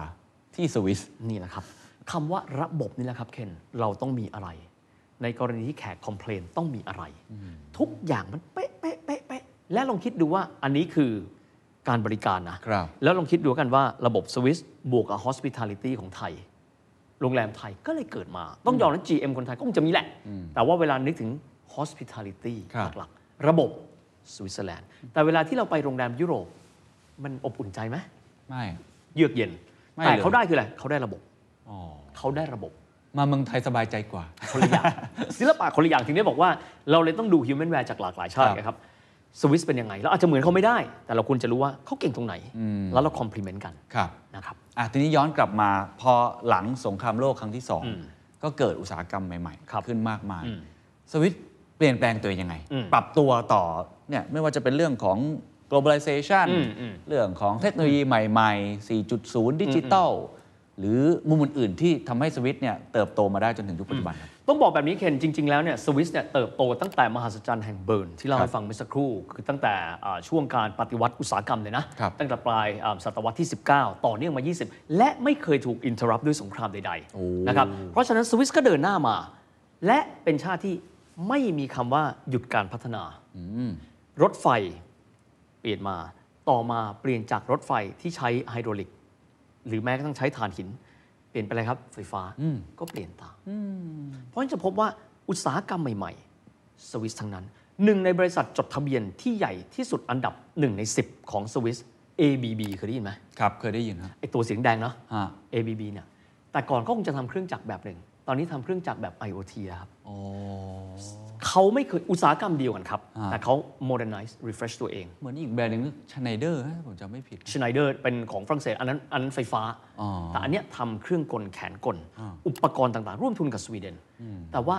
[SPEAKER 2] ที่สวิส
[SPEAKER 3] นี่แหละครับคำว่าระบบนี่แหละครับเคนเราต้องมีอะไร ในกรณีที่แขกคอมเพลนต้องมีอะไร ทุกอย่างมันเป๊ะเป๊ะเป๊ะเป๊ะและลองคิดดูว่าอันนี้คือการบริการนะครับ แล้วลองคิดดูกันว่าระบบสวิสบวกกับ hospitality ของไทย โรงแรมไทยก็เลยเกิดมา ต้องยอมนะ GM คนไทยก็คงจะมีแหละ แต่ว่าเวลานึกถึง hospitality
[SPEAKER 2] ครับ
[SPEAKER 3] หลักๆระบบสวิตเซอร์แลนด์แต่เวลาที่เราไปโรงแรมยุโรปมันอบอุ่นใจไหม
[SPEAKER 2] ไม่
[SPEAKER 3] เยือกเย็น
[SPEAKER 2] ไม่
[SPEAKER 3] แต่
[SPEAKER 2] เลย
[SPEAKER 3] เขาได้คืออะไรเขาได้ระบบ
[SPEAKER 2] อ๋อ
[SPEAKER 3] เขาได้ระบบ
[SPEAKER 2] มาเมืองไทยสบายใจกว่า
[SPEAKER 3] คน ละอย่าง ศิลปะคนละอย่างถึงได้บอกว่าเราเลยต้องดูฮิวแมนแวร์จากหลากหลายชา
[SPEAKER 2] ค
[SPEAKER 3] ติ
[SPEAKER 2] รับ
[SPEAKER 3] นะครับสวิสเป็นยังไงเราอาจจะเหมือนเขาไม่ได้ แต่เราควรจะรู้ว่าเขาเก่งตรงไหน แล้วเราคอมพลีเมนต์กัน
[SPEAKER 2] ครับ
[SPEAKER 3] นะครับ
[SPEAKER 2] อ่ะทีนี้ย้อนกลับมาพอหลังสงครามโลกครั้งที่สอง
[SPEAKER 3] อืม
[SPEAKER 2] ก็เกิดอุตสาหกรรมใหม่
[SPEAKER 3] ครับ
[SPEAKER 2] ๆ ขึ้นมากมาย
[SPEAKER 3] อืม
[SPEAKER 2] สวิตเปลี่ยนแปลงตัวเองยังไง
[SPEAKER 3] อืม
[SPEAKER 2] ปรับตัวต่อเนี่ยไม่ว่าจะเป็นเรื่องของ globalization
[SPEAKER 3] อืมอืม
[SPEAKER 2] เรื่องของเทคโนโลยีใหม่ ๆ 4.0 ดิจิตอลหรือมุมอื่นๆที่ทำให้สวิตเนี่ยเติบโตมาได้จนถึงยุคปัจจุบันครับ
[SPEAKER 3] ต้องบอกแบบนี้เคนจริง ๆ แล้วเนี่ยสวิสเนี่ยเติบโตตั้งแต่มหัศจรรย์แห่งเบิร์นที่เรา
[SPEAKER 2] ครับ
[SPEAKER 3] ให้ฟังเมื่อสักครู่ คือตั้งแต่อ่าช่วงการปฏิวัติอุตสาหกรรมเลยนะ
[SPEAKER 2] ครับ
[SPEAKER 3] ตั้งแต่ปลายอ่าศตวรรษที่ 19 ต่อเนื่องมา 20 และไม่เคยถูกอินเทอร์รัปด้วยสงครามใดๆนะครับเพราะฉะนั้นสวิสก็เดินหน้ามา และเป็นชาติที่ไม่มีคำว่าหยุดการพัฒนา
[SPEAKER 2] อืม
[SPEAKER 3] รถไฟเปลี่ยนมาต่อมาเปลี่ยนจากรถไฟที่ใช้ไฮดรอลิก หรือแม้กระทั่งใช้ถ่านหิน เปลี่ยนไปเลยครับ ไฟฟ้า
[SPEAKER 2] อืม
[SPEAKER 3] ก็เปลี่ยนตามเพราะฉะนั้นจะพบว่าอุตสาหกรรมใหม่ ๆ สวิสทั้งนั้น หนึ่งในบริษัทจดทะเบียนที่ใหญ่ที่สุดอันดับ 1 ใน 10 ของสวิส ABB เคยได้ยินไหม
[SPEAKER 2] ครับเคยได้ยินครับ
[SPEAKER 3] ไอตัวเสียงแดงเนาะ
[SPEAKER 2] ฮะ
[SPEAKER 3] ABB เนี่ยแต่ก่อนก็คงจะทำเครื่องจักรแบบหนึ่ง ตอนนี้ทำเครื่องจักรแบบ IoT แล้วครับ
[SPEAKER 2] โอ้
[SPEAKER 3] เขาไม่เคยอุตสาหกรรมเดียวกันครับ
[SPEAKER 2] อ่า
[SPEAKER 3] แต่เขา modernize refresh ตัวเอง
[SPEAKER 2] เหมือนอีกแบรนด์หนึ่งชไนเดอร์ผมจำไม่ผิด
[SPEAKER 3] ชไนเดอร์เป็นของฝรั่งเศสอันนั้นอันนั้นไฟฟ้า
[SPEAKER 2] อ๋อ
[SPEAKER 3] แต่อันเนี้ยทำเครื่องกลแขนกล
[SPEAKER 2] อ่า
[SPEAKER 3] อุปกรณ์ต่างๆ ร่วมทุนกับสวีเดน แต่ว่า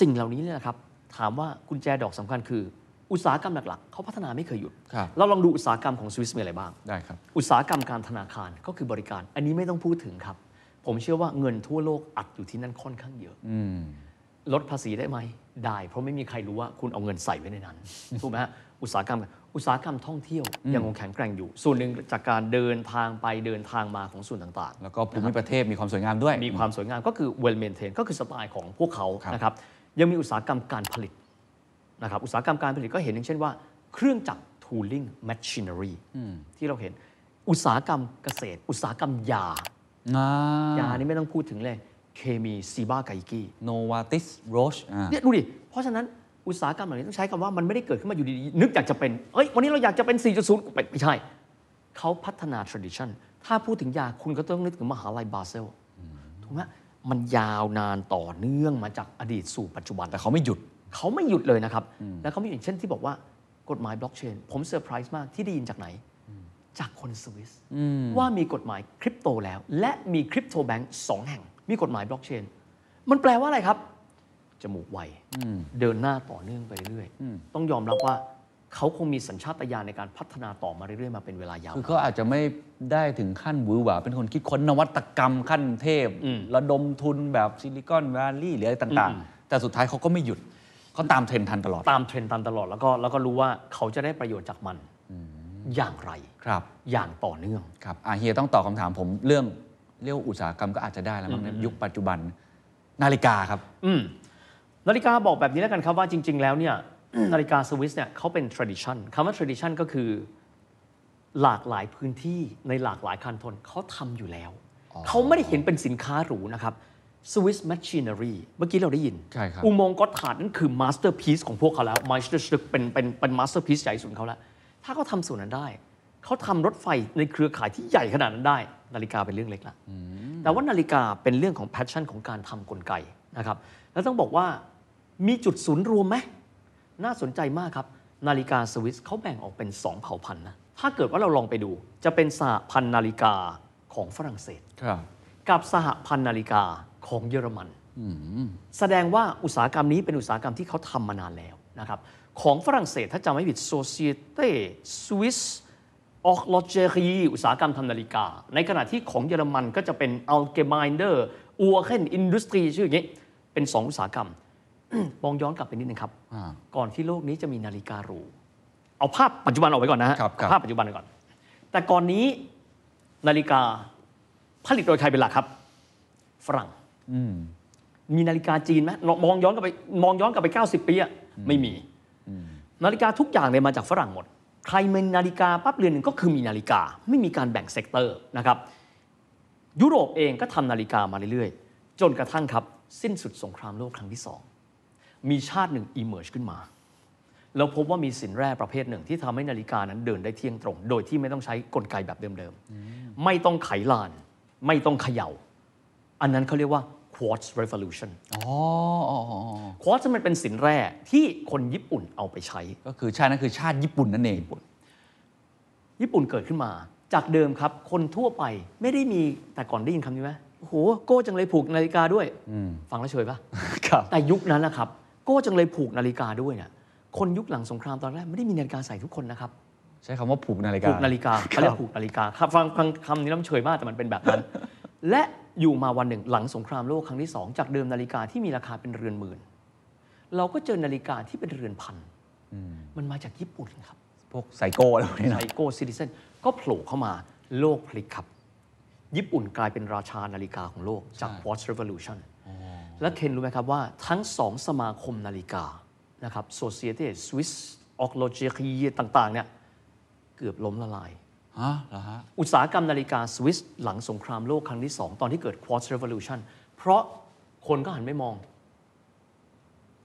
[SPEAKER 3] สิ่งเหล่านี้เนี่ยนะครับ ถามว่ากุญแจดอกสำคัญคือ อุตสาหกรรมหลักๆ เขาพัฒนาไม่เคยหยุด
[SPEAKER 2] ครับ
[SPEAKER 3] เราลองดูอุตสาหกรรมของสวิสมีอะไรบ้าง
[SPEAKER 2] ได้ครับ
[SPEAKER 3] อุตสาหกรรมการธนาคารก็คือบริการ อันนี้ไม่ต้องพูดถึงครับ ผมเชื่อว่าเงินทั่วโลกอัดอยู่ที่นั่นค่อนข้างเยอะ
[SPEAKER 2] อืม
[SPEAKER 3] ลดภาษีได้ไหม ได้ เพราะไม่มีใครรู้ว่าคุณเอาเงินใส่ไว้ในนั้น ถูกไหมฮะ อุตสาหกรรม อุตสาหกรรมท่องเที่ยว ยังคงแข็งแกร่งอยู่ ส่วนหนึ่งจากการเดินทางไปเดินทางมาของส่วนต่าง
[SPEAKER 2] แล้วก็ภูมิประเทศมีความสวยงามด้วย
[SPEAKER 3] ๆ มีความสวยงามก็คือ well maintained ก็คือสไตล์ของพวกเขา
[SPEAKER 2] ครับ
[SPEAKER 3] นะครับ ยังมีอุตสาหกรรมการผลิตนะครับ อุตสาหกรรมการผลิตก็เห็นอย่างเช่นว่า เครื่องจักร tooling machinery ที่เราเห็น อุตสาหกรรมเกษตร อุตสาหกรรมยา
[SPEAKER 2] อ่าย
[SPEAKER 3] านี่ไม่ต้องพูดถึงเลย เคมีซีบ้าไกกี้
[SPEAKER 2] โนวาติสโรชอ่า
[SPEAKER 3] เนี่ยดูดิ เพราะฉะนั้นอุตสาหกรรมเหล่านี้ต้องใช้คำว่ามันไม่ได้เกิดขึ้นมาอยู่ดีๆ นึกอยากจะเป็น เอ้ย วันนี้เราอยากจะเป็น 4.0ไม่ไม่ใช่ เขาพัฒนา tradition ถ้าพูดถึงยาคุณก็ต้องนึกถึงมหาลัยบาเซลถูกไหมมันยาวนานต่อเนื่องมาจากอดีตสู่ปัจจุบัน
[SPEAKER 2] แต่เขาไม่หยุด
[SPEAKER 3] เขาไม่หยุดเลยนะครับ และเขาไม่หยุดอย่างเช่นที่บอกว่ากฎหมายบล็อกเชน ผมเซอร์ไพรส์มากที่ได้ยินจากไหน จากคนสวิสว่ามีกฎหมายคริปโตแล้ว และมีคริปโตแบงก์สองแห่ง มีกฎหมายบล็อกเชน มันแปลว่าอะไรครับ จมูกไว เดินหน้าต่อเนื่องไปเรื่อยๆ ต้องยอมรับว่าเขาคงมีสัญชาตญาณในการพัฒนาต่อมาเรื่อยๆ มาเป็นเวลายาว
[SPEAKER 2] คือเขาอาจจะไม่ได้ถึงขั้นหวือหวาเป็นคนคิดค้นนวัตกรรมขั้นเทพ ระดมทุนแบบซิลิคอนว a l ลี y หรืออะไรต่างๆ แต่สุดท้ายเขาก็ไม่หยุด เขาตามเทรนด์ทันตลอด
[SPEAKER 3] ตามเทรนด์ตามตลอดแล้วก็แล้วก็รู้ว่าเขาจะได้ประโยชน์จากมันอย่างไร
[SPEAKER 2] ครับ
[SPEAKER 3] อย่างต่อเนื่อง
[SPEAKER 2] ครับอาเฮียต้องตอบคำถามผมเรื่องเรียกว่าอุตสาหกรรมก็อาจจะได้แล้วมั้งในยุคปัจจุบันนาฬิกาครับ
[SPEAKER 3] อืมนาฬิกาบอกแบบนี้แล้วกันครับว่าจริง ๆ แล้วเนี่ย นาฬิกาสวิสเนี่ยเขาเป็น tradition คำว่า tradition ก็คือหลากหลายพื้นที่ในหลากหลายคันทนเขาทำอยู่แล้ว เขาไม่ได้เห็นเป็นสินค้าหรูนะครับ Swiss Machinery เมื่อกี้เราได้ยิน
[SPEAKER 2] ใช่ครับ
[SPEAKER 3] อุโมงค์ก็ถาดนั่นคือ masterpiece ของพวกเขาแล้ว masterpiece เป็นเป็นเป็น masterpiece ใหญ่สุดของเขาแล้ว ถ้าเขาทำส่วนนั้นได้ เขาทำรถไฟในเครือข่ายที่ใหญ่ขนาดนั้นได้ นาฬิกาเป็นเรื่องเล็กละ แต่ว่านาฬิกาเป็นเรื่องของ passion ของการทำกลไกนะครับ แล้วต้องบอกว่ามีจุดศูนย์รวมไหม น่าสนใจมากครับ นาฬิกาสวิสเขาแบ่งออกเป็น 2 เผ่าพันธุ์นะ ถ้าเกิดว่าเราลองไปดู จะเป็นสหพันธ์นาฬิกาของฝรั่งเศส
[SPEAKER 2] ครับ
[SPEAKER 3] กับสหพันธ์นาฬิกาของเยอรมันแสดงว่าอุตสาหกรรมนี้เป็นอุตสาหกรรมที่เขาทำมานานแล้วนะครับ ของฝรั่งเศสถ้าจำไม่ผิด Société Suisse o r l o g e r i e อุตสาหกรรมทำนาฬิกา ในขณะที่ของเยอรมันก็จะเป็น a l g e m i n e r u r k e n Industry ชื่ออย่างนี้ เป็นสองอุตสาหกรรม มองย้อนกลับไปนิดนึงครับ
[SPEAKER 2] อ่า
[SPEAKER 3] ก่อนที่โลกนี้จะมีนาฬิกาหรูเอาภาพปัจจุบันออกไว้ก่อนนะฮะ
[SPEAKER 2] ครับครับ
[SPEAKER 3] เอาภาพปัจจุบันไว้ก่อน แต่ก่อนนี้นาฬิกาผลิตโดยใครเป็นหลักครับ ฝรั่ง
[SPEAKER 2] อืม
[SPEAKER 3] มีนาฬิกาจีนไหมมองมองย้อนกลับไปมองย้อนกลับไป 90 ปีอะไม่มี นาฬิกาทุกอย่างเลยมาจากฝรั่งหมด ใครมีนาฬิกาปั๊บเรือนหนึ่งก็คือมีนาฬิกา ไม่มีการแบ่งเซกเตอร์นะครับ ยุโรปเองก็ทำนาฬิกามาเรื่อยๆ จนกระทั่งครับ สิ้นสุดสงครามโลกครั้งที่สองมีชาติหนึ่ง emerge ขึ้นมา แล้วพบว่ามีสินแร่ประเภทหนึ่งที่ทำให้นาฬิกานั้นเดินได้เที่ยงตรง โดยที่ไม่ต้องใช้กลไกแบบเดิมๆไม่ต้องไขลาน ไม่ต้องเขย่า อันนั้นเขาเรียกว่า quartz revolution
[SPEAKER 2] อ๋ออ๋ออ๋ออ๋อ
[SPEAKER 3] quartz มันเป็นสินแร่ที่คนญี่ปุ่นเอาไปใช้
[SPEAKER 2] ก็คือชาตินั้นคือชาติญี่ปุ่นนั่นเอง
[SPEAKER 3] ญี่ปุ่นเกิดขึ้นมา จากเดิมครับ คนทั่วไปไม่ได้มีแต่ก่อนได้ยินคำนี้ไหมโอ้โห โก้จังเลยผูกนาฬิกาด้วย ฟังแล้วเฉยปะ
[SPEAKER 2] ครับ
[SPEAKER 3] แต่ยุคนั้นนะครับ โก้จังเลยผูกนาฬิกาด้วยเนี่ยคนยุคหลังสงครามตอนแรกไม่ได้มีนาฬิกาใส่ทุกคนนะครับ
[SPEAKER 2] ใช้คำว่าผูกนาฬิกา
[SPEAKER 3] ผูกนาฬิกาเขาเรียกผูกนาฬิกาครับฟังฟังคำนี้น้ำเฉยมากแต่มันเป็นแบบนั้น และอยู่มาวันหนึ่งหลังสงครามโลกครั้งที่สองจากเดิมนาฬิกาที่มีราคาเป็นเรือนหมื่น เราก็เจอนาฬิกาที่เป็นเรือนพันมันมาจากญี่ปุ่นครับ
[SPEAKER 2] พวกไซโก้อะไรพวกนี้
[SPEAKER 3] ไซ
[SPEAKER 2] นะ
[SPEAKER 3] โก้ซิติเซนก็โผล่เข้ามาโลกพลิกครับ ญี่ปุ่นกลายเป็นราชานาฬิกาของโลกจาก
[SPEAKER 2] ใช่
[SPEAKER 3] Quartz Revolution และเคนรู้ไหมครับว่าทั้งสองสมาคมนาฬิกานะครับ Societe Suisse o r l o g e r i e ต่าง ๆ เนี่ยเกือบล้มละลาย
[SPEAKER 2] ฮะเหรอฮะ
[SPEAKER 3] อุตสาหกรรมนาฬิกาสวิสหลังสงครามโลกครั้งที่ 2 ตอนที่เกิด Quartz Revolution เพราะคนก็หันไม่มอง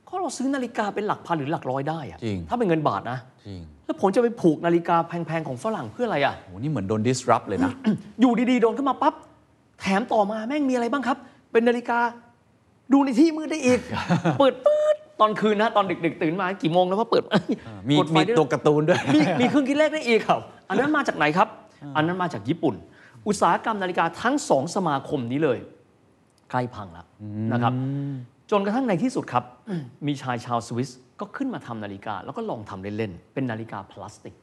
[SPEAKER 3] ก็เราซื้อนาฬิกาเป็นหลักพันหรือหลักร้อยได้อะ
[SPEAKER 2] จริง
[SPEAKER 3] ถ้าเป็นเงินบาทนะ
[SPEAKER 2] จริง
[SPEAKER 3] แล้วผมจะไปผูกนาฬิกาแพง ๆ ของฝรั่งเพื่ออะไรอะ
[SPEAKER 2] โหนี่เหมือนโดน disrupt เลยนะ
[SPEAKER 3] อยู่ดีๆ โดนขึ้นมาปั๊บ แถมต่อมาแม่งมีอะไรบ้างครับ เป็นนาฬิกาดูในที่มืดได้อี ก เปิดปื๊ดตอนคืนนะ ตอนดึก ๆ ตื่นมากี่โมงแล้วว่าเปิด
[SPEAKER 2] มี
[SPEAKER 3] กดไฟ
[SPEAKER 2] มี
[SPEAKER 3] ได้
[SPEAKER 2] ตัวการ์ตูนด้วย
[SPEAKER 3] มีมีเครื่องคิดเลขได้อีกครับ อันนั้นมาจากไหนครับ อันนั้นมาจากญี่ปุ่น อุตสาหกรรมนาฬิกาทั้งสองสมาคมนี้เลย ใกล้พังแล้วนะครับ จนกระทั่งในที่สุดครับ มีชายชาวสวิสก็ขึ้นมาทำนาฬิกา แล้วก็ลองทำเล่นๆเป็นนาฬิกาพลาสติก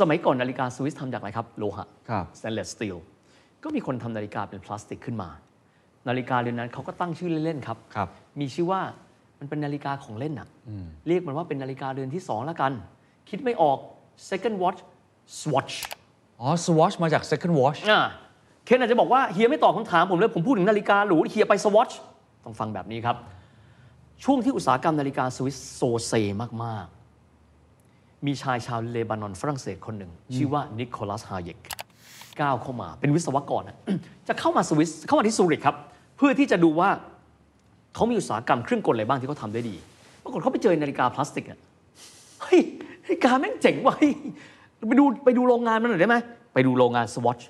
[SPEAKER 3] สมัยก่อนนาฬิกาสวิสทำจากอะไรครับโลหะ
[SPEAKER 2] ครับ
[SPEAKER 3] s t a i n l e s s steel ก็มีคนทำนาฬิกาเป็นพลาสติกขึ้นมา นาฬิกาเรือนนั้นเขาก็ตั้งชื่อเล่น ๆ ครับ
[SPEAKER 2] ครับ
[SPEAKER 3] มีชื่อว่ามันเป็นนาฬิกาของเล่นน่ะเรียกมันว่าเป็นนาฬิกาเรือนที่ 2 แล้วกัน คิดไม่ออก second watch swatch
[SPEAKER 2] อ๋อ swatch มาจาก second watch
[SPEAKER 3] อ่าเคนอาจจะบอกว่า เฮียไม่ตอบคำถามผมเลย ผมพูดถึงนาฬิกาหรูเฮียไป swatch ต้องฟังแบบนี้ครับ ช่วงที่อุตสาหกรรมนาฬิกาสวิสโซเซมาก ๆ มีชายชาวเลบานอนฝรั่งเศสคนหนึ่ง ชื่อว่านิโคลัสฮาเยก ก้าวเข้ามาเป็นวิศวกรนะ จะเข้ามาสวิสเข้ามาที่ซูริกครับ เพื่อที่จะดูว่าเขามีอุตสาหกรรมเครื่องกลอะไรบ้างที่เขาทำได้ดีปรากฏเขาไปเจอนาฬิกาพลาสติกเนี่ยเฮ้ยนาฬิกาแม่งเจ๋งว่ะเฮ้ยไปดูไปดูโรงงานมันหน่อยได้ไหมไปดูโรงงานสวอช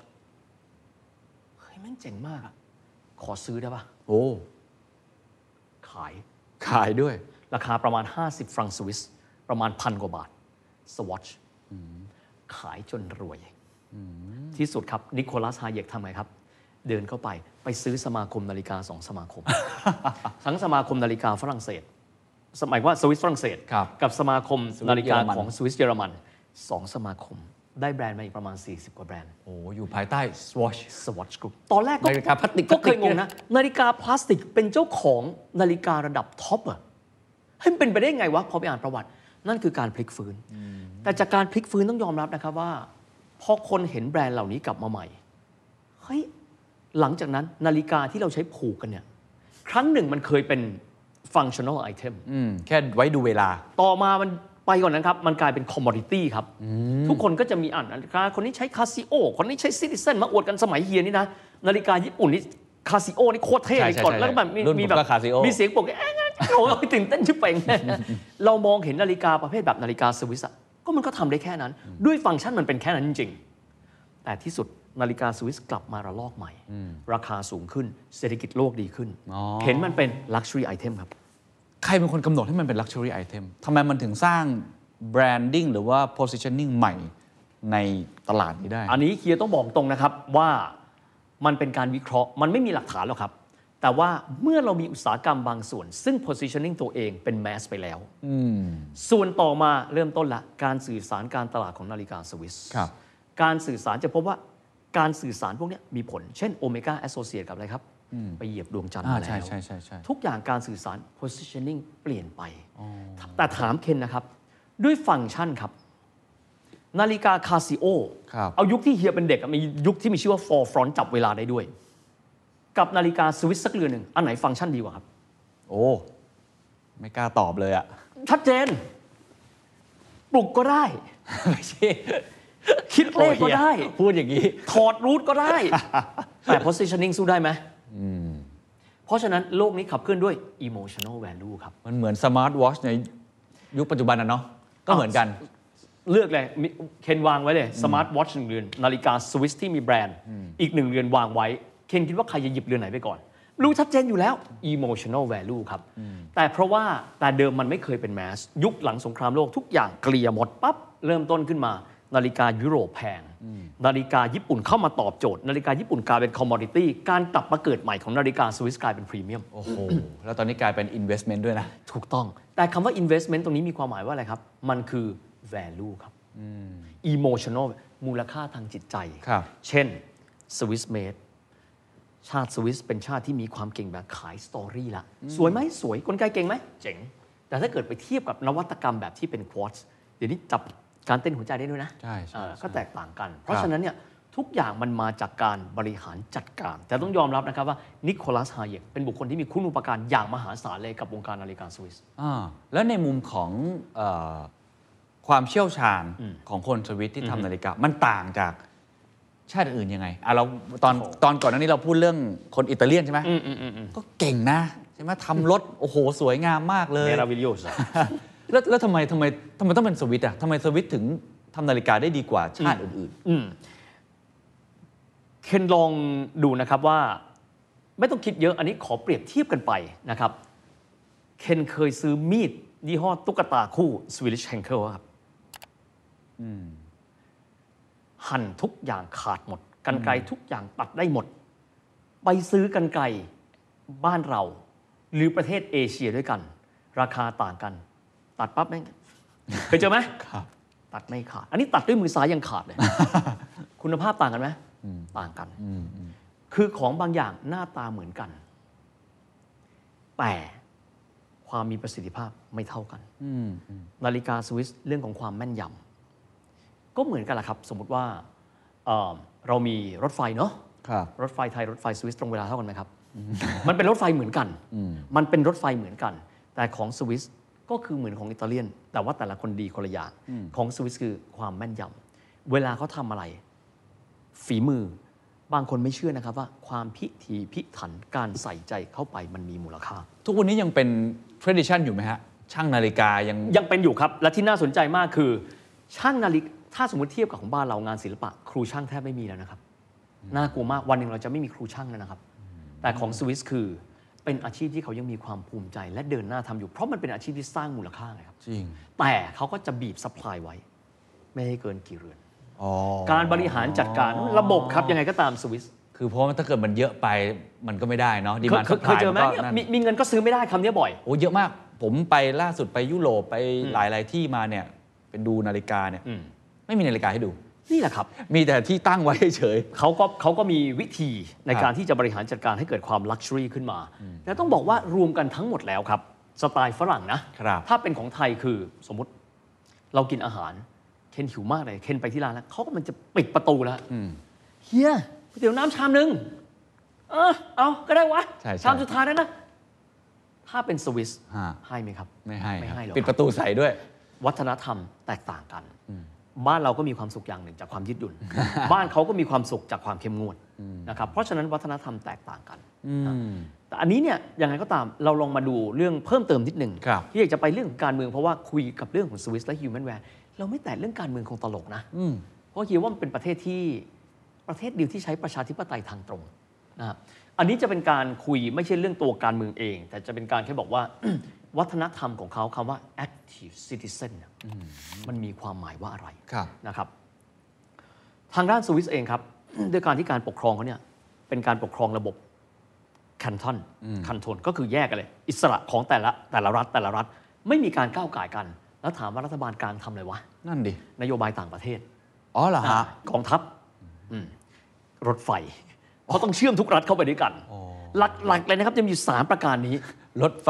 [SPEAKER 3] เฮ้ยแม่งเจ๋งมากอะขอซื้อได้ปะ
[SPEAKER 2] โอ้
[SPEAKER 3] ขาย
[SPEAKER 2] ขายด้วย
[SPEAKER 3] ราคาประมาณ 50 ฟรังก์สวิส ประมาณพันกว่าบาท สวอชขายจนรวย ที่สุดครับ นิโคลัสฮาเยกทำไงครับ เดินเข้าไปไปซื้อสมาคมนาฬิกาสองสมาค ม ทั้งสมาคมนาฬิกาฝรั่งเศส สมัยว่าสวิสฝรั่งเศส
[SPEAKER 2] ครับ
[SPEAKER 3] กับสมาคมนาฬิกา
[SPEAKER 2] สวิสเยอรมัน
[SPEAKER 3] ของสวิสเยอรมันสองสมาคม ได้แบรนด์มาอีกประมาณ 40 กว่าแบรนด์
[SPEAKER 2] โอ้ อยู่ภายใต้ swatch
[SPEAKER 3] สวอตช์กรุ๊ปตอนแรกก็
[SPEAKER 2] นาฬิกาพลาสติก
[SPEAKER 3] ก็เคย
[SPEAKER 2] พลาสติก
[SPEAKER 3] งงนะ นาฬิกาพลาสติกเป็นเจ้าของนาฬิการะดับท็อปอะเฮ้ยมันเป็นไปได้ไงวะ พอไปอ่านประวัติ นั่นคือการพลิกฟื้น แต่จากการพลิกฟื้นต้องยอมรับนะครับว่า พอคนเห็นแบรนด์เหล่านี้กลับมาใหม่ เฮ้ย หลังจากนั้นนาฬิกาที่เราใช้ผูกกันเนี่ย ครั้งหนึ่งมันเคยเป็น functional item
[SPEAKER 2] อืม แค่ไว้ดูเวลา
[SPEAKER 3] ต่อมามันไปก่อนนั้นครับ มันกลายเป็นคอมมอดิตี้ครับ ทุกคนก็จะมีอ่านนาฬิกาคนนี้ใช้คาซิโอคนนี้ใช้ซิติเซนมาอวดกันสมัยเฮียนี่นะ นาฬิกาญี่ปุ่นนี่ คาซิโอนี่โคตรเท่
[SPEAKER 2] ใช่
[SPEAKER 3] เลย
[SPEAKER 2] ใช่
[SPEAKER 3] กด
[SPEAKER 2] ใช่
[SPEAKER 3] แล้วก็แบบมี
[SPEAKER 2] รุ่นผม
[SPEAKER 3] มีแบบ
[SPEAKER 2] ก็ Casio
[SPEAKER 3] มีเสียงปลุกเอ๊ะโอ้ยตื่น เต้นชิบเป่ง เรามองเห็นนาฬิกาประเภทแบบนาฬิกาสวิสอะก็มันก็ทำได้แค่นั้น ด้วยฟังก์ชันมันเป็นแค่นั้นจริงๆ แต่ที่สุดนาฬิกาสวิสกลับมาระลอกใหม่ ราคาสูงขึ้นเศรษฐกิจโลกดีขึ้น
[SPEAKER 2] อ๋อ
[SPEAKER 3] เห็นมันเป็นลักชัวรี่ไอเทมครับ
[SPEAKER 2] ใครเป็นคนกำหนดให้มันเป็น Luxury Item ทำไมมันถึงสร้าง Branding หรือว่า Positioning ใหม่ในตลาดนี้ได้
[SPEAKER 3] อันนี้เคียร์ต้องบอกตรงนะครับว่ามันเป็นการวิเคราะห์มันไม่มีหลักฐานหรอกครับ แต่ว่าเมื่อเรามีอุตสาหกรรมบางส่วน ซึ่ง positioning ตัวเองเป็น mass ไปแล้ว ส่วนต่อมาเริ่มต้นละ การสื่อสารการตลาดของนาฬิกาสวิส
[SPEAKER 2] ครับ
[SPEAKER 3] การสื่อสารจะพบว่าการสื่อสารพวกเนี้ยมีผล เช่นโอเมก้าแอสโซเชตกับอะไรครับ ไปเหยียบดวงจันทร์
[SPEAKER 2] อ่า
[SPEAKER 3] มาแล้ว
[SPEAKER 2] ใช่ใช่ใช่ใช่
[SPEAKER 3] ทุกอย่างการสื่อสาร positioning เปลี่ยนไป แต่ถามเคนนะครับ ด้วยฟังก์ชันครับ นาฬิกาคาซิโอ
[SPEAKER 2] ครับ
[SPEAKER 3] เอายุคที่เฮียเป็นเด็กอะมียุคที่มีชื่อว่า forefront จับเวลาได้ด้วย กับนาฬิกาสวิสสักเรือนหนึ่งอันไหนฟังก์ชันดีกว่าครับ
[SPEAKER 2] โอ้ ไม่กล้าตอบเลยอะ
[SPEAKER 3] ชัดเจน ปลุกก็ได้
[SPEAKER 2] ไม่ใช่
[SPEAKER 3] คิดเลขก็ได้
[SPEAKER 2] พูดอย่างนี้
[SPEAKER 3] ถอดรูทก็ได้ แต่ positioning สู้ได้ไหมเพราะฉะนั้นโลกนี้ขับเคลื่อนด้วย emotional value ครับ
[SPEAKER 2] มันเหมือนสมาร์ทวอชในยุคปัจจุบันนะเนาะก็เหมือนกัน
[SPEAKER 3] เลือกเลยมีเคนวางไว้เลยสมาร์ทวอชหนึ่งเรือน นาฬิกาสวิสที่มีแบรนด์ อีกหนึ่งเรือนวางไว้ เคนคิดว่าใครจะหยิบเรือนไหนไปก่อน รู้ชัดเจนอยู่แล้ว emotional value ครับ แต่เพราะว่าแต่เดิมมันไม่เคยเป็นแมส ยุคหลังสงครามโลกทุกอย่างเกลี่ยหมดปั๊บ เริ่มต้นขึ้นมา นาฬิกายุโรปแพง นาฬิกาญี่ปุ่นเข้ามาตอบโจทย์ นาฬิกาญี่ปุ่นกลายเป็นคอมมอดิตี้การกลับมาเกิดใหม่ของนาฬิกาสวิสกลายเป็นพรีเมียม
[SPEAKER 2] โอ้โห แล้ว ตอนนี้กลายเป็น Investment ด้วยนะ
[SPEAKER 3] ถูกต้อง แต่คำว่า investment ตรงนี้มีความหมายว่าอะไรครับ มันคือ value ครับ emotional มูลค่าทางจิตใจ
[SPEAKER 2] ครับ
[SPEAKER 3] เช่น Swiss made ชาติสวิสเป็นชาติที่มีความเก่งแบบขายสตอรี่ละ สวยไหมสวยกลไกเก่งไหม เจ๋ง แต่ถ้าเกิดไปเทียบกับนวัตกรรมแบบที่เป็นควอตซ์เดี๋ยวนี้จับการเต้นหัวใจได้ด้วยนะ
[SPEAKER 2] ใช่ใช่
[SPEAKER 3] เออ
[SPEAKER 2] ใช่
[SPEAKER 3] ก็แตกต่างกัน เพราะฉะนั้นเนี่ยทุกอย่างมันมาจากการบริหารจัดการ แต่ต้องยอมรับนะครับว่านิโคลัสฮาเยกเป็นบุคคลที่มีคุณูปการอย่างมหาศาลเลยกับวงการนาฬิกาสวิส
[SPEAKER 2] อ่าแล้วในมุมของเออความเชี่ยวชาญของคนสวิตที่ทำนาฬิกา มันต่างจากชาติอื่นยังไงอ่ะเราตอน
[SPEAKER 3] โอ้โห
[SPEAKER 2] ตอนก่อนหนั้านนี้เราพูดเรื่องคนอิตาเลียนใช่ไหมก็เก่งนะใช่ไหมทำรถ โอ้โห สวยงามมากเลย
[SPEAKER 3] เนราวิลโยส
[SPEAKER 2] แล้วแล้วทำไมทำไมทำไมต้องเป็นสวิตอ่ะทำไมสวิตถึงทำนาฬิกาได้ดีกว่าชาติอื่น
[SPEAKER 3] เคนลองดูนะครับว่าไม่ต้องคิดเยอะอันนี้ขอเปรียบเทียบกันไปนะครับ เคนเคยซื้อมีดยี่ห้อตุ๊กตาคู่สวิลิชแฮงเกิลครับหั่นทุกอย่างขาดหมด กันไกลทุกอย่างตัดได้หมด ไปซื้อกันไกลบ้านเรา หรือประเทศเอเชียด้วยกัน ราคาต่างกัน ตัดปั๊บแม่งเคยเจอไหม
[SPEAKER 2] ๆ ครับ
[SPEAKER 3] ตัดไม่ขาด อันนี้ตัดด้วยมือซ้ายยังขาดเลย คุณภาพต่างกันไหม ต่างกัน คือของบางอย่างหน้าตาเหมือนกัน แต่ความมีประสิทธิภาพไม่เท่ากัน นาฬิกาสวิสเรื่องของความแม่นยำ ก็เหมือนกันแหละครับ สมมติว่าเอ่อเรามีรถไฟเนาะ
[SPEAKER 2] ครับ
[SPEAKER 3] รถไฟไทย รถไฟสวิสตรงเวลาเท่ากันไหมครับ มันเป็นรถไฟเหมือนกัน มันเป็นรถไฟเหมือนกัน แต่ของสวิสก็คือเหมือนของอิตาเลียน แต่ว่าแต่ละคนดีคนละอย่างของสวิสคือความแม่นยำเวลาเขาทำอะไร ฝีมือ บางคนไม่เชื่อนะครับว่าความพิถีพิถันการใส่ใจเข้าไปมันมีมูลค่า
[SPEAKER 2] ทุกวันนี้ยังเป็น tradition อยู่ไหมฮะ ช่างนาฬิกายัง
[SPEAKER 3] ยังเป็นอยู่ครับ และที่น่าสนใจมากคือ ช่างนาฬิกถ้าสมมติเทียบกับของบ้านเรางานศิลปะ ครูช่างแทบไม่มีแล้วนะครับ น่ากลัวมากวันหนึ่งเราจะไม่มีครูช่างแล้วนะครับ แต่ของสวิสคือเป็นอาชีพที่เขายังมีความภูมิใจ และเดินหน้าทำอยู่ เพราะมันเป็นอาชีพที่สร้างมูลค่าไงครับ
[SPEAKER 2] จริง
[SPEAKER 3] แต่เขาก็จะบีบซัพพลายไว้ ไม่ให้เกินกี่เรือน
[SPEAKER 2] อ๋อ
[SPEAKER 3] การบริหารจัดการระบบครับยังไงก็ตามสวิส
[SPEAKER 2] คือเพราะว่าถ้าเกิดมันเยอะไปมันก็ไม่ได้เนาะดี
[SPEAKER 3] เค
[SPEAKER 2] มาย น
[SPEAKER 3] เคยเคยเจอไหมเนี่ยมีมีเงินก็ซื้อไม่ได้คำเนี้ยบ่อย
[SPEAKER 2] โอ้เยอะมาก ผมไปล่าสุดไปยุโรปไปหลาย ๆ ที่มาเนี่ย เป็นดูนาฬิกาเนี่ย
[SPEAKER 3] อืม
[SPEAKER 2] ไม่มีนาฬิกาให้ดู
[SPEAKER 3] นี่แหละครับ
[SPEAKER 2] มีแต่ที่ตั้งไว้เฉย
[SPEAKER 3] เขาก็เขาก็มีวิธีใน
[SPEAKER 2] ครับ
[SPEAKER 3] การที่จะบริหารจัดการให้เกิดความลักชัวรี่ขึ้นมาแต่ต้องบอกว่ารวมกันทั้งหมดแล้วครับ สไตล์ฝรั่งนะ
[SPEAKER 2] ครับ
[SPEAKER 3] ถ้าเป็นของไทยคือสมมติเรากินอาหาร เคนหิวมากเลย เคนไปที่ร้านแล้วเขาก็มันจะปิดประตูแล้วเฮียก๋วยเตี๋ยวน้ำชามหนึ่งเออเอาก็ได้วะ
[SPEAKER 2] ใช่ใช่
[SPEAKER 3] ชามสุดท้ายแล้วนะ ถ้าเป็นสวิส
[SPEAKER 2] ฮะ
[SPEAKER 3] ให้ไหมครับ
[SPEAKER 2] ไม่ให้
[SPEAKER 3] ไม่ให้หรอก
[SPEAKER 2] ปิดประตูใส่ด้วย
[SPEAKER 3] วัฒนธรรมแตกต่ างกัน บ้านเราก็มีความสุขอย่างหนึ่งจากความยืดหยุ่น บ้านเขาก็มีความสุขจากความเข้มงวด นะครับเพราะฉะนั้นวัฒนธรรมแตกต่างกัน
[SPEAKER 2] อืม
[SPEAKER 3] แต่อันนี้เนี่ยยังไงก็ตามเราลองมาดูเรื่องเพิ่มเติมนิดหนึ่ง
[SPEAKER 2] ครับ
[SPEAKER 3] ที่อยากจะไปเรื่องของการเมืองเพราะว่าคุยกับเรื่องของสวิสและฮิวแมนแวร์เราไม่แตะเรื่องการเมืองของตลกนะ
[SPEAKER 2] อืม
[SPEAKER 3] เพราะคิดว่ามันเป็นประเทศที่ประเทศเดียวที่ใช้ประชาธิปไตยทางตรงนะฮะอันนี้จะเป็นการคุยไม่ใช่เรื่องตัวการเมืองเอง แต่จะเป็นการแค่บอกว่า วัฒนธรรมของเขาคำว่า active citizen เนี่ยมันมีความหมายว่าอะไร
[SPEAKER 2] ครับ
[SPEAKER 3] นะครับทางด้านสวิสเองครับ ด้วยการที่การปกครองเขาเนี่ยเป็นการปกครองระบบคันทอนคันโทนก็คือแยกกันเลย อิสระของแต่ละแต่ละรัฐแต่ละรัฐ ไม่มีการก้าวไก่ายกัน แล้วถามว่ารัฐบาลกลางทำอะไรวะ
[SPEAKER 2] นั่นดิ
[SPEAKER 3] นโยบายต่างประเทศ
[SPEAKER 2] อ๋อเหรอฮะ
[SPEAKER 3] กองทัพอืมรถไฟเพราะต้องเชื่อมทุกรัฐเข้าไปด้วยกัน หลักหลักเลยนะครับจะมีอยู่สามประการนี้
[SPEAKER 2] รถไฟ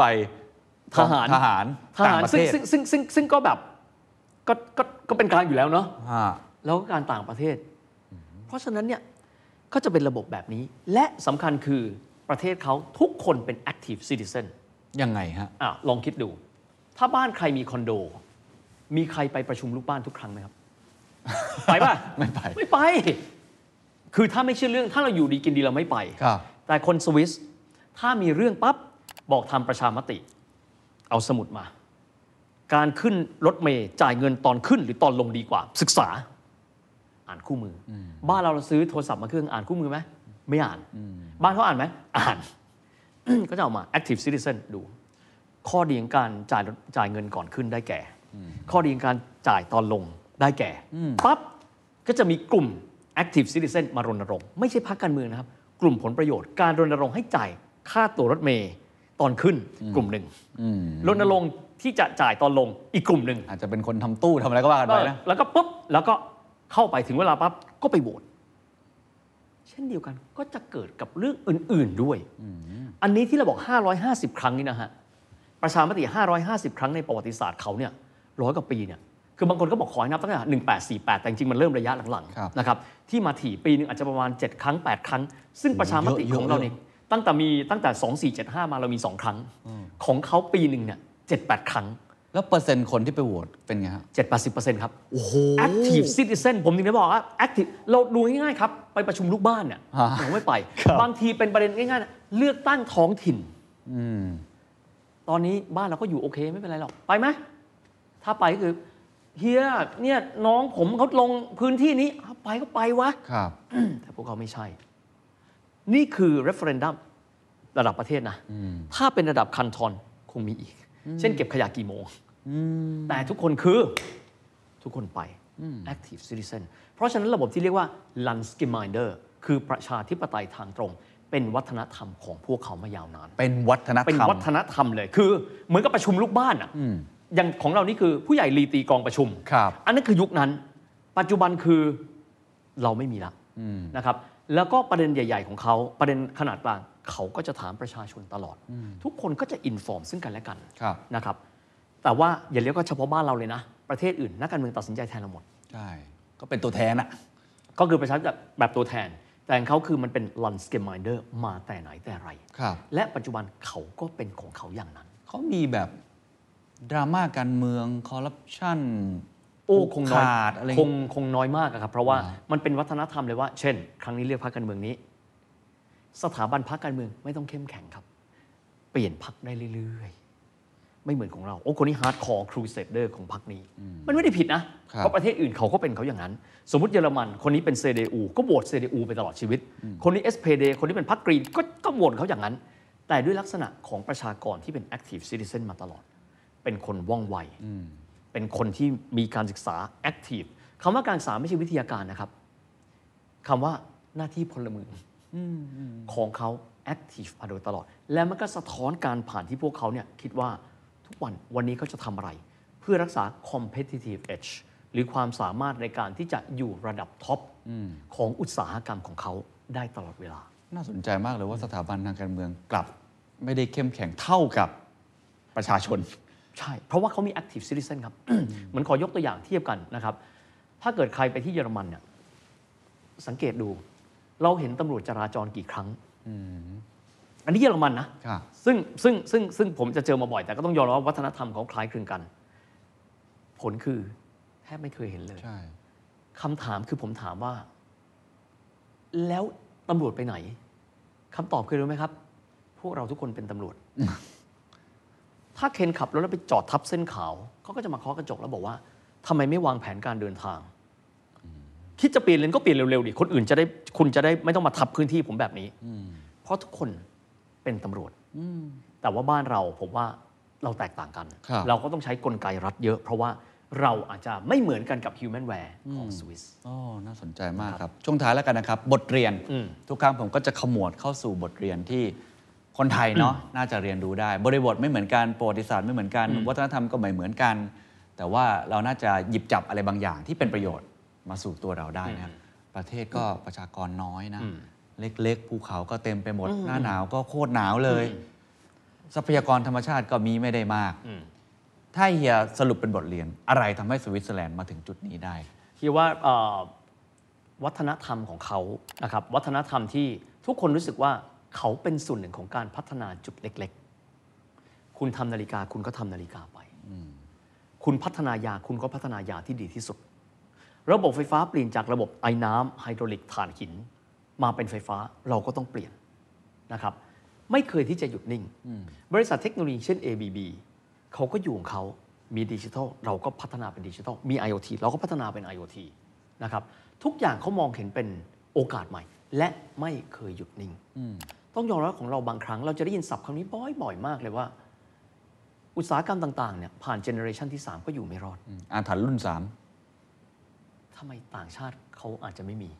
[SPEAKER 3] ทหาร
[SPEAKER 2] ทหาร
[SPEAKER 3] ทหารซึ่งซึ่งซึ่งซึ่งซึ่งก็แบบก็ก็ก็เป็นกลางอยู่แล้วเนาะ
[SPEAKER 2] ฮะ
[SPEAKER 3] แล้วก็การต่างประเทศ เพราะฉะนั้นเนี่ยก็จะเป็นระบบแบบนี้ และสำคัญคือประเทศเขาทุกคนเป็น active citizen
[SPEAKER 2] ยังไงฮะ
[SPEAKER 3] อ่ะลองคิดดู ถ้าบ้านใครมีคอนโด มีใครไปประชุมลูกบ้านทุกครั้งไหม ครับ ไปป่ะ
[SPEAKER 2] ไม่ไป
[SPEAKER 3] ไม่ไป คือถ้าไม่เชื่อเรื่องถ้าเราอยู่ดีกินดีเราไม่ไป
[SPEAKER 2] ครับ
[SPEAKER 3] แต่คนสวิสถ้ามีเรื่องปั๊บ บอกทำประชามติ เอาสมุดมา การขึ้นรถเมย์จ่ายเงินตอนขึ้นหรือตอนลงดีกว่า ศึกษา อ่านคู่มืออบ้านเราเราซื้อโทรศัพท์มาเครื่องอ่านคู่มือไหมไม่อ่าน บ้านเขาอ่านไหมอ่าน ก็จะเอามา active citizen ดู ข้อดีของการจ่ายจ่ายเงินก่อนขึ้นได้แก่ ข้อดีของการจ่ายตอนลงได้แก่ปั๊บก็จะมีกลุ่ม active citizen มารณรงค์ไม่ใช่พรรคการเมืองนะครับ กลุ่มผลประโยชน์การรณรงค์ให้จ่ายค่าตั๋วรถเมย์ตอนขึ้นกลุ่มหนึ่งรณรงค์ที่จะจ่ายตอนลงอีกกลุ่มหนึ่ง
[SPEAKER 2] อาจจะเป็นคนทำตู้ทำอะไรก็ว่ากันไปนะ
[SPEAKER 3] เออแล้วก็ปุ๊บ แล้วก็เข้าไปถึงเวลาปั๊บ ก็ไปโหวตเช่นเดียวกันก็จะเกิดกับเรื่องอื่น ๆด้วย อันนี้ที่เราบอก 550 ครั้งนี่นะฮะ ประชามติ 550 ครั้งในประวัติศาสตร์เขาเนี่ยร้อยกว่าปีเนี่ย คือบางคนก็บอกขอให้นับตั้งแต่1848 แต่จริงๆ มันเริ่มระยะหลัง
[SPEAKER 2] ครับ
[SPEAKER 3] ๆนะครับ ที่มาถี่ปีหนึงอาจจะประมาณ 7 ครั้ง 8 ครั้ง ซึ่งประชามติของเราเนี่ยตั้งแต่มีตั้งแต่ 2475 มาเรามี 2 ครั้ง ของเขาปีหนึ่งเนี่ย7-8 ครั้ง
[SPEAKER 2] แล้วเปอร์เซ็นต์คนที่ไปโหวตเป็นไงฮะ
[SPEAKER 3] 7-80%ครับ active citizen ผมถึงได้บอกว่า active เราดูง่ายๆครับ ไปประชุมลูกบ้านเนี่ย
[SPEAKER 2] ฮะ
[SPEAKER 3] เราไม่ไป
[SPEAKER 2] ครับ
[SPEAKER 3] บางทีเป็นประเด็นง่ายๆนะเลือกตั้งท้องถิ่น
[SPEAKER 2] อืม
[SPEAKER 3] ตอนนี้บ้านเราก็อยู่โอเคไม่เป็นไรหรอก ไปไหม ถ้าไปก็คือเฮียเนี่ยน้องผมเขาลงพื้นที่นี้เอาไปก็ไปวะ
[SPEAKER 2] ครับ
[SPEAKER 3] แต่พวกเขาไม่ใช่ นี่คือ referendum ระดับประเทศนะ ถ้าเป็นระดับคันทอนคงมีอีก เช่นเก็บขยะกี่โมง แต่ทุกคนคือทุกคนไป active citizen เพราะฉะนั้นระบบที่เรียกว่า l a n d s c a m i n d e r คือประชาธิปไตยทางตรง เป็นวัฒนธรรมของพวกเขามายาวนาน
[SPEAKER 2] เป็นวัฒนธรรม
[SPEAKER 3] เป็นวัฒนธรรมเลย คือเหมือนกับประชุมลูกบ้านอ่ะอย่างของเรานี่คือผู้ใหญ่รีตีกองประชุม
[SPEAKER 2] ครับ
[SPEAKER 3] อันนั้นคือยุคนั้น ปัจจุบันคือเราไม่มีละนะครับ แล้วก็ประเด็นใหญ่ ๆ ของเขาประเด็นขนาดกลางเขาก็จะถามประชาชนตลอด ทุกคนก็จะอินฟอร์มซึ่งกันและกัน
[SPEAKER 2] ครับ
[SPEAKER 3] นะครับ แต่ว่าอย่าเรียกว่าเฉพาะบ้านเราเลยนะ ประเทศอื่นนักการเมืองตัดสินใจแทนเราหมด
[SPEAKER 2] ใช่ ก็เป็นตัวแทนอะ
[SPEAKER 3] ก็คือประชาธิปไตยแบบตัวแทน แต่ของเขาคือมันเป็น l u n s c a m i n d e r มาแต่ไหนแต่ไร
[SPEAKER 2] ครับ
[SPEAKER 3] และปัจจุบันเขาก็เป็นของเขาอย่างนั้น
[SPEAKER 2] เขามีแบบ ดราม่าการเมือง คอร์รัปชัน
[SPEAKER 3] โอ้คงน้อย
[SPEAKER 2] ขาดอะไร
[SPEAKER 3] คงคงน้อยมากอะครับ เพราะว่า
[SPEAKER 2] อ่า
[SPEAKER 3] มันเป็นวัฒนธรรมเลยว่า เช่น ครั้งนี้เลือกพรรคการเมืองนี้ สถาบันพรรคการเมืองไม่ต้องเข้มแข็งครับ เปลี่ยนพรรคได้เรื่อยๆ ไม่เหมือนของเรา โอ้คนนี้ฮาร์ดคอร์ครูเซเดอร์ของพรรคนี้ มันไม่ได้ผิดนะ
[SPEAKER 2] ครับ
[SPEAKER 3] เพราะประเทศอื่นเขาก็เป็นเขาอย่างนั้น สมมติเยอรมัน คนนี้เป็น CDU ก็โหวต CDU ไปตลอดชีวิต คนนี้ SPD คนนี้เป็นพรรคกรีนก็ก็โหวตเขาอย่างนั้น แต่ด้วยลักษณะของประชากรที่เป็น active citizen มาตลอด เป็นคนว่องไว เป็นคนที่มีการศึกษา active คำว่าการศึกษาไม่ใช่วิทยาการนะครับคำว่าหน้าที่พลเมืองของเขา active มาโดยตลอด และมันก็สะท้อนการผ่านที่พวกเขาเนี่ยคิดว่าทุกวันวันนี้เขาจะทำอะไร เพื่อรักษา competitive edge หรือความสามารถในการที่จะอยู่ระดับท็อปของอุตสาหกรรมของเขาได้ตลอดเวลา
[SPEAKER 2] น่าสนใจมากเลยว่าสถาบันทางการเมืองกลับ ไม่ได้เข้มแข็งเท่ากับประชาชน
[SPEAKER 3] ใช่ เพราะว่าเขามี active citizen ครับ เหมือนขอยกตัวอย่างเทียบกันนะครับ ถ้าเกิดใครไปที่เยอรมันเนี่ย สังเกตดู เราเห็นตำรวจจราจรกี่ครั้ง อันนี้เยอรมันนะ
[SPEAKER 2] ค่ะ
[SPEAKER 3] ซึ่งซึ่งซึ่งซึ่งผมจะเจอมาบ่อย แต่ก็ต้องยอมรับว่าวัฒนธรรมของคล้ายคลึงกัน ผลคือแทบไม่เคยเห็นเลย
[SPEAKER 2] ใช่
[SPEAKER 3] คำถามคือผมถามว่า แล้ว ตำรวจไปไหนคำตอบคือรู้ไหมครับ พวกเราทุกคนเป็นตำรวจ ถ้าเคนขับรถแล้วไปจอดทับเส้นขาวเขาก็จะมาเคาะกระจกแล้วบอกว่าทำไมไม่วางแผนการเดินทาง คิดจะเปลี่ยนเลนก็เปลี่ยนเร็วๆดิคนอื่นจะได้คุณจะได้ไม่ต้องมาทับพื้นที่ผมแบบนี้เพราะทุกคนเป็นตำรวจ แต่ว่าบ้านเราผมว่าเราแตกต่างกัน
[SPEAKER 2] ครับ
[SPEAKER 3] เราก็ต้องใช้กลไกรัฐเยอะ เพราะว่าเราอาจจะไม่เหมือนกันกับ human ware ของสวิส
[SPEAKER 2] อ๋อน่าสนใจมากครับ ช่วงท้ายแล้วกันนะครับ บทเรียน
[SPEAKER 3] อืม
[SPEAKER 2] ทุกครั้งผมก็จะขมวดเข้าสู่บทเรียนที่คนไทยเนาะน่าจะเรียนรู้ได้ บริบทไม่เหมือนกันประวัติศาสตร์ไม่เหมือนกัน วัฒนธรรมก็ไม่เหมือนกัน แต่ว่าเราน่าจะหยิบจับอะไรบางอย่างที่เป็นประโยชน์มาสู่ตัวเราได้นะครับประเทศก็ประชากรน้อยนะ เล็กๆภูเขาก็เต็มไปหมด หน้าหนาวก็โคตรหนาวเลย ทรัพยากรธรรมชาติก็มีไม่ได้มาก
[SPEAKER 3] อืม
[SPEAKER 2] ถ้าเฮียสรุปเป็นบทเรียน อะไรทำให้สวิตเซอร์แลนด์มาถึงจุดนี้ได้
[SPEAKER 3] ที่ว่าเอ่อวัฒนธรรมของเขานะครับวัฒนธรรมที่ทุกคนรู้สึกว่าเขาเป็นส่วนหนึ่งของการพัฒนาจุดเล็ก ๆ คุณทำนาฬิกาคุณก็ทำนาฬิกาไป คุณพัฒนายาคุณก็พัฒนายาที่ดีที่สุด ระบบไฟฟ้าเปลี่ยนจากระบบไอ้น้ำไฮดรอลิกถ่านหิน มาเป็นไฟฟ้าเราก็ต้องเปลี่ยนนะครับ ไม่เคยที่จะหยุดนิ่ง บริษัทเทคโนโลยีเช่น ABB เขาก็อยู่ของเขามีดิจิทัลเราก็พัฒนาเป็นดิจิทัลมี IoT เราก็พัฒนาเป็น IoT นะครับ ทุกอย่างเขามองเห็นเป็นโอกาสใหม่ และไม่เคยหยุดนิ่ง ต้องยอมรับของเราบางครั้งเราจะได้ยินศัพท์คำนี้บ่อยๆมากเลยว่า อุตสาหกรรมต่างๆเนี่ยผ่านเจเนอเรชันที่ 3 ก็อยู่ไม่รอด
[SPEAKER 2] อาถรรพ์รุ่นสาม
[SPEAKER 3] ทำไมต่างชาติเขาอาจจะไม่มี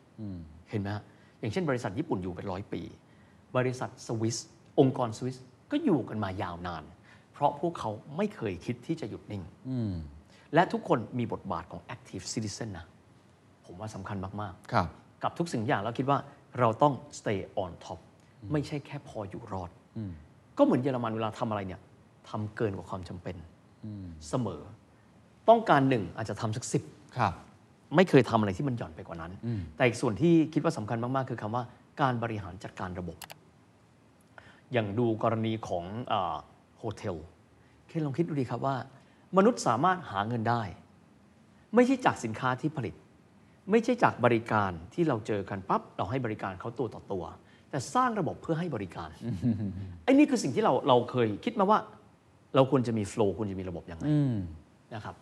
[SPEAKER 3] เห็นไหมฮะอย่างเช่นบริษัทญี่ปุ่นอยู่เป็นร้อยปี บริษัทสวิส องค์กรสวิส ก็อยู่กันมายาวนาน เพราะพวกเขาไม่เคยคิดที่จะหยุดนิ่ง และทุกคนมีบทบาทของ active citizen นะ ผมว่าสำคัญมาก
[SPEAKER 2] ครับ
[SPEAKER 3] ๆ กับทุกสิ่งอย่างเราคิดว่าเราต้อง stay on top ไม่ใช่แค่พออยู่รอด ก็เหมือนเยอรมันเวลาทำอะไรเนี่ยทำเกินกว่าความจำเป็นเสมอ ต้องการหนึ่งอาจจะทำสักสิบ
[SPEAKER 2] ครับ
[SPEAKER 3] ไม่เคยทำอะไรที่มันหย่อนไปกว่านั้น แต่อีกส่วนที่คิดว่าสำคัญมาก ๆ คือคำว่าการบริหารจัดการระบบ อย่างดูกรณีของเออโฮเทลเคนลองคิดดูดีครับว่า มนุษย์สามารถหาเงินได้ ไม่ใช่จากสินค้าที่ผลิต ไม่ใช่จากบริการที่เราเจอกันปั๊บเราให้บริการเขาตัวต่อตัว แต่สร้างระบบเพื่อให้บริการไอ้นี่คือสิ่งที่เราเราเคยคิดมาว่า เราควรจะมีโฟล์ควรจะมีระบบยังไง นะครับ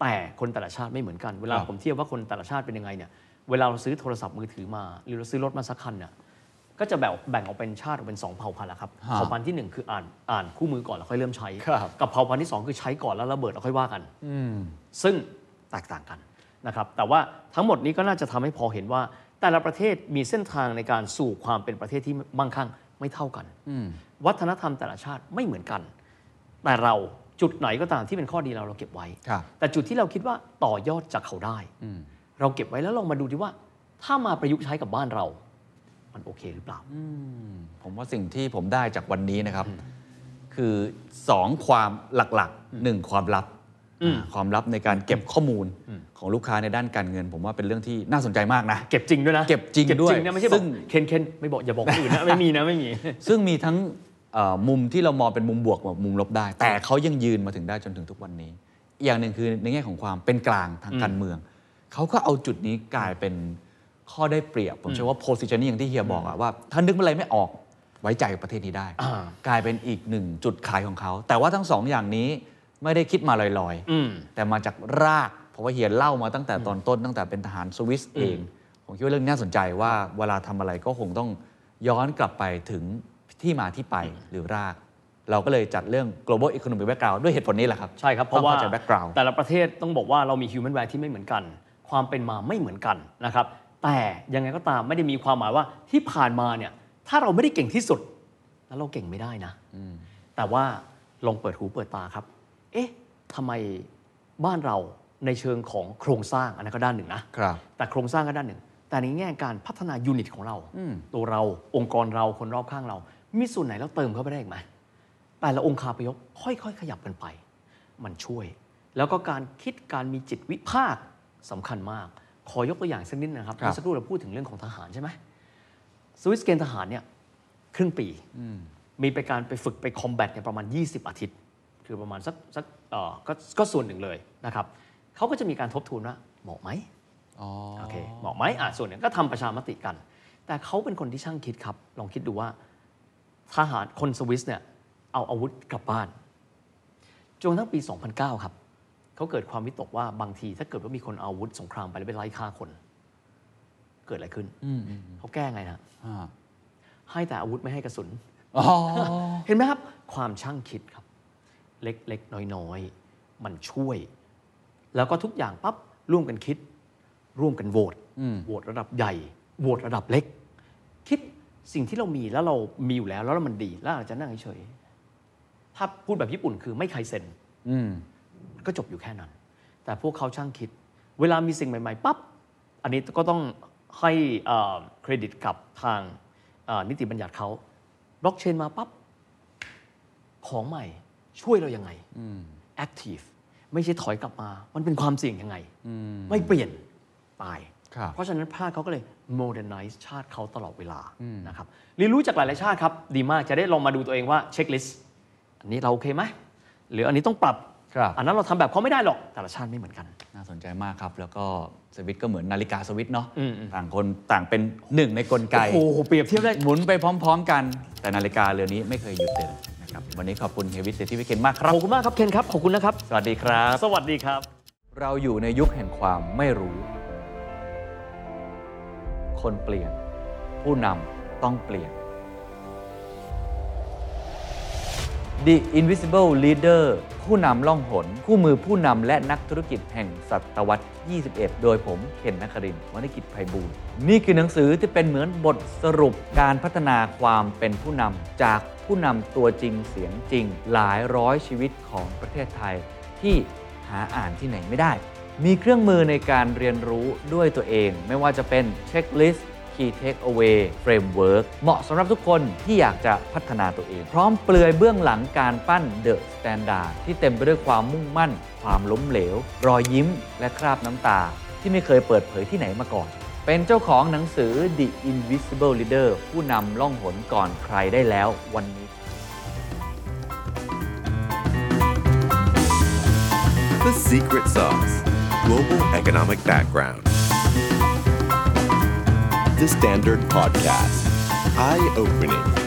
[SPEAKER 3] แต่คนแต่ละชาติไม่เหมือนกัน เวลา
[SPEAKER 2] ครับ
[SPEAKER 3] ผมเทียบว่าคนแต่ละชาติเป็นยังไงเนี่ยเวลาเราซื้อโทรศัพท์มือถือมา หรือเราซื้อรถมาสักคันเนี่ยก็จะแบ่งแบ่งออกเป็นชาติออกเป็น 2 เผ่าพันธุ์ละครับ
[SPEAKER 2] ฮะ
[SPEAKER 3] เผ่าพันธุ์ที่ 1 คืออ่านอ่านคู่มือก่อนแล้วค่อยเริ่มใช้
[SPEAKER 2] ครับ
[SPEAKER 3] กับเผ่าพันธุ์ที่ 2 คือใช้ก่อนแล้วระเบิดแล้วค่อยว่ากัน ซึ่งแตกต่างกันนะครับ แต่ว่าทั้งหมดนี้ก็น่าจะทำให้พอเห็นว่า แต่ละประเทศมีเส้นทางในการสู่ความเป็นประเทศที่มั่งคั่งไม่เท่ากัน วัฒนธรรมแต่ละชาติไม่เหมือนกัน แต่เราจุดไหนก็ตามที่เป็นข้อดีเราเราเก็บไว้
[SPEAKER 2] ครับ
[SPEAKER 3] แต่จุดที่เราคิดว่าต่อยอดจากเขาได้ เราเก็บไว้แล้วลองมาดูดิว่า ถ้ามาประยุกต์ใช้กับบ้านเรา มันโอเคหรือเปล่า
[SPEAKER 2] ผมว่าสิ่งที่ผมได้จากวันนี้นะครับ คือสองความหลักๆหนึ่งความลับอ่าความลับในการเก็บข้อมูลของลูกค้าในด้านการเงิน ผมว่าเป็นเรื่องที่น่าสนใจมากนะ
[SPEAKER 3] เก็บจริงด้วยนะ
[SPEAKER 2] เก็บจริงด้วย
[SPEAKER 3] นะไม่ใช่บ
[SPEAKER 2] ซึ่
[SPEAKER 3] อก
[SPEAKER 2] ง
[SPEAKER 3] เคนเคนไม่บอกอย่าบอกคนอื่นนะไม่มีนะไม่มี
[SPEAKER 2] ซึ่งมีทั้งเอ่อมุมที่เรามองเป็นมุมบวกกับมุมลบได้ แต่เขายังยืนมาถึงได้จนถึงทุกวันนี้อีกอย่างหนึ่งคือในแง่ของความเป็นกลางทางการเมือง เขาก็เอาจุดนี้กลายเป็นข้อได้เปรียบ ผมเชื่อว่า positioning อย่างที่เฮียบอกอะว่า ถ้านึกอะไรไม่ออกไว้ใจประเทศนี้ได้
[SPEAKER 3] อ่า
[SPEAKER 2] กลายเป็นอีกหนึ่งจุดขายของเขา แต่ว่าทั้งสองอย่างนี้ไม่ได้คิดมาลอย
[SPEAKER 3] อืม
[SPEAKER 2] ๆ แต่มาจากราก เพราะว่าเฮียเล่ามาตั้งแต่ตอนต้นตั้งแต่เป็นทหารสวิสเอง ผมคิดว่าเรื่องนี้น่าสนใจว่าเวลาทำอะไรก็คงต้องย้อนกลับไปถึงที่มาที่ไปหรือราก เราก็เลยจัดเรื่อง global economic background ด้วยเหตุผลนี้แหละครับ
[SPEAKER 3] ใช่ครับ เพราะว่า
[SPEAKER 2] ต้องเข้าใจ background
[SPEAKER 3] แต่ละประเทศต้องบอกว่าเรามี human value ที่ไม่เหมือนกัน ความเป็นมาไม่เหมือนกันนะครับ แต่ยังไงก็ตามไม่ได้มีความหมายว่าที่ผ่านมาเนี่ยถ้าเราไม่ได้เก่งที่สุด แล้วเราเก่งไม่ได้นะแต่ว่าลองเปิดหูเปิดตาครับ เอ๊ะทำไมบ้านเราในเชิงของโครงสร้างอันนั้นก็ด้านหนึ่งนะ
[SPEAKER 2] ครับ
[SPEAKER 3] แต่โครงสร้างก็ด้านหนึ่ง แต่ในแง่การพัฒนายูนิตของเรา ตัวเราองค์กรเราคนรอบข้างเรา มีส่วนไหนเราเติมเข้าไปได้อีกไหมแต่ละองค์คาพยพค่อยๆ ขยับกันไป มันช่วย แล้วก็การคิดการมีจิตวิภาคสำคัญมาก ขอยกตัวอย่างสักนิดนะครับ
[SPEAKER 2] ครับ
[SPEAKER 3] เมื่อสักครู่เราพูดถึงเรื่องของทหารใช่ไหมสวิสเกณฑ์ทหารเนี่ยครึ่งปี มีไปการไปฝึกไปคอมแบทเนี่ยประมาณ 20 อาทิตย์ คือประมาณสักสักเอ่อก็ก็ส่วนหนึ่งเลยนะครับเขาก็จะมีการทบทวนว่าเหมาะไหม
[SPEAKER 2] อ๋อ
[SPEAKER 3] โอเคเหมาะไหมอ่ะส่วนหนึ่งก็ทำประชามติกัน แต่ แต่เขาเป็นคนที่ช่างคิดครับ ลองคิดดูว่าทหารคนสวิสเนี่ยเอาอาวุธกลับบ้านจนกระทั้งปี 2009 ครับ เขาเกิดความวิตกว่าบางที ถ้าเกิดว่ามีคนเอาอาวุธสงครามไปแล้วไปไล่ฆ่าคน เกิดอะไรขึ้น
[SPEAKER 2] อืมอืม
[SPEAKER 3] เขาแก้ไงฮะ
[SPEAKER 2] อ่า
[SPEAKER 3] ให้แต่อาวุธไม่ให้กระสุน
[SPEAKER 2] อ๋อ
[SPEAKER 3] เห็นไหมครับ ความช่างคิดครับ เล็กๆ น้อยๆ มันช่วย แล้วก็ทุกอย่างปั๊บร่วมกันคิด ร่วมกันโหวต
[SPEAKER 2] อืม
[SPEAKER 3] โหวตระดับใหญ่โหวตระดับเล็ก คิดสิ่งที่เรามีแล้วเรามีอยู่แล้วแล้วมันดี แล้วเราจะนั่งเฉยๆถ้าพูดแบบญี่ปุ่นคือไม่ใครเซ็น
[SPEAKER 2] อืม
[SPEAKER 3] ก็จบอยู่แค่นั้น แต่พวกเขาช่างคิด เวลามีสิ่งใหม่ ๆ ปั๊บ อันนี้ก็ต้องให้เอ่อเครดิตกับทางเอ่อนิติบัญญัติเขา บล็อกเชนมาปั๊บ ของใหม่ช่วยเรายังไง active ไม่ใช่ถอยกลับมา มันเป็นความเสี่ยงยังไง ไม่เปลี่ยน ตาย
[SPEAKER 2] ครับ
[SPEAKER 3] เพราะฉะนั้นพลาดเขาก็เลย modernize ชาติเขาตลอดเวลานะครับเรียนรู้จากหลายๆชาติครับ ดีมากจะได้ลองมาดูตัวเองว่าเช็คลิสต์อันนี้เราโอเคไหมหรืออันนี้ต้องปรับ
[SPEAKER 2] ครับ
[SPEAKER 3] อันนั้นเราทำแบบเขาไม่ได้หรอก แต่ละชาติไม่เหมือนกัน
[SPEAKER 2] น่าสนใจมากครับ แล้วก็สวิตช์ก็เหมือนนาฬิกาสวิตช์เนาะ
[SPEAKER 3] อืมอืม
[SPEAKER 2] ต่างคนต่างเป็นหนึ่งในกลไก
[SPEAKER 3] โอ้โหเปรียบเทียบได้
[SPEAKER 2] หมุนไปพร้อม ๆ กัน แต่นาฬิกาเรือนนี้ไม่เคยหยุดเลยนะครับ วันนี้ขอบคุณเฮยวิทเศรษฐีวิเคนมากครับ
[SPEAKER 3] ขอบคุณมากครับ เคนครับ ขอบคุณนะครับ
[SPEAKER 2] สวัสดีครับ
[SPEAKER 3] สวัสดีครับ
[SPEAKER 2] เราอยู่ในยุคแห่งความไม่รู้ คนเปลี่ยน ผู้นำต้องเปลี่ยน The Invisible Leader ผู้นำล่องหน คู่มือผู้นำและนักธุรกิจแห่งศตวรรษ 21 โดยผมเคนนักครินทร์วณิกิจไพบูลย์นี่คือหนังสือที่เป็นเหมือนบทสรุปการพัฒนาความเป็นผู้นำจากผู้นำตัวจริงเสียงจริง หลายร้อยชีวิตของประเทศไทย ที่หาอ่านที่ไหนไม่ได้ มีเครื่องมือในการเรียนรู้ด้วยตัวเอง ไม่ว่าจะเป็นเช็คลิสต์ Key Takeaway Framework เหมาะสำหรับทุกคนที่อยากจะพัฒนาตัวเอง พร้อมเปลือยเบื้องหลังการปั้น The Standard ที่เต็มไปด้วยความมุ่งมั่น ความล้มเหลว รอยยิ้มและคราบน้ำตา ที่ไม่เคยเปิดเผยที่ไหนมาก่อน เป็นเจ้าของหนังสือ The Invisible Leader ผู้นำล่องหนก่อนใครได้แล้ววันนี้
[SPEAKER 1] The secret sauce. Global economic background. The Standard Podcast. Eye opening